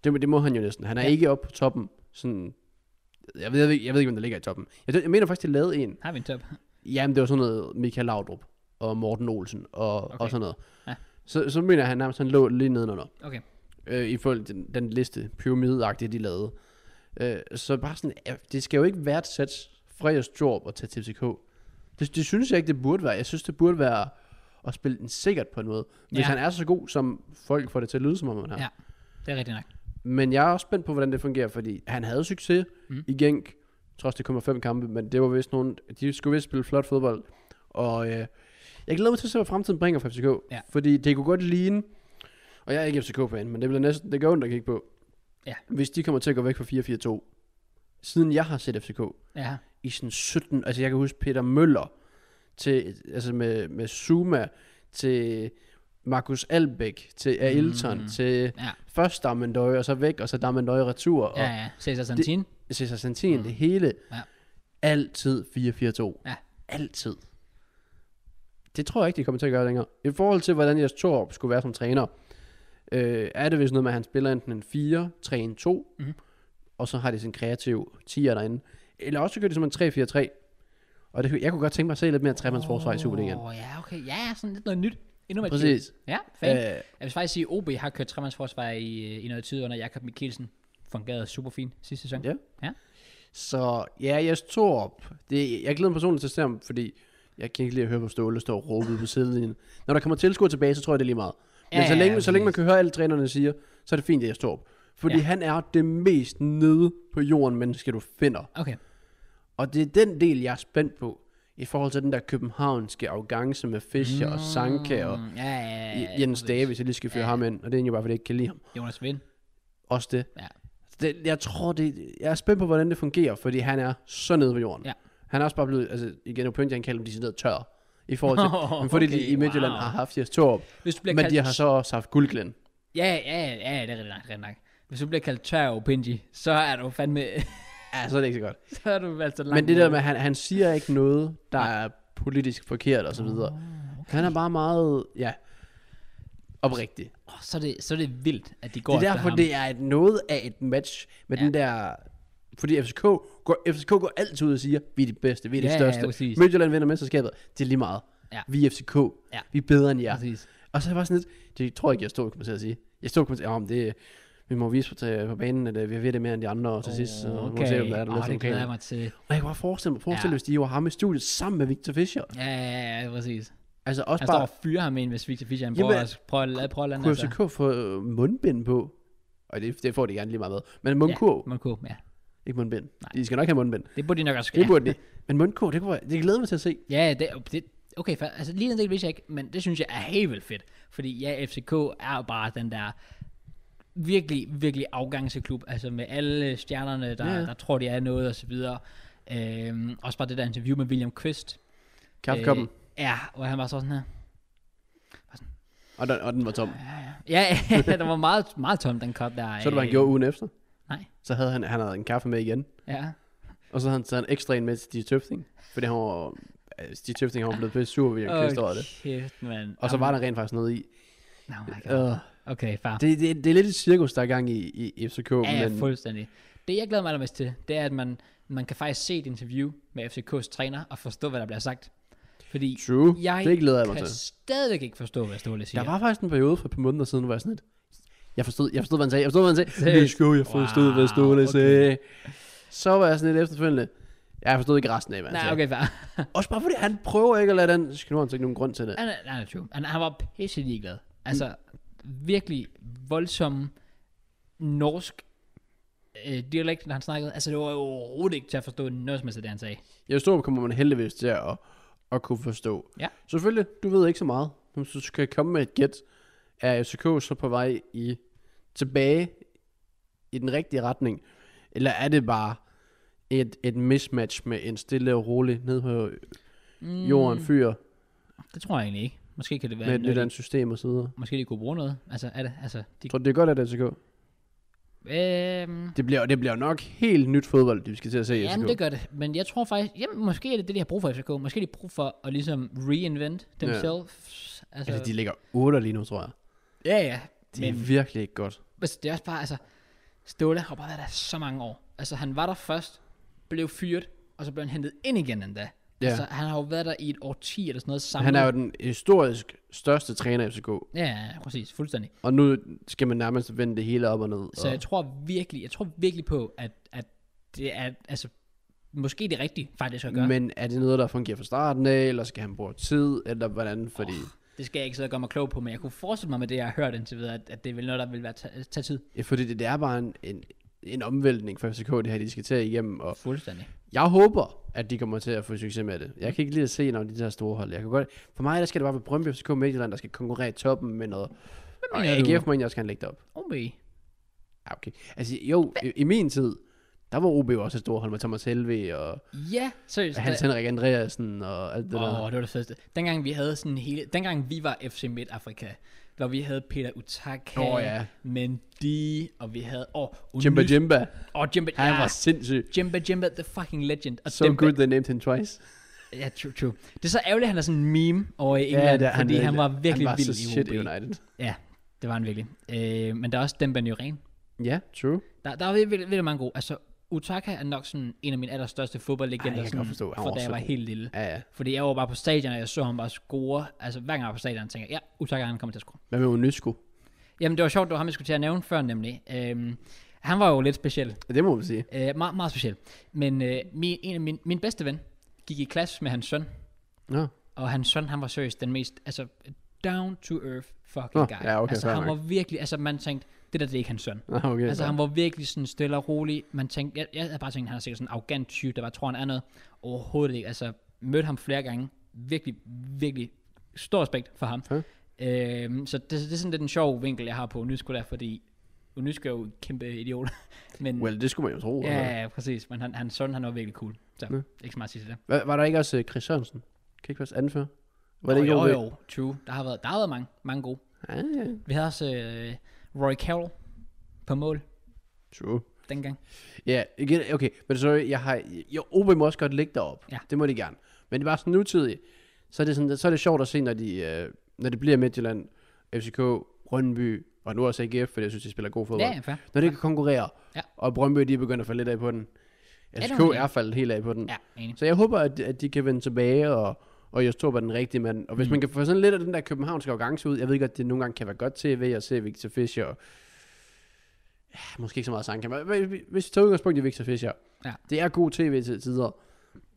Det, må- det må han jo næsten. Han er
Ja.
ja. ikke oppe på toppen. Sådan, jeg, ved, jeg, ved, jeg ved ikke, hvem der ligger i toppen. Jeg, jeg mener faktisk, de lavede en.
Har vi en top?
Jamen, det var sådan noget Michael Laudrup og Morten Olsen og, okay.
Okay.
og sådan noget.
Ja.
Så, så mener jeg, han nærmest han lå lige nedenunder.
Okay.
Øh, I forhold til den, den liste, pyramideagtige, de lavede. Øh, så bare sådan, ja, det skal jo ikke være et sats fra jeres job at tage til FCK. Det, det synes jeg ikke, det burde være. Jeg synes, det burde være at spille den sikkert på en måde. Hvis
Ja.
han er så god, som folk får det til at lyde som om, han er.
Ja. Det er rigtigt nok.
Men jeg er også spændt på, hvordan det fungerer, fordi han havde succes
Mm.
mm. i Genk, trods det kommer fem kampe, men det var vist nogen, de skulle vist spille flot fodbold. Og øh, jeg glæder mig til at se, hvad fremtiden bringer for FCK,
Ja.
fordi det kunne godt ligne, og jeg er ikke FCK-fan, men det bliver næsten, det gør ondt at kigge på,
Ja.
hvis de kommer til at gå væk fra 4-4-2, siden jeg har set FCK
Ja,
i sådan 17, altså jeg kan huske Peter Møller, til, altså med, med Zuma, til Markus Albæk, til Ailton,
Mm.
mm. til
ja,
først Damendøje, og så væk, og så Damendøje retur, og
ja, ja. Cesar Santin.
Cesar Santin,
Mm.
mm. det hele.
Ja.
Altid 4-4-2.
Ja.
Altid. Det tror jeg ikke, de kommer til at gøre længere. I forhold til, hvordan Jes Torp skulle være som træner, øh, er det vist noget med, at han spiller enten en 4, 3, en 2,
Mhm.
og så har de sin kreativ 10'er derinde. Eller også så gør de som en 3-4-3. Og det, jeg kunne godt tænke mig at se lidt mere tremandsforsvar oh. i Superligaen.
Åh, ja, okay. Ja, sådan lidt noget nyt. Innovativt.
Præcis.
Ja, fan.
Øh,
Jeg vil faktisk sige, at OB har kørt tremandsforsvar i, øh, i noget tid under Jakob Mikkelsen. Fungerede super fint sidste sæson.
Ja.
Ja.
Så ja, jeg står op. Det, jeg glæder mig personligt til at se ham, fordi jeg kan ikke lide at høre på Ståle stå og råbe ude på sidelinjen. Når der kommer tilskuer tilbage, så tror jeg, det er lige meget. Men
Ja,
ja, så,
ja,
længe,
ja,
så længe man
præcis.
kan høre alle trænerne siger, så er det fint, at jeg står op. Fordi
Ja.
ja. han er det mest nede på jorden, menneske du finder.
Okay.
Og det er den del, jeg er spændt på, i forhold til den der københavnske arrogance med Fischer mm. og Sanka og
ja, ja, ja, ja,
Jens
præcis.
Davis, jeg lige skal føre
Ja.
ja. ham ind. Og det er egentlig bare, fordi jeg ikke kan lide ham
Jonas Vind.
også det. Altså,
Ja.
det jeg tror, det, jeg er spændt på, hvordan det fungerer, fordi han er så nede på jorden.
Ja.
Han er også bare blevet, altså igen, på han kalder dem decideret tør, i forhold til,
Nå,
men fordi de
okay,
i Midtjylland
wow.
har haft Jes Torp,
Hvis du bliver
men
kaldt...
de har så også haft guldglænd.
Ja, ja, ja, ja, det er rigtig nok, rigtig nok. Hvis du bliver kaldt tør og Pinji, så er du fandme...
Ja, så er det ikke så godt.
så er du altså langt
Men det der
nede.
med, at han, han siger ikke noget, der er politisk forkert og så videre.
Ah,
Han er bare meget, ja, oprigtig.
Åh, så, er det, så er det vildt, at de går
Det er
efter
derfor,
ham.
det er et, noget af et match med
Ja.
ja. den der... Fordi FCK går, FCK går altid ud og siger, vi er de bedste, vi er de
Ja, ja,
største.
præcis.
Midtjylland vinder mesterskabet, det er lige meget.
Ja.
Vi er FCK,
Ja.
vi er bedre end jer.
Præcis.
Og så er jeg bare sådan lidt, det tror jeg ikke, jeg stod kommer til at sige. Jeg stod kommer til at sige, "Åh, men det, vi må vise på, til, på banen, at øh, vi har ved det mere end de andre, og til oh, sidst, så må vi se, om der er der
Åh,
lidt
det glæder jeg
lokale."
mig til.
Og jeg kan bare forestille mig, forestille
Ja.
ja. hvis de hiver ham i studiet sammen med Victor Fischer.
Ja, ja, ja, ja, præcis.
Altså også
Han står altså.
bare,
og fyrer ham ind, hvis Victor Fischer han
Jamen,
prøver at prøver at lade prøver at lade
kunne FCK få øh, mundbind på? Og det, det får de gerne lige meget med. Men mundkurv, ja.
Mundkurv, ja.
ikke mundbind. De skal nok have mundbind.
Det burde de nok også
Det
gøre.
burde det. Men mundkur, det, kunne, jeg- det glæder jeg mig til at se.
Ja, det, det, okay, for, altså lige den del vidste jeg ikke, men det synes jeg er helt vildt fedt. Fordi ja, FCK er jo bare den der virkelig, virkelig afgangseklub, altså med alle stjernerne, der,
Ja.
der tror, de er noget og så videre. Øhm, også bare det der interview med William Quist.
Kaffekoppen. Øh.
ja, hvor han var så sådan her. Øh.
Og, den, og den var tom.
Ja, ja, der var meget, meget tom, den kop der.
Så det var han
øh,
gjorde ugen efter.
Nej.
Så havde han, han havde en kaffe med igen.
Ja.
Og så havde han taget en ekstra en med til Stig Tøfting. Fordi han var, øh, Stig Tøfting var blevet pisse sur, fordi han kæste over det.
kæft, mand.
Og så var der rent faktisk noget i.
Oh my God.
Øh,
Okay, far.
det, det, det er lidt et cirkus, der er gang i, i FCK.
Ja, ja,
men
fuldstændig. Det, jeg glæder mig allermest til, det er, at man, man kan faktisk se et interview med FCK's træner og forstå, hvad der bliver sagt. Fordi
true.
jeg
det glæder jeg mig
kan
til.
stadigvæk ikke forstå, hvad Ståle siger.
Der var faktisk en periode for et par måneder siden, hvor jeg sådan lidt, jeg forstod, jeg forstod, hvad han sagde. Jeg forstod, hvad han sagde.
Seriøst?
Let's go, jeg forstod, hvad
Wow,
Ståle
okay.
sagde. Så var jeg sådan lidt efterfølgende. Jeg forstod ikke resten af, hvad
Nej,
han sagde.
okay, far.
Også bare fordi han prøver ikke at lade den... Skal nu har han så ikke nogen grund til det.
Han, er- han, er true. han, han var pisse ligeglad. Altså, virkelig voldsom norsk øh, dialekt, når han snakkede. Altså, det var jo overhovedet ikke til at forstå noget som helst af det, han sagde.
Jeg tror, kommer man heldigvis til at, at kunne forstå.
Ja.
Selvfølgelig, du ved ikke så meget. Men hvis du skal komme med et gæt, er FCK så på vej i tilbage i den rigtige retning? Eller er det bare et, et mismatch med en stille og rolig ned på
Mm,
jorden fyr
Det tror jeg egentlig ikke. Måske kan det være,
med et nyt
noget, de,
andet system og så videre?
måske de kunne bruge noget. Altså, er det, altså, de,
Jeg tror, det er godt, at FCK.
øhm,
Det bliver, det bliver nok helt nyt fodbold, det vi skal til at se i FCK.
Jamen, det gør det. Men jeg tror faktisk, jamen, måske er det det, de har brug for i FCK. Måske har de brug for at ligesom reinvent themselves. Ja. Altså,
Altså, de ligger 8 lige nu, tror jeg.
ja, ja.
Det
Men
er virkelig ikke godt.
altså, det er også bare, altså, Ståle har bare været der så mange år. Altså, han var der først, blev fyret, og så blev han hentet ind igen endda.
Ja.
Ja. Altså, han har jo været der i et årti eller sådan noget sammen.
Han er jo den historisk største træner i FCK,
Ja, ja, præcis, fuldstændig.
og nu skal man nærmest vende det hele op og ned.
Så
og,
jeg tror virkelig, jeg tror virkelig på, at, at det er, altså, måske det rigtige faktisk at gøre.
men er det noget, der fungerer fra starten af, eller skal han bruge tid, eller hvordan? Fordi oh.
Det skal jeg ikke sidde og gøre mig klog på, men jeg kunne forestille mig med det, jeg har hørt indtil videre, at, at det er vel noget, der vil være tage, tage tid.
fordi det, det er bare en, en, en omvæltning for FCK, det her, de skal til igennem. Og
Fuldstændig.
jeg håber, at de kommer til at få succes med det. Jeg kan ikke lide at se nogle af de der store hold. Jeg kan godt, for mig der skal det bare være Brøndby FCK Midtjylland, der skal konkurrere i toppen med noget. Og
mener du?
AGF mener jeg skal han lægge det op.
OB.
Ja, okay. Altså, jo, i, i min tid, der var OB jo også et stort hold med Thomas Helve og
Ja, seriøst.
Hans
da-
Henrik Andreasen og alt det
Åh,
der.
oh, det var det fedeste. Dengang vi havde sådan hele... Dengang vi var FC Midtafrika, hvor vi havde Peter Utaka,
Åh, ja.
Mendy, og vi havde... Åh, oh,
Jimba Jimba,
Og Jimba,
han
ja.
var sindssyg.
Jimba Jimba, the fucking legend. Og
So
Demba-
good they named him twice.
Ja, true, true. Det er så ærgerligt, at han er sådan en meme over i England,
det
ja,
er
fordi han,
virkelig.
var virkelig
han var
vild
så shit i
i OB.
United.
Ja, det var han virkelig. Øh, men der er også Demba Nuren.
Ja, true.
Der, der er virkelig, virkelig mange gode. Altså, Utaka er nok sådan en af mine allerstørste
Ej, jeg
fodboldlegender,
kan
sådan,
godt forstå, han var
for da
så
jeg var
god.
helt lille.
Ja, ja.
Fordi jeg var bare på stadion, og jeg så ham bare score. Altså, hver gang jeg var på stadion, tænker jeg, ja, Utaka, han kommer til at score.
Hvad med Unisco?
Jamen, det var sjovt, det var ham, jeg skulle til at nævne før, nemlig. Øhm, han var jo lidt speciel.
Det må man sige.
Øh, meget, meget speciel. Men øh, min, en af min, min bedste ven gik i klasse med hans søn.
Nå.
Og hans søn, han var seriøst den mest, altså, down to earth fucking
Nå,
guy.
ja, okay,
altså,
fair
han
nok.
var virkelig, altså, man tænkte, det der, det er ikke hans søn.
Nå, okay.
Altså,
så.
han var virkelig sådan stille og rolig. Man tænkte, jeg, jeg havde bare tænkt, han er sikkert sådan en arrogant type, der bare tror, han er noget. Overhovedet ikke. Altså, mødte ham flere gange. Virkelig, virkelig stor respekt for ham.
Ja.
Øhm, så det, det, er sådan lidt en sjov vinkel, jeg har på Unisco der, fordi Unisco er jo en kæmpe idiot. men,
Well, det skulle man jo tro. altså.
ja, ja, præcis. Men han, hans søn, han var virkelig cool. Så
Ja.
ikke så meget at sige til det.
Hva- Var der ikke også øh, Chris Sørensen? Kan ikke også anføre? Var det
Nå,
ikke
jo,
OB?
jo, true. Der har været, der har været mange, mange gode.
Ja, ja.
Vi havde også øh, Roy Carroll på mål
True.
dengang.
Ja, igen, okay, men så jeg har, jo, OB må også godt ligge derop.
Ja.
Det må de gerne. Men det er bare sådan nutidigt, så er det, sådan, så er det sjovt at se, når, de, øh, når det bliver Midtjylland, FCK, Brøndby, og nu også AGF, fordi jeg synes, de spiller god fodbold.
Ja, ja, fair.
Når de kan konkurrere,
Ja.
og Brøndby, de er begyndt at falde lidt af på den.
det
FCK
må man
er faldet helt af på den.
Ja, enig.
Så jeg håber, at, at de kan vende tilbage, og, og jeg tror på den rigtige mand. Og hvis mm. man kan få sådan lidt af den der københavnske arrogance ud, jeg ved godt, at det nogle gange kan være godt tv at se Victor Fischer. Og, ja, måske ikke så meget sangkamp. Men Hvis vi tager udgangspunkt i Victor Fischer,
Ja.
det er god tv til tider,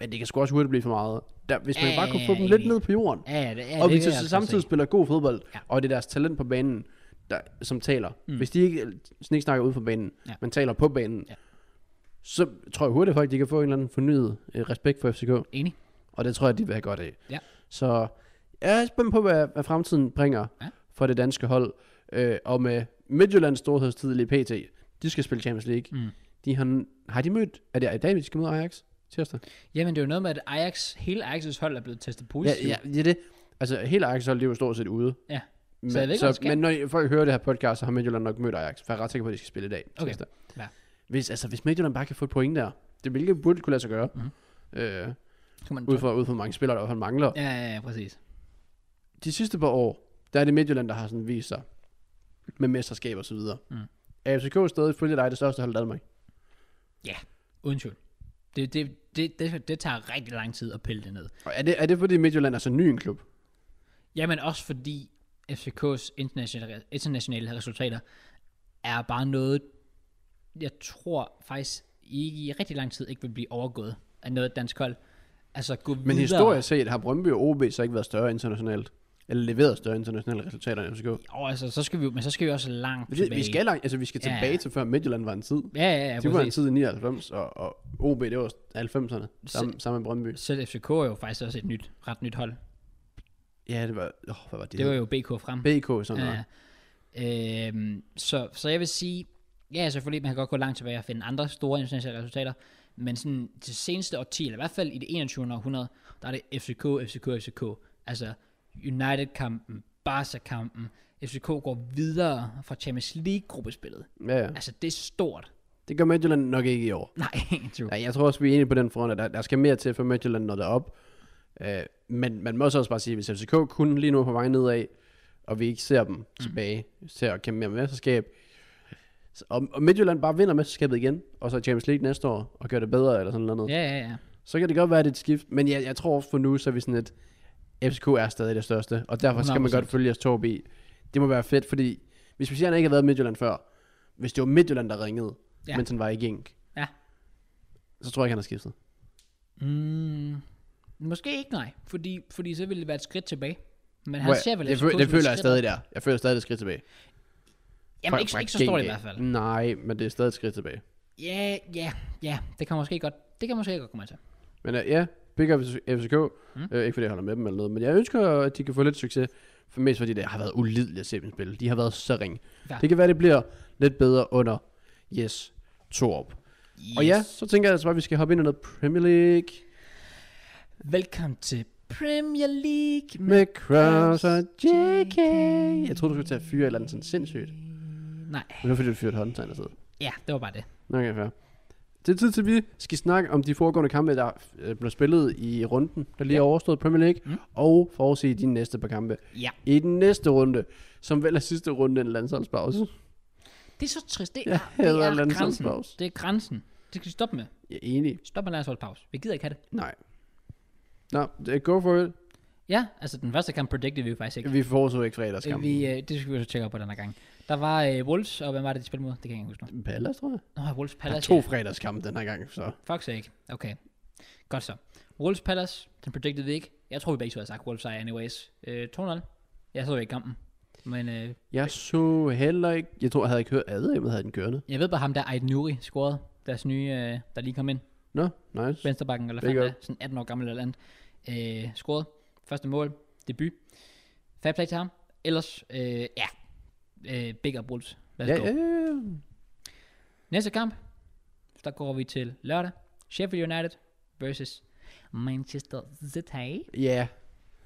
men det kan sgu også hurtigt blive for meget. Der, hvis man
Ja,
bare
ja,
kunne
ja,
få dem
enig.
lidt ned på jorden,
Ja, ja, det, ja,
og
det, altså
vi
kan
til
jeg godt
samtidig
se.
spiller god fodbold,
Ja.
ja. og det er deres talent på banen, der, som taler. Mm. Hvis de ikke sådan ikke snakker ud på banen,
Ja.
ja. men taler på banen,
Ja.
ja. så tror jeg hurtigt, at folk de kan få en eller anden fornyet øh, respekt for FCK,
Enig.
og det tror jeg, de vil have godt af.
Ja.
Så jeg er spændt på, hvad, hvad fremtiden bringer
Ja.
ja. for det danske hold, øh, og med Midtjyllands storhedstid lige pt. De skal spille Champions League.
Mm.
De har, har de mødt, er det i dag, de skal møde Ajax? Tirsdag?
Jamen, det er jo noget med, at Ajax, hele Ajax' hold er blevet testet
Ja,
positivt.
ja, det er det. Altså, hele Ajax holdet, det er jo stort set ude.
ja.
Men,
Så jeg ved ikke, hvad der sker.
men når I- folk hører det her podcast, så har Midtjylland nok mødt Ajax, for jeg er ret sikker på, at de skal spille i dag.
Okay.
tirsdag.
Ja.
Hvis, altså, hvis Midtjylland bare kan få et point der, det hvilket burde kunne lade sig gøre,
Mhm.
mm-hmm. øh,
Kan man
ud, fra, ud fra mange spillere, der i hvert fald mangler. Ja.
Ja, ja, ja, præcis.
De sidste par år, der er det Midtjylland, der har sådan vist sig med mesterskab og så videre.
Mm.
Mm. Er FCK stadig følge dig det største hold i Danmark?
Uden tvivl. Det, det, det, det, det tager rigtig lang tid at pille det ned.
Og er det, er det fordi Midtjylland er så ny en klub?
Jamen også fordi FCK's internationale, internationale resultater er bare noget, jeg tror faktisk ikke i rigtig lang tid ikke vil blive overgået af noget dansk hold. Altså gå
Men
videre.
historisk set har Brøndby og OB så ikke været større internationalt. eller leveret større internationale resultater end FCK.
Jo, altså, så skal vi, jo- men så skal vi også langt
Vi, vi
tilbage.
skal langt, altså vi skal
Ja, ja.
tilbage til før Midtjylland var en tid.
Ja, ja, ja.
Det var en
præcis.
tid i 99, og, og OB, det var 90'erne, sammen, sammen med Brøndby.
Selv FCK er jo faktisk også et nyt, ret nyt hold.
Ja, det var, åh, hvad var det?
Det var jo BK frem.
BK, sådan noget.
Ja. Øhm, så, så jeg vil sige, ja selvfølgelig, man kan godt gå langt tilbage og finde andre store internationale resultater, men sådan til seneste årti, eller i hvert fald i det 21. århundrede, der er det FCK, FCK, FCK. Altså United-kampen, Barca-kampen, FCK går videre fra Champions League-gruppespillet.
Ja, ja.
Altså det er stort.
Det gør Midtjylland nok ikke i år.
Nej, true.
Ja, jeg tror også, vi er enige på den front, at der, der skal mere til for Midtjylland, når der er op. Øh, men man må så også bare sige, at hvis FCK kun lige nu er på vej nedad, og vi ikke ser
Mm.
dem tilbage til at kæmpe mere med mesterskab, så- og, og Midtjylland bare vinder mesterskabet igen, og så Champions League næste år, og gør det bedre eller sådan noget,
Ja, ja, ja.
så kan det godt være, at det er et skift. Men jeg, jeg tror for nu, så er vi sådan et, FCK er stadig det største, og derfor skal man
100%.
godt følge jeres tog i. Det må være fedt, fordi hvis vi siger, at han ikke har været i Midtjylland før, hvis det var Midtjylland, der ringede,
Ja.
ja. mens han var i Genk,
Ja.
så tror jeg ikke, han har skiftet.
Mm, måske ikke nej, fordi, fordi så ville det være et skridt tilbage. Men
Hvor
han
jeg-
ser vel
det,
FCK
føl-
som
det
et
føler
skridt
jeg stadig der. Jeg føler stadig et skridt tilbage.
op. Jamen ikke, ikke så stort i hvert fald.
Nej, men det er stadig et skridt tilbage.
Ja, ja, ja, det kan måske godt, det kan måske godt komme altså. til.
Men uh, ja, big up FCK. Mm. Uh, ikke fordi jeg holder med dem eller noget, men jeg ønsker, at de kan få lidt succes. For mest fordi det har været ulideligt at se dem spille. De har været så ringe.
Ja.
Ja. Det kan være, det bliver lidt bedre under Yes Torp. Yes.
Yes.
Og ja, så tænker jeg altså bare, at vi skal hoppe ind i noget Premier League
Velkommen til Premier League.
med Kraus og JK. Jeg troede, du skulle tage fyre et eller andet sådan sindssygt. Men
Nej,
det var fordi, du fyrede et håndtegn og sådan
ja, det var bare det.
Okay, fair. Det er tid til, at vi skal snakke om de foregående kampe, der øh, blev spillet i runden, der lige er overstået Premier League, mm. og forudse de næste par kampe.
Ja,
I den næste runde, som vel er sidste runde, en landsholdspause.
Mm. det er så trist. Det er,
Jeg
det
hader
er grænsen.
landsholdspause.
Det er grænsen. Det skal vi stoppe med.
Jeg er enig.
Stop med landsholdspause. Vi gider ikke have det.
Nej. Nå, det er go for it.
Ja, altså den første kamp predicted vi jo faktisk ikke.
Vi foreså ikke fredagskampen.
Vi, øh, det skal vi jo så tjekke op på den her gang. Der var øh, Wolves, og hvem var det, de spillede mod? Det kan jeg ikke huske nu.
Pallas, tror jeg.
Nå, Wolves
Der er
Palace.
to fredagskampe den her gang, så.
Fuck sake. Okay. Godt så. Wolves Palace, den predicted vi ikke. Jeg tror, vi begge to havde sagt Wolves sejr anyways. Øh, 2-0. Jeg så jo ikke kampen. Men øh,
Jeg så heller ikke... Jeg tror, jeg havde ikke hørt ad, jeg havde den kørende.
jeg ved bare ham der, Ait Nuri, scorede. Deres nye, øh, der lige kom ind.
Nå, nice.
Vensterbakken, eller
Big
fandt
up.
er, sådan 18 år gammel eller andet. Øh, scorede. Første mål. Debut. Fair play til ham. Ellers, øh, ja. Øh, big up Wolves. Let's
Ja,
go.
ja, ja.
Næste kamp, der går vi til lørdag. Sheffield United versus Manchester City.
Ja,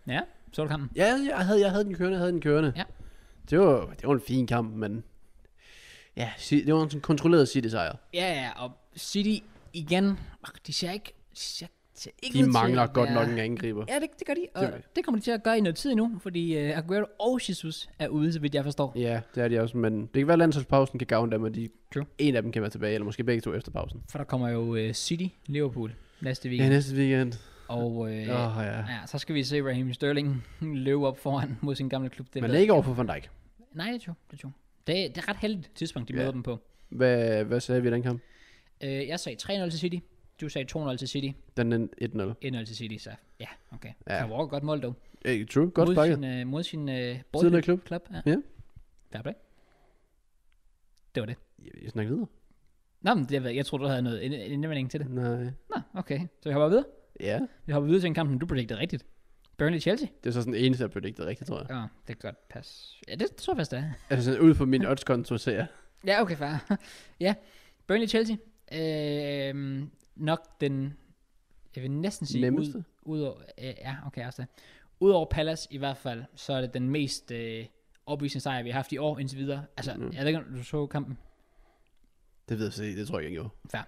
Ja, så du kampen.
Ja, jeg havde, jeg havde den kørende, jeg havde den kørende.
Ja.
Det var, det var en fin kamp, men... Ja, si- det var en sådan kontrolleret City-sejr.
Ja, ja, og City igen, ah, de ser ikke, de ser, ser ikke
De
ud til
mangler
at
godt
være-
nok en angriber.
Ja, det, det gør de, og
Det-
det, det kommer de til at gøre i noget tid endnu, fordi uh, Aguero og Jesus er ude, så vidt jeg forstår.
Ja, det er de også, men det kan være, at landsholdspausen kan gavne dem, og de,
True.
en af dem kan være tilbage, eller måske begge to efter pausen.
For der kommer jo uh, City, Liverpool næste
Ja,
weekend,
næste weekend.
og uh, ja.
Åh, oh, ja.
ja, så skal vi se Raheem Sterling løbe op foran mod sin gamle klub. Det
Men
ved-
ikke over for Van Dijk.
Nej, det er jo, det er jo. Det, er- det er ret heldigt tidspunkt, de
Ja.
møder dem på.
Hvad, hvad sagde vi i den kamp?
Uh, jeg sagde 3-0 til City, du sagde 2-0 til City,
Den er 1-0.
1-0 til City, så ja, okay. Ja.
Ja.
Kan Walker godt mål dog.
Eh, true, godt
mod
sparket.
sin, øh, mod sin øh,
Tidligere klub.
klub ja.
Ja.
Fair play. Det var det.
Jeg, jeg snakker videre.
Nå, men det, ved jeg jeg troede, du havde noget ind- indvending til det.
Nej.
Nå, okay. Så vi hopper videre.
Ja,
Vi hopper videre til en kamp, som du predicted rigtigt. Burnley-Chelsea?
det er så sådan den eneste, jeg predicted rigtigt, tror jeg.
Ja, det kan godt passe. Ja, det tror jeg faktisk, det er.
Altså sådan ud fra min odds-konto, ser jeg.
Ja, okay, far. ja, Burnley-Chelsea. Øh, nok den, jeg vil næsten sige,
Nemmeste.
ud, ud over, øh, ja, okay, også det. Udover Palace i hvert fald, så er det den mest øh, opvisende sejr, vi har haft i år indtil videre. Altså, mm. jeg ved ikke, om du så kampen.
Det ved jeg slet ikke, det tror jeg ikke, jeg gjorde.
Fair.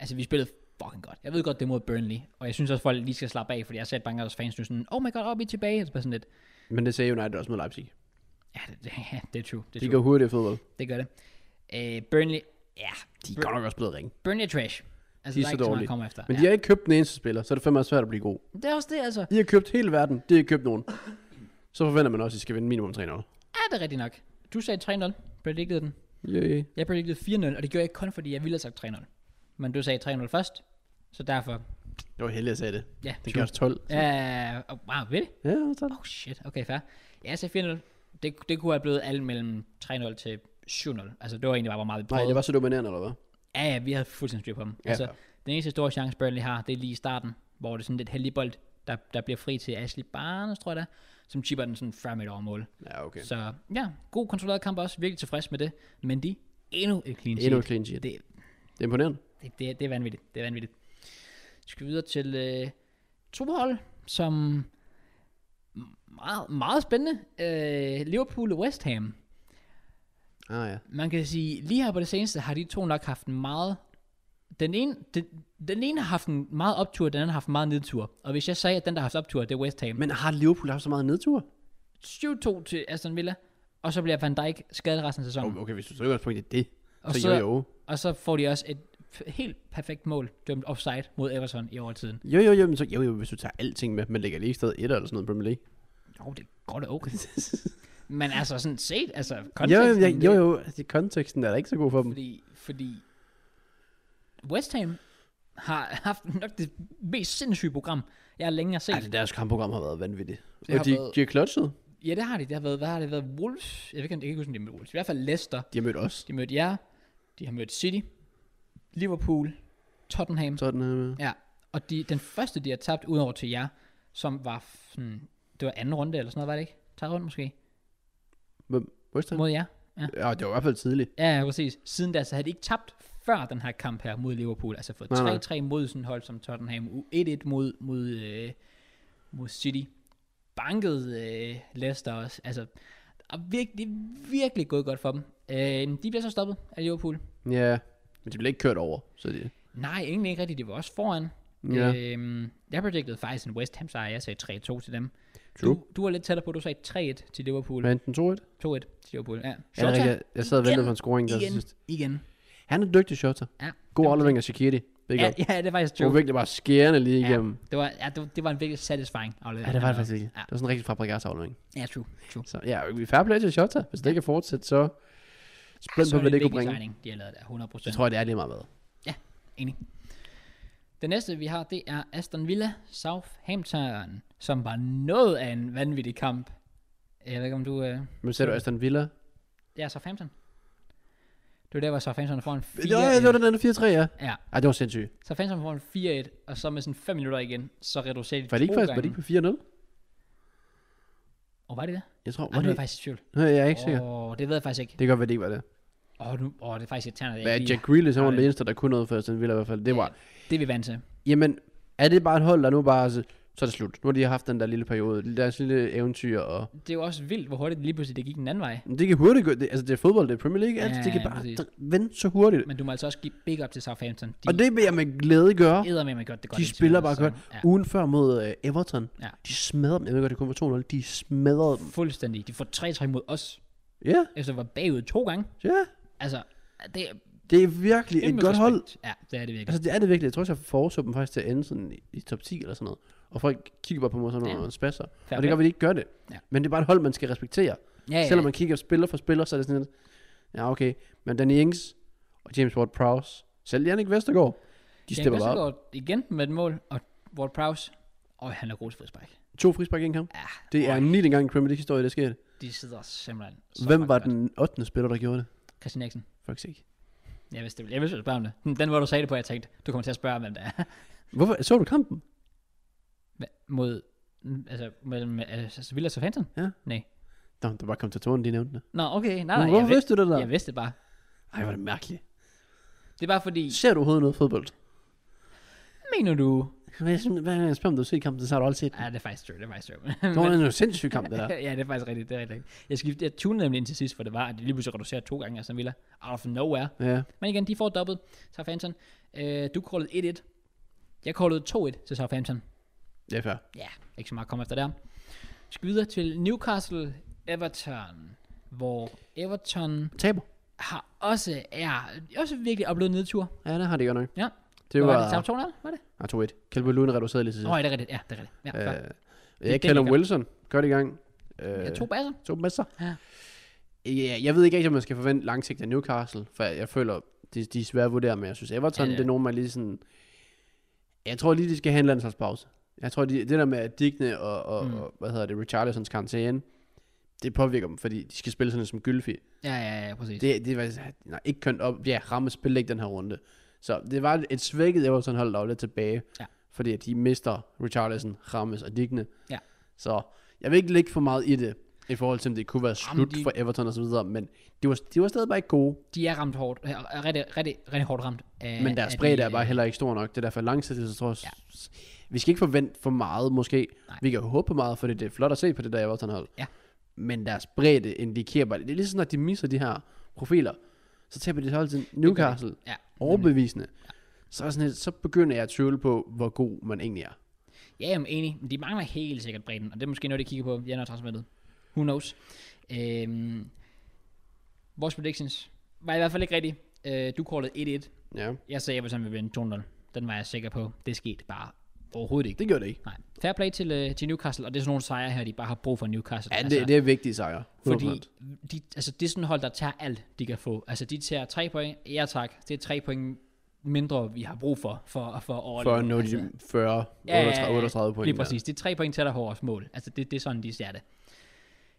Altså, vi spillede fucking godt. Jeg ved godt, det er mod Burnley. Og jeg synes også, folk lige skal slappe af, fordi jeg har set mange af deres fans nu sådan, oh my god, op i er tilbage. Og så bare sådan lidt,
Men det sagde United også mod Leipzig.
ja, det, det, ja, det er true. Det er
De
true.
går hurtigt i fodbold.
Det gør det. Øh, Burnley, ja,
De er godt nok også blevet ringe.
Burnley er trash. Altså,
De er
der
så
ikke så meget
dårlige.
at komme efter.
Men
ja.
de har ikke købt den eneste spiller, så er det fandme også svært at blive god.
Det er også det, altså.
I har købt hele verden, det har købt nogen. Så forventer man også, at I skal vinde minimum 3-0.
Ja, det er rigtigt nok. Du sagde 3-0, predicted den.
Yeah.
Jeg predicted 4-0, og det gjorde jeg kun, fordi jeg ville have sagt 3-0. Men du sagde 3-0 først, så derfor
Det var heldigt, jeg sagde det.
Ja,
Det
true.
gør os 12. så-
Ja, uh, wow, ved det?
Ja, det var 12.
Oh shit, okay, fair. Ja, så 4-0. Det, det kunne have blevet alt mellem 3-0 til 7-0. Altså, det var egentlig bare, hvor meget vi
Nej,
prøvede.
det var så dominerende, eller hvad?
Ja, ja, vi havde fuldstændig styr på dem.
Ja,
Ja, altså,
fair.
den eneste store chance, Burnley har, det er lige i starten, hvor det er sådan lidt heldig bold, der, der bliver fri til Ashley Barnes, tror jeg det er, som chipper den sådan 40 meter over mål.
Ja, okay.
Okay. Så ja, god kontrolleret kamp også, virkelig tilfreds med det. Men de, endnu et clean sheet.
Endnu et clean sheet.
Det,
Det er imponerende.
det, det, det er vanvittigt, det er vanvittigt. Så skal vi videre til øh, Trubehold, som meget, meget spændende. Øh, Liverpool og West Ham.
Ah, ja.
Man kan sige, lige her på det seneste har de to nok haft en meget... Den ene, den, den ene har haft en meget optur, den anden har haft en meget nedtur. Og hvis jeg sagde, at den, der har haft optur, det er West Ham. Men
Men har Liverpool haft så meget nedtur?
7-2 til Aston Villa, og så bliver Van Dijk skadet resten af sæsonen.
Okay, hvis du tager udgangspunkt i det,
Og
så,
så-
jo jo.
Og så får de også et f- helt perfekt mål, dømt offside mod Everton i overtiden.
Jo, jo, jo, men så, jo, jo, hvis du tager alting med, men lægger lige stadig et eller sådan noget i Premier League.
Jo, det er godt og okay. Men altså sådan set, altså
Jo, jo,
konteksten,
jo,
det-
jo, jo, altså, konteksten er da ikke så god for dem.
Fordi, fordi West Ham har haft nok det mest sindssyge program, jeg længe har set.
Ej, det deres kampprogram har været vanvittigt.
Det har
og de,
været-
de har klotset.
Ja, det har de. Det har været, hvad har det været? Wolves? Jeg, ved, ikke, om- jeg kan ikke huske, om de har mødt Wolves. I hvert fald Leicester.
De har mødt os.
De mødte jer. De har mødt City. Liverpool. Tottenham.
Sådan øh, her med.
Ja. Og de, den første, de har tabt udover til jer, som var sådan, det var anden runde eller sådan noget, var det ikke? Tredje runde måske?
Hvem? West Ham?
Mod jer. Ja.
Ja, det var i hvert fald tidligt.
Ja, ja, præcis. Siden da, så havde de ikke tabt før den her kamp her mod Liverpool. Altså fået
Nej, nej.
3-3 mod sådan et hold som Tottenham. U- 1-1 mod, mod, øh, mod City. Banket øh, Leicester også. Altså, og virkelig, det er virkelig gået godt for dem. Øh, de bliver så stoppet af Liverpool.
Ja, men de blev ikke kørt over, så det...
Nej, egentlig ikke rigtigt. De var også foran.
Ja.
Øh, jeg predicted faktisk en West Ham sejr. Jeg sagde 3-2 til dem.
True.
Du, du var lidt tættere på. Du sagde 3-1 til Liverpool.
Hvad endte den 2-1?
2-1 til Liverpool. Ja.
Ja, det er
Shota,
rigtigt. jeg sad og ventede
igen,
på en scoring der til
igen,
sidst.
igen.
Han er dygtig shotter.
Ja.
God
Jamen,
aflevering af Shaqiri. Big
Ja,
up.
ja, det er faktisk
Det var
true.
virkelig bare skærende lige
Ja.
igennem.
Det var, ja, det, var- det var en virkelig satisfying aflevering.
Ja, det var det faktisk ikke.
Ja.
Det var sådan en rigtig Fabregas aflevering.
Ja, true. true.
Så ja, vi er fair play til Shota. Hvis det ikke kan fortsætte, så spændt
Så
på,
er
hvad det
en
kunne
vigtig
bringe.
signing, de har lavet der, 100
Det
procent.
tror jeg, det er lige meget hvad.
Enig. Det næste, vi har, det er Aston Villa Southampton, som var noget af en vanvittig kamp. Jeg ved ikke, om du... Øh,
Men ser du Aston Villa?
det er Southampton. Det var der, hvor Southampton får en 4-1.
Ja, det var den anden 4-3, ja.
Ja,
Ej, det var sindssygt.
Southampton får en 4-1, og så med sådan 5 minutter igen, så reducerer de
Var det ikke
to
faktisk, var det
gange.
ikke på 4-0?
Åh, var det det?
Jeg tror,
Ej,
var
nu er
det
jeg faktisk i tvivl.
Nej, jeg er ikke sikker.
Åh, det ved jeg faktisk ikke.
Det kan godt være, det ikke var det.
Åh, nu, åh det er faktisk irriterende. at jeg
Men
ikke lige-
Jack Grealish, han var
Nej.
den eneste, der kunne noget for Aston Villa i hvert fald. Det var,
Det er vi vant til.
jamen, er det bare et hold, der nu bare, så, så er det slut. Nu har de haft den der lille periode, deres lille eventyr, og
Det er jo også vildt, hvor hurtigt lige pludselig det gik den anden vej.
men det kan hurtigt gå, det, altså det er fodbold, det er Premier League, altså,
Ja,
det kan
ja,
bare
præcis.
dr- vende så hurtigt.
Men du må altså også give big up til Southampton. De
og det vil jeg med glæde gøre.
æder med, man godt det godt.
De
indtil
spiller
videre,
bare
så-
godt.
Ja,
Ugen før mod øh, Everton,
Ja.
de smadrede dem. Jeg ved godt, det kun var 2-0. De smadrede dem.
fuldstændig. De får 3-3 mod os,
Ja,
efter at være bagud to gange.
ja.
Altså, det er
Det er virkelig
kæmpe
et godt hold.
respekt. Ja, det er det virkelig.
Altså, det er det virkelig. Jeg tror også, jeg foreså dem faktisk til at ende sådan i, i top 10 eller sådan noget. Og folk kigger bare på mig sådan,
Ja.
når man spasser.
Fair
og det
play.
gør, at de ikke gør det.
Ja.
Men det er bare et hold, man skal respektere.
ja, ja,
Selvom man kigger spiller for spiller, så er det sådan lidt, ja okay, men Danny Ings og James Ward-Prowse, selv Jannik Vestergaard, de
Jan
stepper bare op.
Vestergaard igen med et mål, og Ward Prowse, og han er god til frispark.
To frispark i en kamp.
Ja,
Det er en 9. gang i Premier League-historie, det sker.
de sidder simpelthen så
Hvem
fucking
var
godt.
den 8. spiller, der gjorde det?
Christian Eriksen.
Faktisk ikke.
Jeg vidste, det- jeg vidste, du ville spørge om det. Den, den, hvor du sagde det på, jeg tænkte, du kommer til at spørge, hvem det er.
Hvorfor? Så du kampen?
Hva- Mod, mm, altså, mellem altså, Sevilla og Southampton?
Ja.
Nej.
Nå, det var kommentatoren, de nævnte det.
Nå, okay, nej,
Men
nej. jeg
Hvorfor
vidste,
vidste du det der?
jeg vidste det bare.
Ej, var det mærkeligt.
Det er bare fordi,
Ser du overhovedet noget fodbold?
mener du...
Hvad jeg synes- hvad- jeg spørger, om du har set kampen, så har du aldrig set den.
Ja, det er faktisk true, det er faktisk true.
Det var en sindssyg kamp, det der.
ja, det er faktisk rigtigt, det er rigtigt. Jeg, skiftede, jeg tunede nemlig ind til sidst, for det var, at de lige pludselig reducerer to gange, altså Villa, out of nowhere.
Ja.
Men igen, de får dobbelt, Southampton. Øh, du callede 1-1. Jeg callede 2-1 til Southampton.
Det er fair.
Ja, ikke så meget at komme efter der. Vi skal videre til Newcastle Everton, hvor Everton
Taber.
har også, er, også virkelig oplevet nedtur.
Ja, det har de godt nok.
Ja.
Det
Hvad
var...
var det Southampton, eller? var det?
Ah, 2-1. Calvert Lewin reducerede lige til
Nå,
sidst.
ja, det er rigtigt. Ja, det er rigtigt. Ja, øh,
Øh,
Det er
ja,
den,
Callum
jeg gør.
Wilson. Godt i gang. Øh,
ja, to baser.
to mestre.
Ja.
Ja, jeg ved ikke rigtig, om man skal forvente langsigtet af Newcastle, for jeg, jeg føler, de, de er svære at vurdere, men jeg synes
Ja,
Everton, ja,
det er
det er nogen, man lige sådan... Jeg tror lige, de skal have en landsholdspause. Jeg tror, de, det der med at Digne og, og,
Mm.
mm. og, hvad hedder det, Richarlisons karantæne, det påvirker dem, fordi de skal spille sådan som Gylfi.
Ja, ja, ja, præcis.
Det, det var nej, ikke kønt op. Ja, ramme spil ikke den her runde. Så det var et svækket Everton hold, der var lidt tilbage.
Ja.
Fordi at de mister Richarlison, Rammes og Digne.
Ja.
Så jeg vil ikke lægge for meget i det, i forhold til, om det kunne være
Jamen,
slut
de-
de... for Everton og så videre, men de var, de var stadig bare ikke gode,
De er ramt hårdt, er- er rigtig, rigtig, rigtig hårdt ramt. Af,
men deres
af
bredde
de,
er bare
øh,
heller ikke stor nok. Det er derfor langsigtet, så tror jeg, s- vi skal ikke forvente for meget måske.
Nej.
Vi kan håbe på meget, for det er flot at se på det der Everton hold.
Ja.
Men deres bredde indikerer bare, det er ligesom når de misser de her profiler, så taber de hele tiden Newcastle.
Ja,
overbevisende, så, er sådan lidt, så begynder jeg at tvivle på, hvor god man egentlig er.
Ja, jeg er enig. Men de mangler helt sikkert bredden, og det er måske noget, de kigger på i januartransmittet. Who knows? Øhm, vores predictions var i hvert fald ikke rigtige. Øh, du callede 1-1.
Ja,
Jeg sagde, at Everton ville vinde 2-0. Den var jeg sikker på. Det skete bare overhovedet ikke.
det gør det ikke.
Nej. Fair play til, øh, til Newcastle, og det er sådan nogle sejre her, de bare har brug for Newcastle. Altså,
Ja, det, Altså- det er vigtige sejre. 100%.
Fordi de, altså, det er sådan et hold, der tager alt, de kan få. Altså, de tager tre point. Ja tak, det er tre point mindre, vi har brug for, for, for at overleve.
for at nå
altså,
de 40,
Ja, ja, ja,
38,
ja.
38 point.
Lige præcis. Det er tre point tættere på vores mål. Altså, det, det er sådan, de ser det.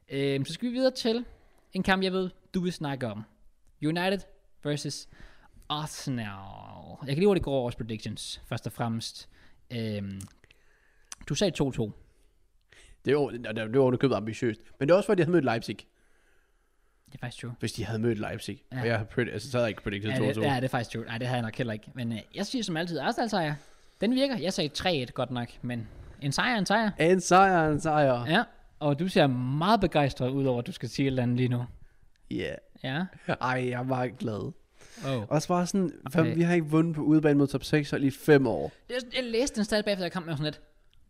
Øhm, så skal vi videre til en kamp, jeg ved, du vil snakke om. United versus Arsenal. Jeg kan lige hurtigt gå over vores predictions, først og fremmest. Øhm, du sagde 2-2.
Der. Det var, det, det var underkøbet ambitiøst. Men det er også, fordi de havde mødt Leipzig.
Det er faktisk true.
Hvis de havde mødt Leipzig.
Ja.
Ja. Og jeg, har pred, altså, så havde jeg ikke predicted
Ja,
2-2.
det, ja, det er faktisk true. Nej, det havde jeg nok heller ikke. Men øh, jeg siger som altid, Arsenal sejr. Den virker. Jeg sagde 3-1 godt nok, men en sejr er en sejr.
En sejr, en sejr. Ja.
Ja, og du ser meget begejstret ud over, at du skal sige et eller andet lige nu.
Yeah.
Ja.
Ej, jeg var glad.
Oh.
Også bare sådan,
Okay.
okay. vi har ikke vundet på udebane mod top 6 hold i fem år.
Jeg, jeg læste den stat bagefter, jeg kom med sådan lidt,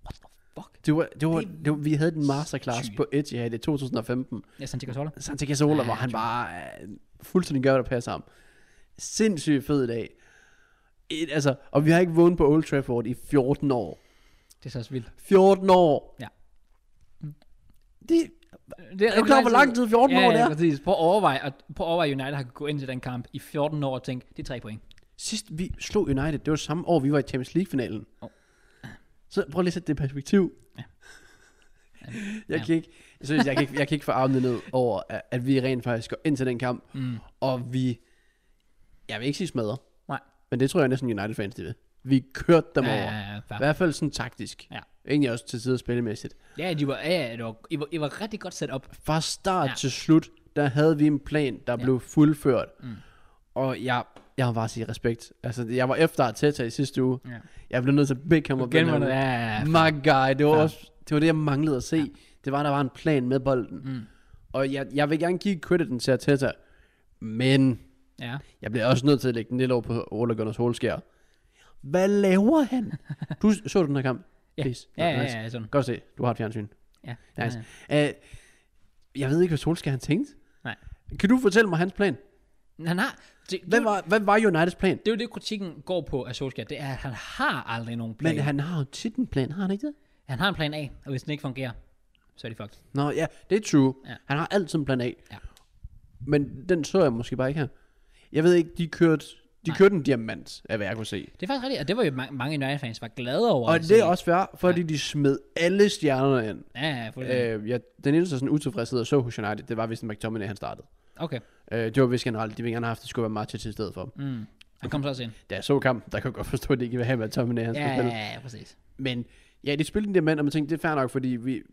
what the fuck?
Det var, det var, det var, vi havde en masterclass
sygt.
på Etihad i 2015.
Jeg sendte til Sola.
Santa Casola,
Ja,
ja, hvor han
true.
bare øh, fuldstændig gør, hvad der passer ham. Sindssygt fed dag. Et, altså, og vi har ikke vundet på Old Trafford i 14 år.
Det er så også vildt.
14 år!
Ja.
Det,
Det
er du klar, hvor lang tid 14
ja,
år det
ja,
er?
præcis. Prøv at overveje, at, prøv at overveje, at United har kunnet gå ind til den kamp i 14 år og tænke, det er tre point.
Sidst vi slog United, det var samme år, vi var i Champions League-finalen.
Åh.
Så prøv lige at sætte det i perspektiv.
Ja.
Jeg
Ja.
kan ikke, jeg, synes, jeg, kan ikke, jeg kan ikke få armene ned over, at, at vi rent faktisk går ind til den kamp,
Mm.
og vi, jeg vil ikke sige smadrer,
Nej.
men det tror jeg næsten United-fans, de ved. Vi kørte dem
ja,
over.
ja, ja,
I
fair.
hvert fald sådan taktisk.
Ja.
Egentlig også til tider spillemæssigt.
ja, de var, ja, ja, det var, I, var, I var rigtig godt sat op.
Fra start
Ja.
ja. til slut, der havde vi en plan, der
Ja.
ja. blev fuldført.
Mm.
Og jeg, jeg må bare sige respekt. Altså, jeg var efter Arteta i sidste uge.
Ja.
Jeg blev nødt til at bække ham op. den her
Genvundet.
uge.
Ja, ja, ja.
My guy, det var,
Ja.
også, det var det, jeg manglede at se. Ja. Det var, at der var en plan med bolden.
Mm.
Og jeg, jeg vil gerne give crediten til Arteta, men
ja.
jeg bliver også nødt til at lægge den lidt over på Ole Gunners Solskjaer. Hvad laver han? Du så du den her kamp?
Ja.
Please.
Ja, ja,
Nice.
ja, ja, sådan.
Godt se, du har et fjernsyn.
Ja, altså,
Nice.
ja, ja.
Uh, jeg ved ikke, hvad Solskjaer han tænkte.
Nej.
Kan du fortælle mig hans plan?
Han har, det, det,
Hvad
var,
var, hvad var Uniteds plan?
det er jo det, kritikken går på af Solskjaer, det er, at han har aldrig nogen plan.
Men han har jo tit en plan, har han ikke det?
han har en plan A, og hvis den ikke fungerer, så er de fucked.
Nå ja, det er true.
Ja.
Ja. Han har altid en plan A.
Ja.
Men den så jeg måske bare ikke her. Jeg ved ikke, de kørte, de
Nej.
kørte en diamant, af hvad jeg kunne se.
Det er faktisk rigtigt, og det var jo ma- mange United-fans var glade over.
Og
at
det er
se.
også fair, fordi ja. de smed alle stjernerne ind.
Ja, ja, fuldstændig.
Øh, jeg, den eneste sådan utilfredshed, jeg så hos United, det var, hvis McTominay han startede.
Okay.
Øh, det var vist generelt, de ville gerne have haft, at det skulle være Martic i stedet for. ham.
Mm. Han kom så også ind.
Da jeg så kampen, der kunne jeg godt forstå, at de ikke ville have McTominay, han
Ja,
skulle
ja,
spille.
ja, ja, præcis.
Men ja, de spillede en diamant, og man tænkte, det er fair nok, fordi vi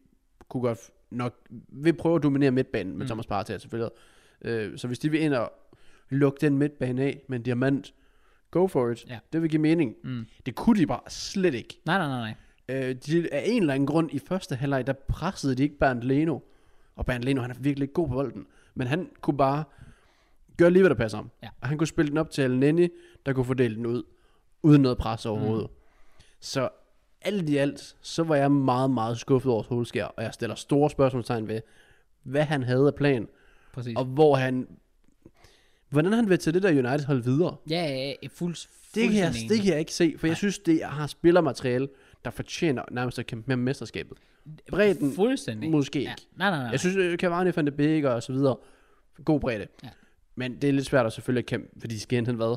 kunne godt f- nok, vi prøver at dominere midtbanen med
Mm.
mm. Thomas Partey selvfølgelig. Øh, så hvis de vil ind og lukke den midtbane af med en diamant, go for it.
Ja.
Det vil give mening.
Mm.
Det kunne de bare slet ikke.
Nej, nej, nej, nej.
Øh, de, af en eller anden grund i første halvleg, der pressede de ikke Bernd Leno. Og Bernd Leno, han er virkelig ikke god på bolden. Men han kunne bare gøre lige, hvad der passer ham.
Ja.
Og han kunne spille den op til Nenni, der kunne fordele den ud, uden noget pres overhovedet. Mm. Så alt i alt, så var jeg meget, meget skuffet over Solskjaer, og jeg stiller store spørgsmålstegn ved, hvad han havde af plan,
Præcis.
og hvor han, hvordan han vil tage det der United-hold videre.
Ja, ja, ja, fuld,
Det kan, jeg,
fuldstændig
det kan jeg ikke se, for jeg synes, det har spillermateriale, der fortjener nærmest at kæmpe med om mesterskabet.
enig.
Bredden,
Fuldstændig.
måske
Ja.
ikke.
Nej, nej, nej.
Jeg synes, øh, Cavani, Van de Beek og så videre, god bredde.
Ja.
Men det er lidt svært at selvfølgelig at kæmpe, fordi de skal indhente hvad?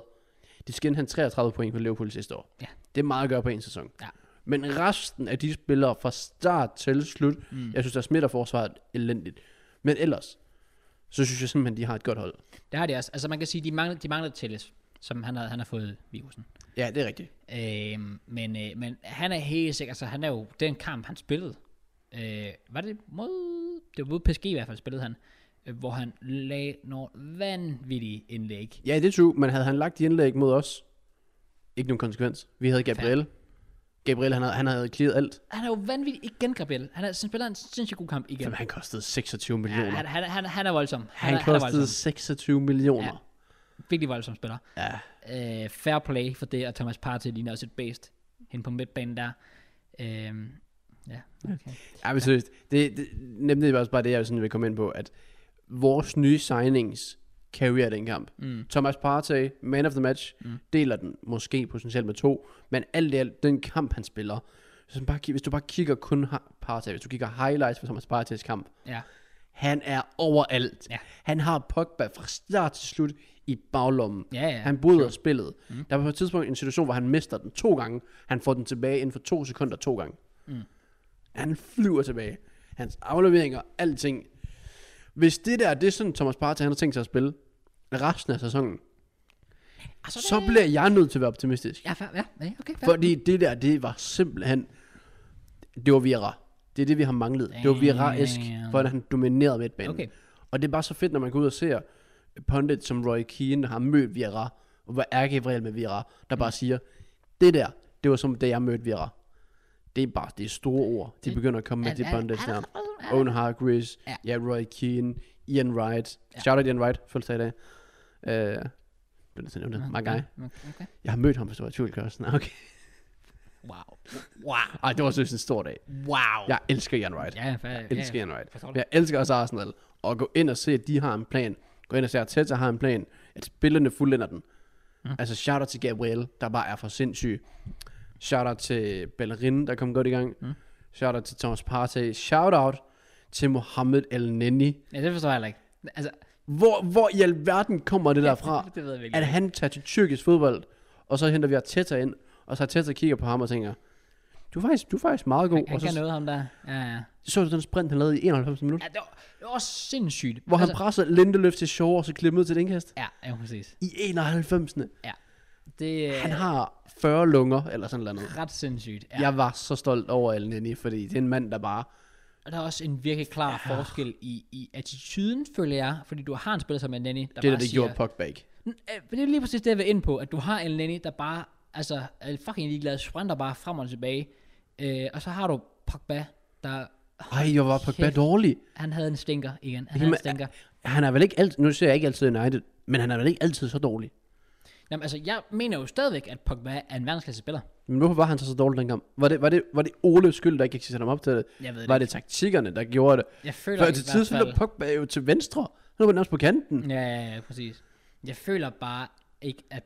De skal indhente 33 point for Liverpool sidste år.
Ja,
Det er meget at gøre på en sæson.
Ja.
Men resten af de spillere fra start til slut, mm. jeg synes, der smitter forsvaret elendigt. Men ellers, så synes jeg simpelthen, de har et godt hold.
Det har de også. Altså man kan sige, de mangler, de mangler Tillis, som han har, han har fået virusen.
Ja, det er rigtigt.
Øhm, men, øh, men han er helt sikker, altså han er jo, den kamp han spillede, øh, var det mod, det var mod PSG i hvert fald spillede han, øh, hvor han lagde nogle vanvittige indlæg.
Ja, det er true, men havde han lagt de indlæg mod os, ikke nogen konsekvens. Vi havde Gabriel. Gabriel, han havde, han havde clearet alt.
Han er jo vanvittig igen, Gabriel. Han er, han spiller en sindssygt god kamp igen.
Jamen, han kostede 26 millioner.
Ja, han, han, han, han er voldsom.
han,
er,
han
er
kostede
voldsom.
26 millioner.
Virkelig voldsom spiller.
Ja. ja.
Øh, fair play for det, og Thomas Partey ligner også et bedst hen på midtbanen der. Øh, ja, okay.
Ja, men seriøst, det, det, nemlig også bare det, jeg sådan vil komme ind på, at vores nye signings carrier den kamp. Mm. Thomas Partey, man of the match, mm. deler den måske potentielt med to, men alt i alt, den kamp han spiller, så bare, ki- hvis du bare kigger kun har Partey, hvis du kigger highlights fra Thomas Parteys kamp,
Ja.
han er overalt.
Ja.
Han har Pogba fra start til slut i baglommen.
Ja, ja,
han bryder sure. spillet. Mm. Der var på et tidspunkt en situation, hvor han mister den to gange. Han får den tilbage inden for to sekunder to gange.
Mm.
Han flyver tilbage. Hans afleveringer, alting. Hvis det der, det er sådan, Thomas Partey, han har tænkt sig at spille resten af sæsonen,
Altså,
så bliver jeg nødt til at være optimistisk.
Ja, fair, ja, ja, okay, fair.
Fordi det der, det var simpelthen, det var Vieira. Det er det, vi har manglet. Det var Vieira-esk,
Damn.
hvordan han dominerede midtbanen.
Okay.
Og det er bare så fedt, når man går ud og ser pundit som Roy Keane, der har mødt Vieira, og hvor er Gabriel med Vieira, der
Mm.
bare siger, det der, det var som da jeg mødte Vieira. Det er bare, det er store ord. De begynder at komme med
Er-
de
er-
pundits
er-
der.
er- er-
Owen Hargreaves,
Ja.
ja. ja, Roy Keane, Ian Wright. Shout out Ian Wright, fødselsdag i dag. Øh, blev det nævnt, my guy.
Okay.
Jeg har mødt ham, hvis du var i tvivl, Kirsten. Okay.
Wow. Wow.
Ej, det var sådan en stor dag.
Wow.
Jeg elsker Ian Wright.
ja, fair,
Jeg elsker Ian Wright.
Forstår
Men
det.
jeg elsker også Arsenal. Og gå ind og se, at de har en plan. Gå ind og se, at Teta har en plan. At spillerne fuldender den. Mm. Altså shout-out til Gabriel, der bare er for sindssyg. Shout-out til Bellerin, der kom godt i gang. Mm. Shout-out til Thomas Partey. Shout-out til Mohamed El Neni.
Ja, det forstår jeg heller ikke. Altså,
Hvor, hvor i alverden kommer det derfra?
det- det ved jeg virkelig
at han tager til tyrkisk fodbold, og så henter vi Arteta ind, og så Arteta kigger på ham og tænker, du er faktisk, du er faktisk meget god.
han, han
og så
kan noget ham der. Ja, ja.
så du den sprint, han lavede i 91 minutter?
ja det, var, det var også sindssygt. Altså,
Hvor han pressede Lindeløf til Shaw, og så klimmede til et indkast.
Ja, ja, præcis.
I 91.
Ja. Det er
Han har 40 lunger, eller sådan noget.
ret sindssygt. Ja.
Ja. Jeg var så stolt over El Nini, fordi det er en mand, der bare...
Og der er også en virkelig klar ja. forskel i, i attituden, føler jeg. Fordi du har en spiller som Elneny, der
Det er
bare
det,
siger...
gjorde Pogba ikke.
Øh, Det er lige præcis det, jeg vil ind på, at du har en Lenny, der bare altså, er fucking ligeglad, sprinter bare frem og tilbage. Øh, og så har du Pogba, der
Ej, jeg var Pogba
Shit.
dårlig.
han havde en stinker igen. Han havde
Jamen,
en stinker.
Han er vel ikke altid... Nu ser jeg ikke altid United, men han er vel ikke altid så dårlig.
Jamen, altså, jeg mener jo stadigvæk, at Pogba er en verdensklasse spiller.
Men hvorfor var han så så dårlig dengang? Var det, var det, var det Oles skyld, der ikke kan sætte ham op til det?
Jeg ved det
var det taktikkerne, der gjorde det?
Jeg føler
For
ikke,
til
i hvert
tids
fald- Mm.
var Pogba jo til venstre. Han var nærmest på kanten.
Ja, ja, ja, præcis. Jeg føler bare ikke, at...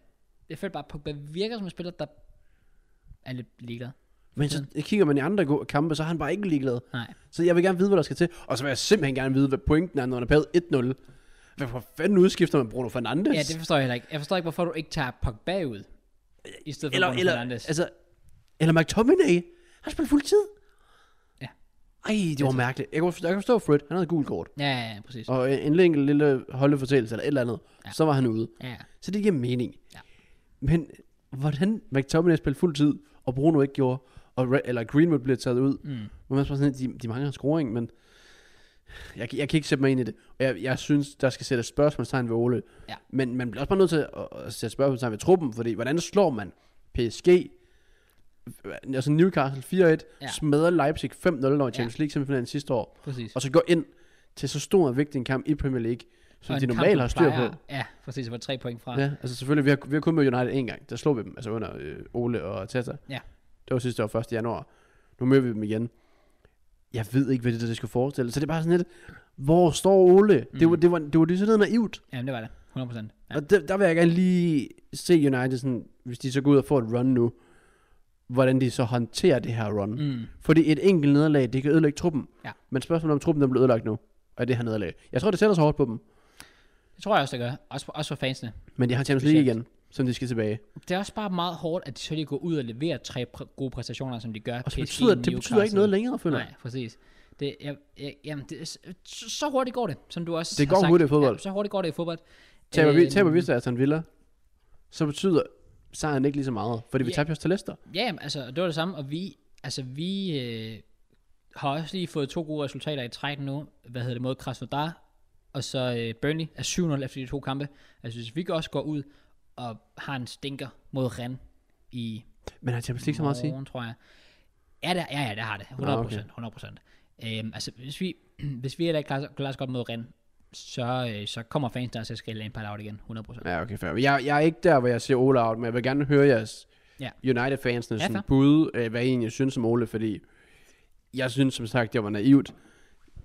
Jeg føler bare, at Pogba virker som en spiller, der er lidt ligeglad.
Men så kigger man i andre go- kampe, så er han bare ikke ligeglad.
Nej.
Så jeg vil gerne vide, hvad der skal til. Og så vil jeg simpelthen gerne vide, hvad pointen er, når han er bagud 1-0. Hvad for fanden udskifter man Bruno Fernandes?
Ja, det forstår jeg heller ikke. Jeg forstår ikke, hvorfor du ikke tager Pogba ud. I stedet for
eller,
Bruno
eller,
Fernandes.
altså, eller McTominay. Han spiller fuld tid.
Ja. Altså-
Ej, det var mærkeligt. Jeg kan, forstå- jeg kan forstå Fred. Han havde gul kort.
Ja, ja, ja, præcis.
Og en- en enkelt lille holdefortællelse eller et eller andet. Ja. Så var han ude.
Ja, ja.
Så det giver mening.
Ja.
Men hvordan McTominay spillede fuld tid, og Bruno ikke gjorde, og Re- eller Greenwood bliver taget ud, mm. hvor man spørger sådan, de, de mangler scoring, men jeg, kan- jeg kan ikke sætte mig ind i det. Og jeg, jeg synes, der skal sættes spørgsmålstegn ved Ole.
Ja.
Men man bliver også bare nødt til at, at sætte spørgsmålstegn ved truppen, fordi hvordan slår man PSG, altså Newcastle 4-1,
Ja.
ja. smadrer Leipzig 5-0 når i Champions
Ja.
League semifinalen sidste år,
Præcis.
og så går ind til så stor og vigtig en kamp i Premier League, som
Og
de
en kamp,
normalt
du
har styr
plejer-
på.
Ja, præcis. Det var tre point fra. Ja.
Ja, altså selvfølgelig, vi har, vi har kun mødt United en gang. Der slog vi dem, altså under øh, Ole og Tata.
Ja.
Det var sidste år, 1. januar. Nu møder vi dem igen. Jeg ved ikke, hvad det der det skulle forestille. Så det er bare sådan lidt, hvor står Ole? Mm. Det, var, det, var, det var lige sådan noget naivt.
Jamen, det var det. 100%. Ja.
Ja. Og der, der vil jeg gerne lige se United, sådan, hvis de så går ud og får et run nu, hvordan de så håndterer det her run. Mm. Fordi et enkelt nederlag, det kan ødelægge truppen.
Ja.
Men spørgsmålet er, om truppen der bliver ødelagt nu, og det her nederlag. Jeg tror, det sætter sig hårdt på dem,
Det tror jeg også, det gør. Også for, også for fansene.
men de har Champions League igen. som de skal tilbage.
Det er også bare meget hårdt, at de så lige går ud og leverer tre pr- gode præstationer, som de gør.
Og så
PSG,
betyder, det betyder ikke
Newcastle.
noget længere, føler jeg.
Nej, præcis. Det, jeg, jeg, jamen, det, er s- så så hurtigt går det, som du også
Det
har
går
sagt.
hurtigt i fodbold.
Ja, så hurtigt går det i fodbold.
Taber vi,
Øhm,
taber vi til Aston Villa, så betyder sejren ikke lige så meget, fordi vi
Ja.
tabte os til Leicester.
Ja, jamen, altså, det var det samme, og vi, altså, vi øh, har også lige fået to gode resultater i træk nu. Hvad hedder det, mod Krasnodar, og så øh, Burnley er 7-0 efter de to kampe. Altså, hvis vi ikke også går ud og har en stinker mod Rennes i
Men har Champions League så meget at sige?
morgen, tror jeg. Ja, der, ja, ja, der har det. 100%.
Ah, okay.
100%. Øhm, altså, hvis vi, hvis vi heller ikke klarer, klarer os godt mod Rennes, så, øh, så kommer fans der til at skælde Lampard out igen. 100%.
Ja, okay, fair. Jeg, jeg er ikke der, hvor jeg siger Ole out, men jeg vil gerne høre jeres
Ja.
United-fansene
Ja,
ja,
fair.
bud, øh, hvad I egentlig synes om Ole, fordi jeg synes, som sagt, det var naivt.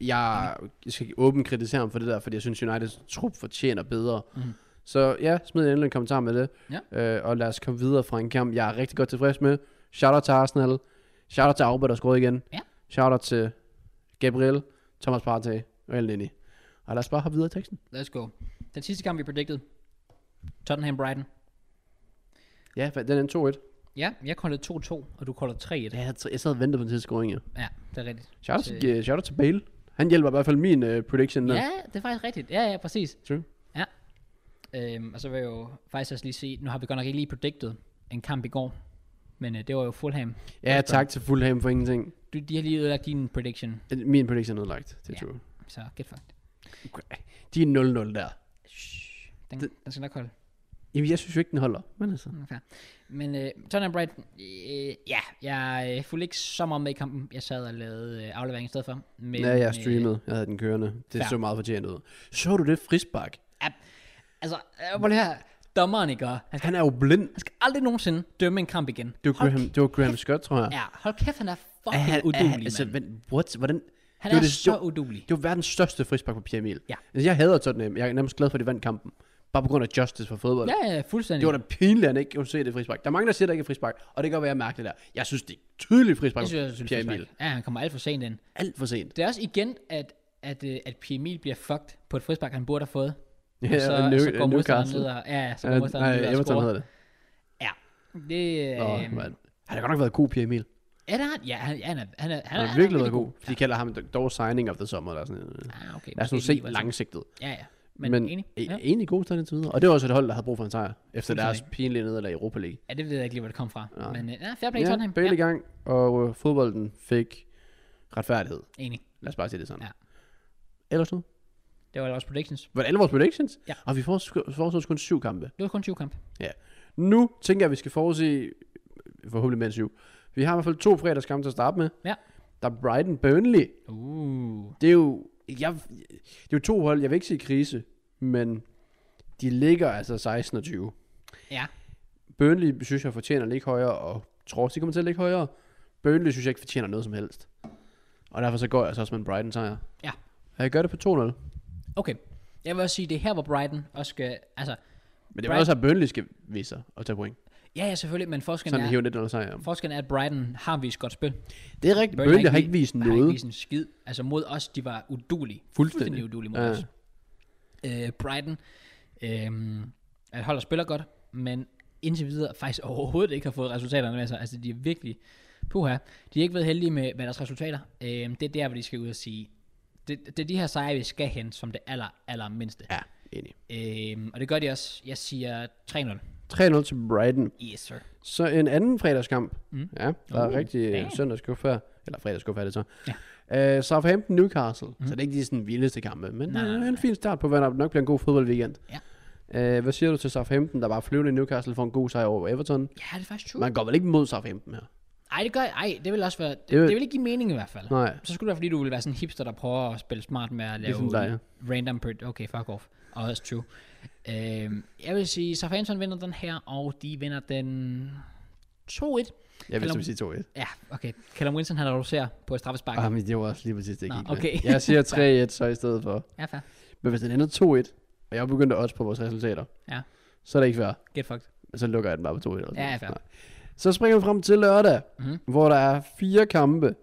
Jeg skal ikke åbent kritisere ham for det der, fordi jeg synes, Uniteds trup fortjener bedre.
Mhm.
Mm. Så ja, smid endelig en kommentar med det, øh, og lad os komme videre fra en kamp, jeg er rigtig godt tilfreds med. Shout-out til Arsenal. Shout-out til Auber, der scorede igen.
Ja.
Shout-out til Gabriel, Thomas Partey og El Nini. Og lad os bare hoppe videre i teksten.
Let's go. Den sidste kamp, vi predicted. Tottenham Brighton.
Ja, den er 2-1.
Ja, jeg kaldte 2-2, og du kaldte 3-1.
Ja, jeg, jeg sad og ventede på en tidsscoring, ja.
Ja, det er rigtigt.
Shout out, til, øh, shout out til Bale. Han hjælper i hvert fald min uh, prediction der.
Ja, det er faktisk rigtigt. Ja, ja, præcis.
True.
Ja. Øhm, og så vil jeg jo faktisk også lige sige, nu har vi godt nok ikke lige predicted en kamp i går, men øh, det var jo Fulham.
Ja, tak til Fulham for ingenting.
Du, de har lige ødelagt din prediction,
Min prediction er nedlagt, det
Ja.
tror
så get fucked.
De er 0-0 der.
Shh, den, den skal nok holde.
Jamen, jeg synes jo ikke, den holder. Men altså.
Den er fair. Men øh, Tottenham Brighton, øh, ja, jeg øh, fulgte ikke så meget med i kampen. Jeg sad og lavede øh, aflevering i stedet for. Men,
Ja, jeg
Øh,
streamede. Jeg havde den kørende. Det
fair.
så meget fortjent ud. Så du det frisbak?
altså, øh, prøv lige her. Dommeren i går, han
Han er jo blind.
skal aldrig nogensinde dømme en kamp igen.
Det var Graham, det var Graham Scott, tror jeg.
Ja, hold kæft, han er
Er
fucking
han- er
udulig,
han- altså,
mand.
men, what? Hvordan?
Han
det
er
var det-
så
det var-
udulig.
Det var verdens største frisbak på Pierre Emil.
Ja.
Altså, jeg hader Tottenham. Jeg er nærmest glad for, at de vandt kampen. Bare på grund af justice for fodbold.
Ja, ja, fuldstændig.
Det var da pinligt, at han ikke kunne se det frispark. Der er mange, der siger, der ikke er frispark, og det kan godt være mærkeligt der. Jeg synes, det er tydeligt frispark.
jeg synes, jeg synes,
Pierre
Frisberg-
Emil.
Ja, han kommer alt for sent ind.
Alt for sent.
Det er også igen, at, at, øh, at Pierre Emil bliver fucked på et frispark, han burde have fået.
Ja,
så,
og New-
så går modstanderen
Newcastle.
ned og, ja, så går
Ja,
modstanderen
nej,
ned og
Everton
scorer.
hedder det.
Ja, det
Nå,
øh,
mand. Han har godt nok været god, Pierre Emil.
er der, ja, han, han, er, han, er,
Han
han, er,
har virkelig været god. De kalder ham dog signing of the summer. Eller sådan. noget.
Ah, okay,
Lad os nu
måske
se
lige voldsomt.
langsigtet.
Ja, ja. Men,
Men,
Men enig?
e-
Ja.
egentlig god start indtil videre. Og det var også et hold, der havde brug for en sejr. Efter
Fuldstændig.
deres pinlige nederlag i Europa League.
ja, det ved jeg ikke lige, hvor det kom fra.
Nej.
Men øh, ja, fair play ja,
Ja,
Tottenham.
Bale i
Ja,
gang, og øh, fodbolden fik retfærdighed.
enig.
Lad os bare sige det sådan.
Ja.
Ellers nu?
Det var vores predictions.
Var det alle vores predictions?
Ja.
Og vi foreslår foreslår kun syv kampe.
Det var kun 20 kamp.
Nu tænker jeg, at vi skal forudse, forhåbentlig mindst syv. Vi har i hvert fald to fredagskampe til at starte med.
Ja.
Der er Brighton Burnley.
Uh.
Det er jo, jeg, det er jo to hold, jeg vil ikke sige krise, men de ligger altså 16 og 20.
Ja,
Burnley synes jeg fortjener at ligge højere, og tror også, de kommer til at ligge højere. Burnley synes jeg ikke fortjener noget som helst. Og derfor så går jeg altså også med en Brighton sejr.
Ja.
Og jeg gør det på 2-0.
okay. Jeg vil også sige, det er her, hvor Brighton også skal... Altså,
Men det
Brighton-
var også, at Burnley skal vise sig og tage point.
ja, ja, selvfølgelig, men forskellen
Sådan
er,
hiver lidt noget sejr om.
forskellen er, at Brighton har vist godt spil.
Det er rigtigt. Burnley, Burnley har ikke vist
Har ikke
noget.
vist en skid. Altså mod os, de var udulige.
Fuldstændig.
Fuldstændig udulige mod
Ja.
ja. os. Øh, Brighton øh, er et hold, der spiller godt, men indtil videre faktisk overhovedet ikke har fået resultaterne med sig. Altså de er virkelig puha. De har ikke været heldige med, med deres resultater. Øh, det er der, hvor de skal ud og sige, det, det er de her sejre, vi skal hen som det aller, aller mindste.
Ja, enig.
Øh, og det gør de også. Jeg siger 3-0.
3-0 til Brighton.
Yes, sir.
Så en anden fredagskamp. Mm. Ja, der er
Uh,
uh, rigtig
damn.
damn. søndagskuff her. Eller fredagskuff er det så. Ja. Uh, Southampton Newcastle. Mm. Så det er ikke de sådan vildeste kampe, men
Nej,
nej,
nej,
en fin start på, hvad der nok bliver en god fodboldweekend.
Ja.
Uh, hvad siger du til Southampton, der var flyvende i Newcastle for en god sejr over Everton?
Ja, det er faktisk true.
Man går vel ikke mod Southampton her?
Ej, det gør Ej, det vil også være... Det,
Det vil-
det vil ikke give mening i hvert fald.
Nej.
Så skulle det være, fordi du ville være sådan en hipster, der prøver at spille smart med at lave
Ligesom dig,
random print. Okay, fuck off. Og oh, that's true. øhm, jeg vil sige, Southampton vinder den her, og de vinder den 2-1.
Jeg vidste,
Callum-
du ville sige 2-1.
Ja, okay. Callum Winston, han reducerer på et straffespark.
Ah, men det var også lige præcis det, jeg
Nå,
gik med.
okay.
Jeg siger 3-1 så i stedet for.
Ja, fair.
Men hvis den ender 2-1, og jeg begyndte også på vores resultater,
Ja.
så er det ikke fair.
Get fucked.
Så lukker jeg den bare på 2 eller
Ja,
noget.
fair.
Nej. Så springer vi frem til lørdag,
Mhm.
mm-hmm. hvor der er fire kampe.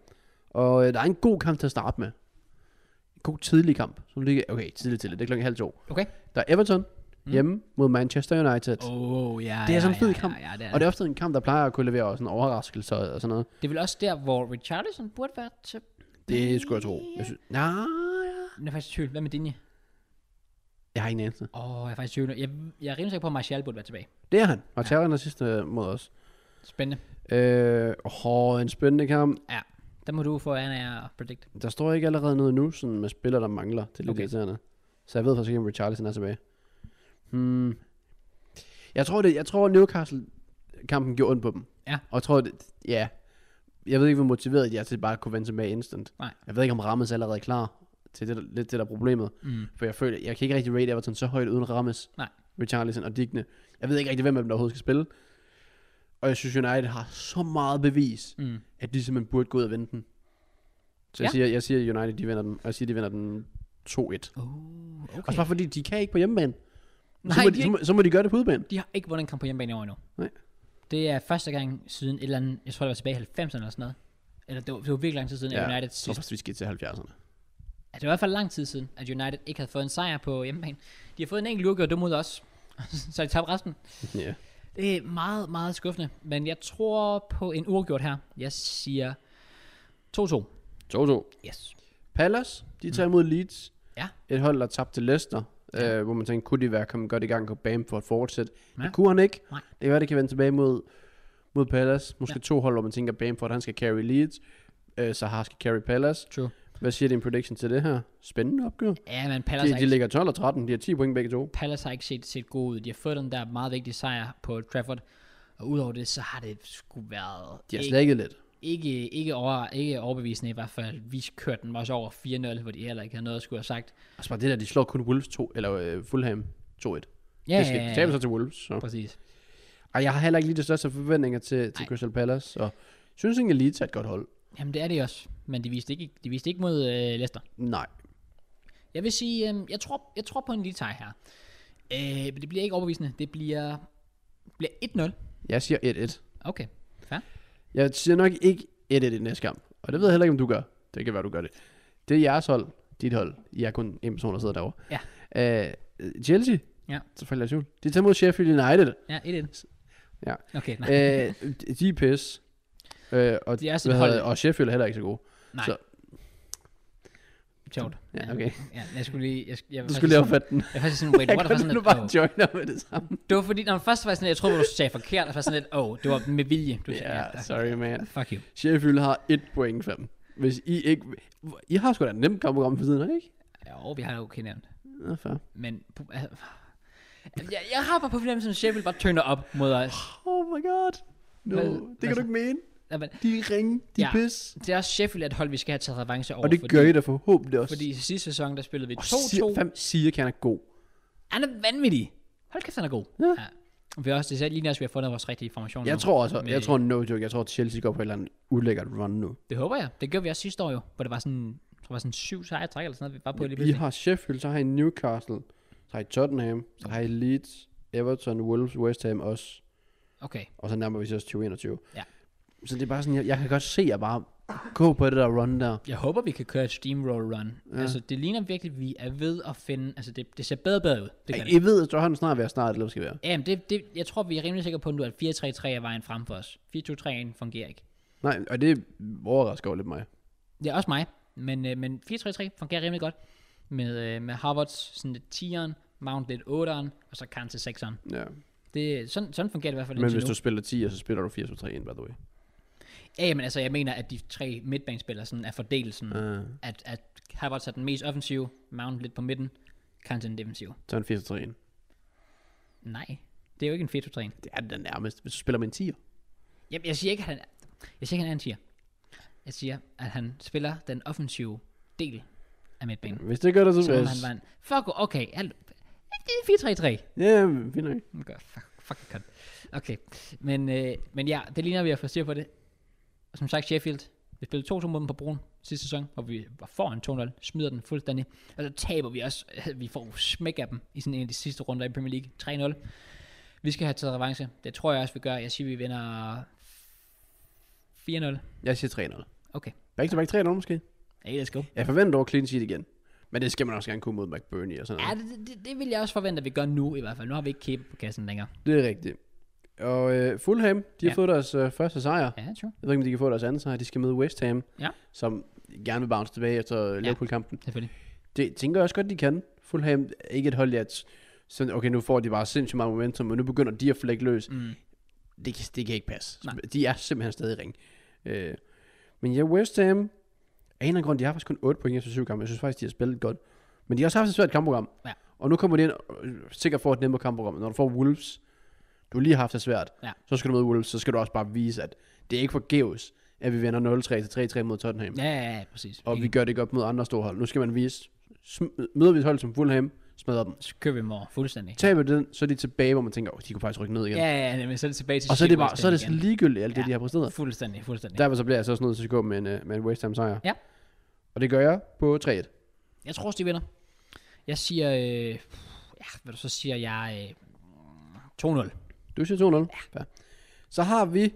Og øh, der er en god kamp til at starte med. En god tidlig kamp. Som ligger, okay, tidlig til det. Det er klokken halv to.
Okay.
Der er Everton mm. hjemme mod Manchester United. Oh,
Oh, ja,
det er
ja,
sådan en fed
ja,
kamp.
Ja, ja, det, er. Og
og det
det,
er ofte en kamp, der plejer at kunne levere sådan overraskelser og sådan noget.
det er vel også der, hvor Richarlison burde være til...
Det skulle jeg tro. Jeg, synes, nej,
Men Jeg er faktisk i tvivl. Hvad med Dinje?
jeg har ingen anelse.
Åh, oh, jeg er faktisk i tvivl. Jeg, jeg er rimelig sikker på, at Martial burde være tilbage.
Det er han. Og ja. er sidste øh, mod os.
Spændende.
Øh, åh, en spændende kamp.
Ja, der må du få an af at predict.
Der står ikke allerede noget nu sådan med spillere, der mangler. Det er lidt
Okay.
okay. irriterende. Så jeg ved faktisk ikke, om Richarlison er tilbage. Hmm. Jeg tror, det, jeg tror Newcastle-kampen gjorde ondt på dem.
Ja.
Og jeg tror, det, ja. Jeg ved ikke, hvor motiveret de er til bare at kunne vende tilbage instant.
Nej.
Jeg ved ikke, om Rammes er allerede klar til det, der- lidt det der er problemet.
Mm.
For jeg føler, jeg kan ikke rigtig rate Everton så højt uden Rammes,
Nej.
Richarlison og Digne. Jeg ved ikke rigtig, hvem af dem, der overhovedet skal spille. Og jeg synes, United har så meget bevis,
Mm.
at de simpelthen burde gå ud og vinde den. Så jeg,
Ja.
siger, jeg siger, at United de vinder den, og jeg siger, de vinder den 2-1. Okay.
Oh,
Også bare fordi, de kan ikke på hjemmebane.
Nej,
så, må
de
de, så, må, så må de gøre det på udebane.
De har ikke vundet en kamp på hjemmebane i år endnu.
Nej.
Det er første gang siden et eller andet, jeg tror det var tilbage i 90'erne eller sådan noget. Eller det var, det var virkelig lang tid siden, ja. at United
jeg tror
sidst.
faktisk, vi skal til 70'erne.
Altså, det var i hvert fald lang tid siden, at United ikke havde fået en sejr på hjemmebane. De har fået en enkelt uafgjort dem mod os. så de tabte resten.
ja.
Det er meget, meget skuffende. Men jeg tror på en uafgjort her. Jeg siger 2-2.
2-2.
Yes.
Palace, de tager imod Leeds.
Mm. Ja.
Et hold, der tabte til Leicester. Ja. Øh, hvor man tænkte, kunne de være kommet godt i gang på Bamford fortsæt? Ja.
Ja.
Det kunne han ikke.
Nej.
Det kan være, det kan vende tilbage mod, mod Palace. Måske
Ja.
ja. to hold, hvor man tænker, Bamford han skal carry Leeds. Øh, Sahar skal carry Palace.
True.
Hvad siger din prediction til det her? Spændende opgør.
Ja, men Palace,
De,
har,
de
ikke,
ligger 12 og 13. De har 10 point begge to.
Palace har ikke set, set gode ud. De har fået den der meget vigtige sejr på Trafford. Og udover det, så har det sgu været
De har
ikke-
slækket lidt.
ikke, ikke, over, ikke overbevisende i hvert fald. Vi kørte den også over 4-0, hvor de heller ikke havde noget at skulle have sagt.
Altså bare det der, de slår kun Wolves 2, eller øh, Fulham 2-1.
Ja,
det skal
ja, ja,
tabe
ja.
sig til Wolves. Så.
Præcis.
Og jeg har heller ikke lige de største forventninger til, til
Nej.
Crystal Palace. Og synes ikke, at Leeds er et godt hold.
Jamen det er det også, men de viste ikke, de viste ikke mod øh, Leicester.
Nej.
Jeg vil sige, øh, jeg, tror, jeg tror på en lille tag her. Øh, men det bliver ikke overbevisende. Det bliver, bliver 1-0.
Jeg siger 1-1.
Okay, fair.
Jeg siger nok ikke 1-1 i næste kamp. Og det ved jeg heller ikke, om du gør. Det kan være, du gør det. Det er jeres hold. Dit hold. I er kun en person, der sidder derovre. Ja. Øh, Chelsea.
Ja.
Så falder jeg i tvivl. De tager mod Sheffield United.
Ja, 1-1.
Ja.
Okay, nej. Øh,
øh, de er pis. Øh, og,
De er sit
hvad hedder
hold.
det? og Sheffield er heller ikke så gode.
nej. Så.
så-
Sjovt.
Ja, okay.
Ja, jeg skulle lige... Jeg, jeg var
Du
faktisk
skulle lige
sådan-
opfatte den.
Jeg var faktisk sådan, wait,
Jeg
what? Og
kan
så sådan
nu
lidt,
bare
åh.
joiner med det samme.
Det var fordi, når først var jeg sådan, jeg troede, du sagde forkert, og så var sådan lidt, åh, oh, det var med vilje. Du sagde,
Ja, altså. sorry man.
Fuck you.
Sheffield har 1 point 5. Hvis I ikke... I har sgu da et nemt kampprogram for siden, ikke?
Jo, vi har jo okay nævnt.
Nå, fair.
Men pu- altså, jeg, jeg har bare på fornemmelsen, at Sheffield bare tønder op mod os.
Oh my god. No,
Hvad-
det
hvad
kan
så?
du ikke mene.
Ja, men
De er ringe, de er
Ja.
pis.
Det er også Sheffield er et hold, vi skal have taget revanche over.
Og det gør I da forhåbentlig også.
Fordi i sidste sæson, der spillede vi
og siger,
2-2.
fem siger, kan er god.
Han er vanvittig. Hold kæft, han er god.
Ja.
Og Vi er også, det er lige også, vi har fundet vores rigtige formation
Jeg
nu.
tror altså,
Med-
jeg tror no joke, jeg tror Chelsea går på et eller andet ulækkert run nu.
Det håber jeg. Det gjorde vi også sidste år jo, hvor det var sådan, jeg tror, det var sådan syv sejre i træk eller sådan noget. Vi var på ja, lige
I
pludselig.
har Sheffield, så har I Newcastle, så har I Tottenham, så har I Leeds, Everton, Wolves, West Ham også.
Okay.
Og så nærmer vi os også 2021.
Ja.
Så det er bare sådan, jeg, jeg kan godt se jer bare gå på det der run der.
Jeg håber, vi kan køre et steamroll run. Ja. Altså, det ligner virkelig, at vi er ved at finde... Altså, det, det ser bedre og bedre ud. Det gør
I ved efterhånden snart, hvad jeg snart eller hvad skal være.
Jamen, det, det, jeg tror, vi er rimelig sikre på nu, at 4-3-3 er vejen frem for os. 4-2-3'en fungerer ikke.
Nej, og det overrasker jo lidt mig.
Det er også mig, men, øh, men 4-3-3 fungerer rimelig godt. Med, øh, med Harvards sådan lidt 10'eren, Mount lidt 8'eren, og så Kant til 6'eren.
Ja.
Det, sådan, sådan fungerer det i hvert fald
Men
indtil
hvis
nu.
du spiller 10, så spiller du 4 3 1, by the way.
Ja, men altså, jeg mener, at de tre midtbanespillere sådan er fordelelsen. Ja.
Uh.
At, at Harvards er den mest offensive, Mount lidt på midten, Kant er den defensive.
Så er en 4 3 1.
Nej, det er jo ikke en 4 2 3
Det er det da nærmest, hvis du spiller med en 10'er.
Jamen, jeg siger ikke, at han, jeg siger ikke, at han er en tier. Jeg siger, at han spiller den offensive del af midtbanen.
Hvis det gør dig
Som om
tilfreds.
Mm. han var en... Fuck, okay. Alt, det er 4-3-3.
Ja, fint nok.
Mm, godt, Fuck, fuck, cut. Okay. Men, øh, men ja, det ligner, at vi har fået styr på det. Og som sagt, Sheffield. Vi spillede 2-2 mod dem på Brun sidste sæson, hvor vi var foran 2-0, smider den fuldstændig. Og så taber vi også. øh, Vi får smæk af dem i sådan en af de sidste runder i Premier League. 3-0. Vi skal have taget revanche. Det tror jeg også, vi gør. Jeg siger, vi vinder 4-0.
Jeg siger 3-0.
Okay.
Back to back 3-0 måske.
Hey, let's go.
Jeg forventer over clean sheet igen. Men det skal man også gerne kunne mod McBurney og sådan
Ja,
noget.
det, det, det vil jeg også forvente, at vi gør nu i hvert fald. Nu har vi ikke kæbe på kassen længere.
Det er rigtigt. Og øh, Fulham, de har
Ja.
fået deres øh, første sejr.
Ja, true.
Jeg ved ikke, om de kan få deres anden sejr. De skal møde West Ham,
Ja.
som gerne vil bounce tilbage efter ja. Liverpool-kampen.
Selvfølgelig.
Det tænker jeg også godt, de kan. Fulham er ikke et hold, jeg... t- Sådan, okay, nu får de bare sindssygt meget momentum, og nu begynder de at flække løs.
Mm.
Det, kan- det kan ikke passe.
Nej.
De er simpelthen stadig ring. Øh, men ja, West Ham... Af en eller anden grund, de har faktisk kun 8 point efter 7 kampe. Jeg synes faktisk, de har spillet godt. Men de har også haft et svært kampprogram.
Ja.
Og nu kommer de ind og øh, sikkert får et nemmere kampprogram. Når du får Wolves, du har lige haft det svært.
Ja.
Så skal du møde Wolves, så skal du også bare vise, at det er ikke forgæves, at vi vender 0-3 til 3-3 mod Tottenham.
Ja, ja, ja, præcis.
Og vi
Ikke-
gør det godt mod andre store hold. Nu skal man vise, sm- møder vi et hold som Fulham, smadrer dem.
Så kører vi dem over fuldstændig.
Taber vi den, så er de tilbage, hvor man tænker, oh, de kunne faktisk rykke ned igen.
Ja, ja, ja, men så er det tilbage til
og så er det
shit
bare,
West
så er det
Ham
så ligegyldigt, alt det,
Ja.
de har
igen.
præsteret.
Fuldstændig, fuldstændig.
Derfor så bliver jeg så også nødt til at gå med en, øh, med en West Ham sejr.
Ja.
Og det gør jeg på 3-1.
Jeg tror også, de vinder. Jeg siger, øh, ja, hvad du så siger, jeg øh, 2-0.
Du siger 2-0. Ja. Så har vi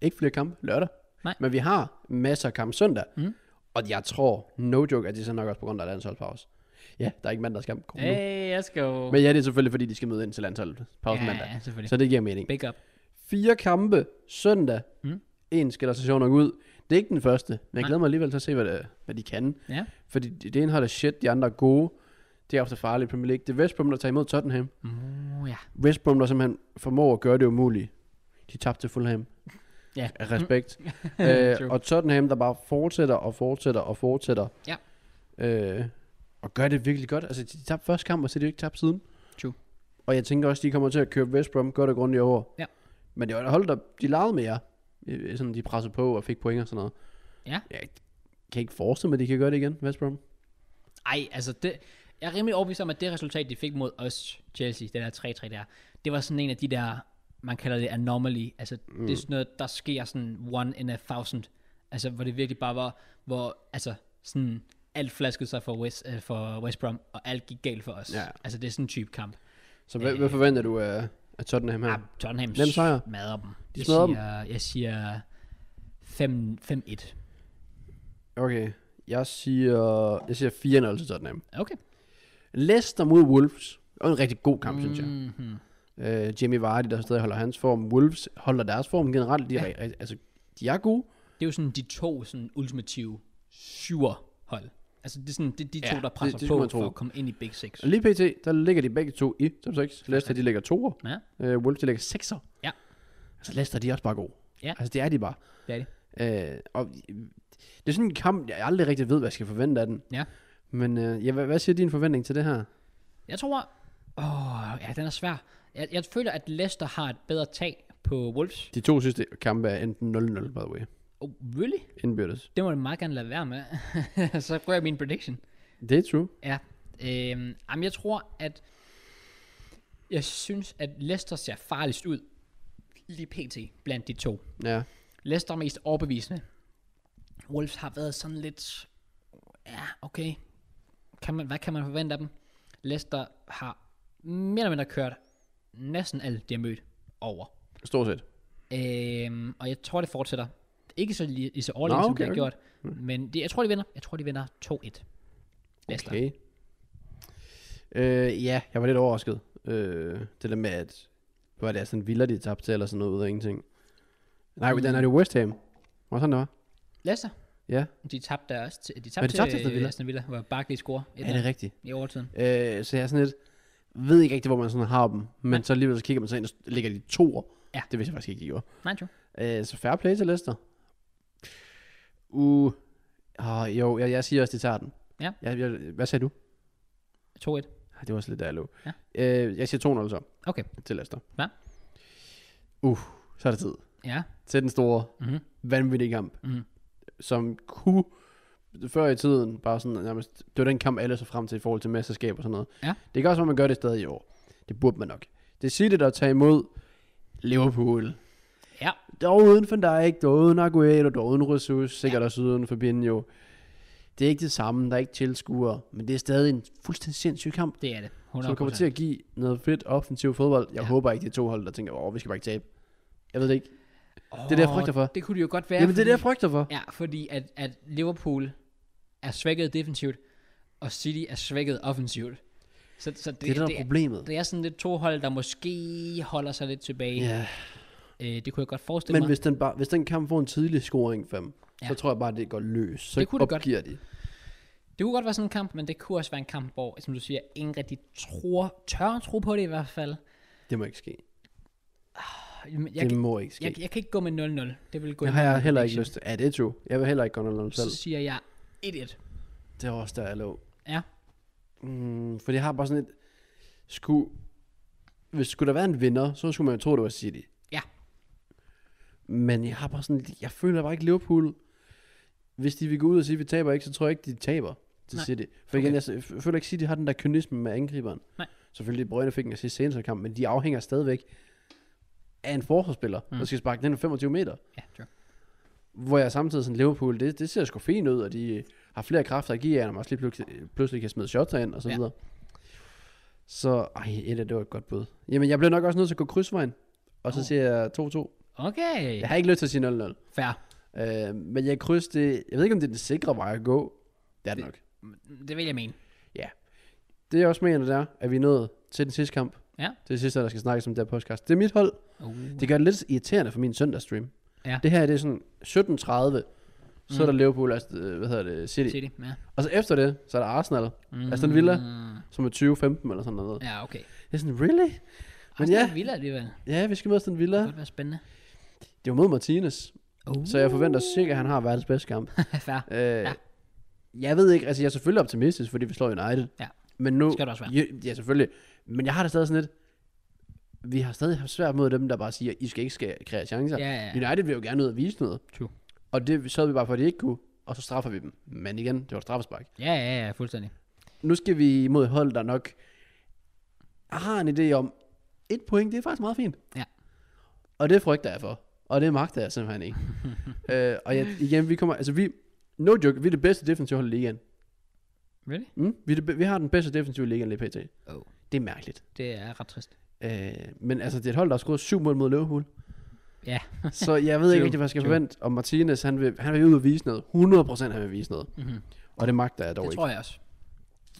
ikke flere kampe lørdag.
Nej.
Men vi har masser af kampe søndag.
Mm.
Og jeg tror, no joke, at det er så nok også på grund af landsholdspause. Ja, der er ikke mandagskamp. Kom nu.
Hey, jeg skal jo...
Men ja, det er selvfølgelig, fordi de skal møde ind til landsholdspause
ja,
ja, mandag.
ja, selvfølgelig.
Så det giver mening.
Big up.
Fire kampe søndag.
Mm.
Mm. En skal der så sjovt nok ud. Det er ikke den første, men jeg
Nej.
glæder mig alligevel til at se, hvad, det, hvad de kan.
Ja.
Fordi det det ene har det shit, de andre er gode. Det er ofte farligt i Premier League. Det er West Brom, der tager imod Tottenham.
Mm, ja.
West Brom, der simpelthen formår at gøre det umulige. De tabte til Fulham.
Ja.
Af respekt. øh,
True.
og Tottenham, der bare fortsætter og fortsætter og fortsætter.
Ja.
Øh, og gør det virkelig godt. Altså, de tabte første kamp, og så er de jo ikke tabt siden.
True.
Og jeg tænker også, de kommer til at køre West Brom godt og grundigt over.
Ja.
Men det var et hold, der de legede med jer. Øh, Sådan, de pressede på og fik point og sådan noget.
Ja.
Jeg kan ikke forestille mig, at de kan gøre det igen, West Brom.
Ej, altså det... Jeg er rimelig overbevist om, at det resultat, de fik mod os, Chelsea, den her 3-3 der, det var sådan en af de der, man kalder det anomaly. Altså, mm. det er sådan noget, der sker sådan one in a thousand. Altså, hvor det virkelig bare var, hvor altså, sådan alt flaskede sig for West, øh, for West Brom, og alt gik galt for os.
Ja.
Altså, det er sådan en type kamp.
Så hvad,
Øh.
hvad forventer du af, af Tottenham her?
Ja, Tottenham
Nem sejr.
smadrer dem.
De smadrer dem.
siger, dem. Jeg siger 5 5-1.
Okay, jeg siger, jeg siger 4-0 til Tottenham.
Okay.
Leicester mod Wolves. Det var en rigtig god kamp, mm. synes jeg.
Mm-hmm.
Øh, Jamie Vardy, der stadig holder hans form. Wolves holder deres form generelt. De er, ja. altså, de er gode.
Det er jo sådan de to sådan ultimative syver hold. Altså det er sådan, det er de
Ja,
to, der
det-
presser
det
det, det
skulle man
på
tro.
for at komme ind i Big Six.
Og lige pt, der ligger de begge to i top 6. Leicester, de ligger toer.
Ja,
Øh, Wolves, de ligger sekser.
Ja.
Altså, Leicester, de er også bare gode.
Ja.
Altså, det er de bare.
det er det.
Øh, og det er sådan en kamp, jeg aldrig rigtig ved, hvad jeg skal forvente af den.
Ja.
Men øh, ja, hvad, hvad siger din forventning til det her?
Jeg tror... Åh, ja, den er svær. Jeg, jeg føler, at Leicester har et bedre tag på Wolves.
De to sidste kampe er enten 0-0, by the way.
Oh, really?
Indbyrdes.
Det må du meget gerne lade være med. Så går jeg min prediction.
Det er true.
Ja. Øhm, jamen, jeg tror, at... Jeg synes, at Leicester ser farligst ud lige pt. blandt de to.
Ja.
Leicester er mest overbevisende. Wolves har været sådan lidt... Ja, okay. Kan man, hvad kan man forvente af dem? Leicester har mere eller mindre kørt næsten alt, de har mødt over.
Stort set.
Øhm, og jeg tror, det fortsætter. Ikke så lige, lige så overlængt,
Nå,
som det
okay,
har
okay. Mm.
gjort. Men det, jeg tror, de vinder. Jeg tror, de vinder 2-1. Leicester.
Okay. Øh, ja, jeg var lidt overrasket. Øh, det der med, at var det sådan Villa, de tabte til, eller sådan noget ud af ingenting. Nej, men den er det West Ham. Var sådan, det var?
Leicester,
Ja,
de tabte der også. Til, de tabte,
Var det tabte til Aston
til
Villa?
øh, Aston Villa, hvor Barkley scorer et
er det
ja,
rigtigt?
i overtiden.
Øh, så jeg er sådan lidt, ved ikke rigtig, hvor man sådan har dem, men så alligevel så kigger man så ind, og så ligger de toer.
Ja.
Det vidste jeg faktisk ikke, de gjorde.
Nej, true.
Øh, så fair play til Leicester. Uh, oh, jo, jeg, jeg siger også, de tager den.
Ja.
Jeg, jeg, hvad sagde du?
2-1.
Ah, Det var også lidt der, jeg lå.
Ja.
Øh, jeg siger 2-0 så.
Okay.
Til Leicester.
Ja.
Uh, så er det tid.
Ja.
Til den store,
Mm-hmm.
vanvittige kamp,
Mhm.
som kunne før i tiden, bare sådan nærmest, det var den kamp, alle så frem til i forhold til mesterskab og sådan noget.
Ja.
Det kan også være, man gør det stadig i år. Det burde man nok. Det siger det, der tager imod Liverpool.
Ja.
Der var uden for dig, der var uden Aguero, der var uden Ressus, sikkert også uden Fabinho. Det er ikke det samme, der er ikke tilskuere, men det er stadig en fuldstændig sindssyg kamp.
Det er det. 100%.
Så det kommer til at give noget fedt offensiv fodbold. Jeg
Ja.
håber ikke, det er to hold, der tænker, åh, vi skal bare ikke tabe. Jeg ved det ikke. er det, jeg
Åh,
frygter for.
Det kunne det jo godt være.
Jamen, det er det, jeg
fordi-
frygter for.
Ja, fordi at, at Liverpool er svækket defensivt, og City er svækket offensivt. Så, så det,
Det er det, der er
det,
problemet.
det er sådan lidt to hold, der måske holder sig lidt tilbage.
Ja.
Øh, det kunne jeg godt forestille
Men
mig.
hvis den, bare, hvis den kamp får en tidlig scoring 5, ja.
Ja.
så tror jeg bare, det går løs. Så
Det kunne det godt.
opgiver de.
Det kunne godt være sådan en kamp, men det kunne også være en kamp, hvor, som du siger, ingen rigtig tror, tør tro på det i hvert fald.
Det må ikke ske.
Men Jeg,
Jeg, det
kan-
må ikke ske.
jeg, jeg kan ikke gå med 0-0. Det vil gå
det
i
har jeg
min
heller ikke
prediction.
lyst til. Ja, det er jo. Jeg vil heller ikke gå noget selv.
Så siger jeg 1-1.
Det er også der, jeg lå.
Ja.
Mm, for jeg har bare sådan et... Skulle, hvis skulle der være en vinder, så skulle man jo tro, det var City.
Ja.
Men jeg har bare sådan... Jeg føler bare ikke Liverpool... Hvis de vil gå ud og sige, at vi taber ikke, så tror jeg ikke, de taber til
Nej.
City. For igen,
Okay.
jeg, s- jeg føler ikke, City har den der kynisme med angriberen.
Nej.
Selvfølgelig, De Bruyne fik en assist senere i kampen, men de afhænger stadigvæk af en forsvarsspiller, mm. der
Mm.
skal sparke den 25 meter.
Ja, true.
Hvor jeg samtidig sådan, Liverpool, det, det ser sgu fint ud, og de har flere kræfter at give af, og også lige pludselig, pludselig kan smide shots ind, og så
Ja.
videre. Så, ej, et af det var et godt bud. Jamen, jeg bliver nok også nødt til at gå krydsvejen, og så
Åh.
oh. siger jeg 2-2.
Okay,
Jeg
Uh. ja.
har ikke lyst til at sige 0-0.
fair.
Øh, men jeg kryds det, jeg ved ikke, om det er den sikre vej at gå. Det er det nok.
Det vil jeg mene.
Det jeg også mener, det er, at vi er nået til den sidste kamp.
Ja.
Det er det sidste, der skal snakkes om det her podcast. Det er mit hold.
Uh.
Det gør det lidt irriterende for min søndagsstream.
Ja.
Det her, det er sådan 17.30, så mm. er der Liverpool, altså, øh, hvad hedder det, City.
City, ja.
Og så efter det, så er der Arsenal,
Mm.
Aston Villa. som er 20-15 eller sådan noget. Ja.
Ja, okay.
Det er sådan, really?
Men
ja.
ja. Villa alligevel. Det
Ja, Oh. vi skal møde Aston Villa.
kunne godt være spændende.
Det er jo mod Martinez,
Uh.
så jeg forventer sikkert, at han har verdens bedste kamp.
fair.
øh, ja. Jeg ved ikke, altså jeg er selvfølgelig optimistisk, fordi vi slår United.
Ja.
Men nu,
Skal du også være.
Ja, ja, selvfølgelig. Men jeg har det stadig sådan lidt, vi har stadig haft svært mod dem, der bare siger, I skal ikke skal kreere chancer.
Ja, ja, ja.
United vil jo gerne ud og vise noget.
True.
Og det så vi bare for, at de ikke kunne, og så straffer vi dem. Men igen, det var et straffespark.
Ja, ja, ja, fuldstændig.
Nu skal vi imod et hold, der nok har en idé om, et point, det er faktisk meget fint.
Ja.
Og det frygter jeg for. Og det magter jeg simpelthen ikke. øh, og jeg, igen, vi kommer, altså vi, no joke, vi er det bedste defensive hold i ligaen.
Really?
Mm? Vi, er det, be- vi har den bedste defensive i ligaen lige pt.
Oh.
Det er mærkeligt.
Det er ret trist.
Øh, men altså, det er et hold, der har scoret syv mål mod Liverpool.
Ja.
så jeg ved ikke
True,
rigtig, hvad jeg skal
true.
forvente. Og Martinez, han vil, han vil ud og vise noget. 100% han vil vise noget.
Mm-hmm.
Og det magter jeg dog
Det
ikke.
tror jeg også.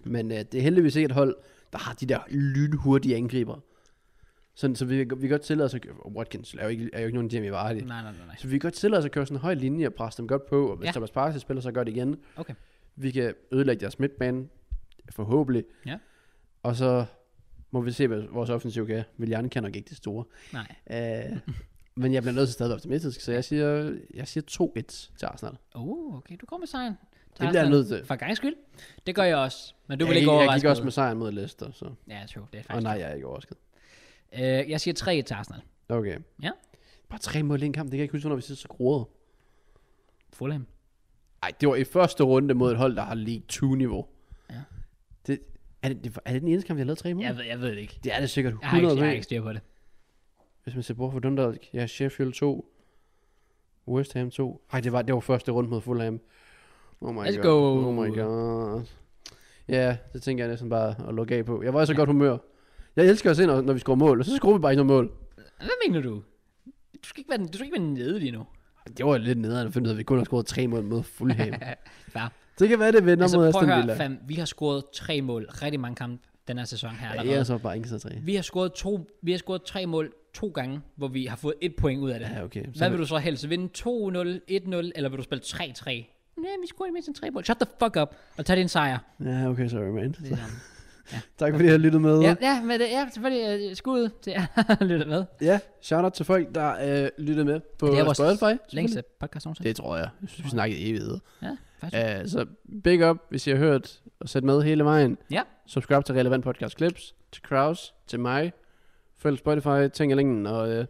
Men øh, det er heldigvis ikke et hold, der har de der lynhurtige angriber. Sådan, så vi, vi kan godt tillade os at køre, og Watkins er jo ikke, er jo ikke nogen Jamie Vardy.
Nej, nej, nej, nej.
Så vi kan godt tillade os at køre sådan en høj linje og presse dem godt på, og hvis ja.
Ja.
Thomas Partey spiller så godt igen,
Okay.
vi kan ødelægge deres midtbane, forhåbentlig.
Ja.
Og så må vi se, hvad vores offensiv kan. Willian kan nok ikke det store.
Nej.
Øh, men jeg bliver nødt til stadig at være optimistisk, så jeg siger, jeg siger 2-1 til Arsenal.
Oh, okay, du kommer med sejren.
Det bliver jeg nødt til.
For gang skyld. Det gør jeg også. Men du
jeg,
vil ikke
gik- jeg
overraske
gik også med sejren mod Leicester, så.
Ja, true. Det er
Og
faktisk.
nej, jeg er ikke overrasket.
Øh, jeg siger 3 til Arsenal.
Okay.
Ja.
Bare tre mål i en kamp, det kan jeg ikke huske, når vi sidder så groede.
Fulham.
Mm. Nej, det var i første runde mod et hold, der har League 2-niveau.
Ja.
Det, er, det, det, er det den eneste kamp, vi har lavet tre mål?
Jeg ved, jeg ved det ikke.
Det er det sikkert
Jeg har ikke,
100
jeg har
med.
ikke styr på det.
Hvis man ser bort for Dundalk, ja, Sheffield 2, West Ham 2. Nej, det var, det var første runde mod Fulham. Oh my
Let's
god.
go.
Oh my god. Ja, det tænker jeg næsten bare at lukke af på. Jeg var i så ja. godt humør. Jeg elsker at se, når, når vi scorer mål, og så scorer vi bare ikke noget mål.
Hvad mener du? Du skal ikke være, du skal ikke være nede lige nu.
Det var lidt nederen at finde ud af, at vi kun har scoret tre mål mod Fulham.
Fair.
Det kan være, det vender
altså,
mod
prøv at
Aston
høre,
Villa.
fam, vi har scoret tre mål, rigtig mange kampe den her sæson her.
Ja,
allerede.
jeg er så bare ikke så tre.
Vi har scoret to, vi har scoret tre mål to gange, hvor vi har fået et point ud af det.
Ja, okay. Så
Hvad vil du så helst? Vinde 2-0, 1-0, eller vil du spille 3-3? Nej, vi scorede mindst en tre mål. Shut the fuck up, og tag din sejr.
Ja, okay, sorry, man.
Det er sådan.
Tak fordi I har lyttet med.
ja, ja, men det er selvfølgelig øh, skud til jer, der lytter med.
ja shout out til folk, der øh, lytter med på
Det er vores
Spotify.
Længste podcast nogensinde.
Det tror jeg. Jeg synes, vi snakkede i evigheder.
Ja, faktisk.
Uh, så big up, hvis I har hørt og sæt med hele vejen.
Ja.
Subscribe til Relevant Podcast Clips, til Kraus, til mig. Følg Spotify, ting og længen, og øh,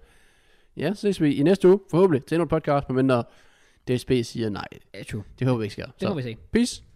ja, ses vi i næste uge, forhåbentlig, til endnu et podcast, medmindre DSB siger nej.
Ja, true.
Det håber vi ikke sker.
Det må vi se.
peace.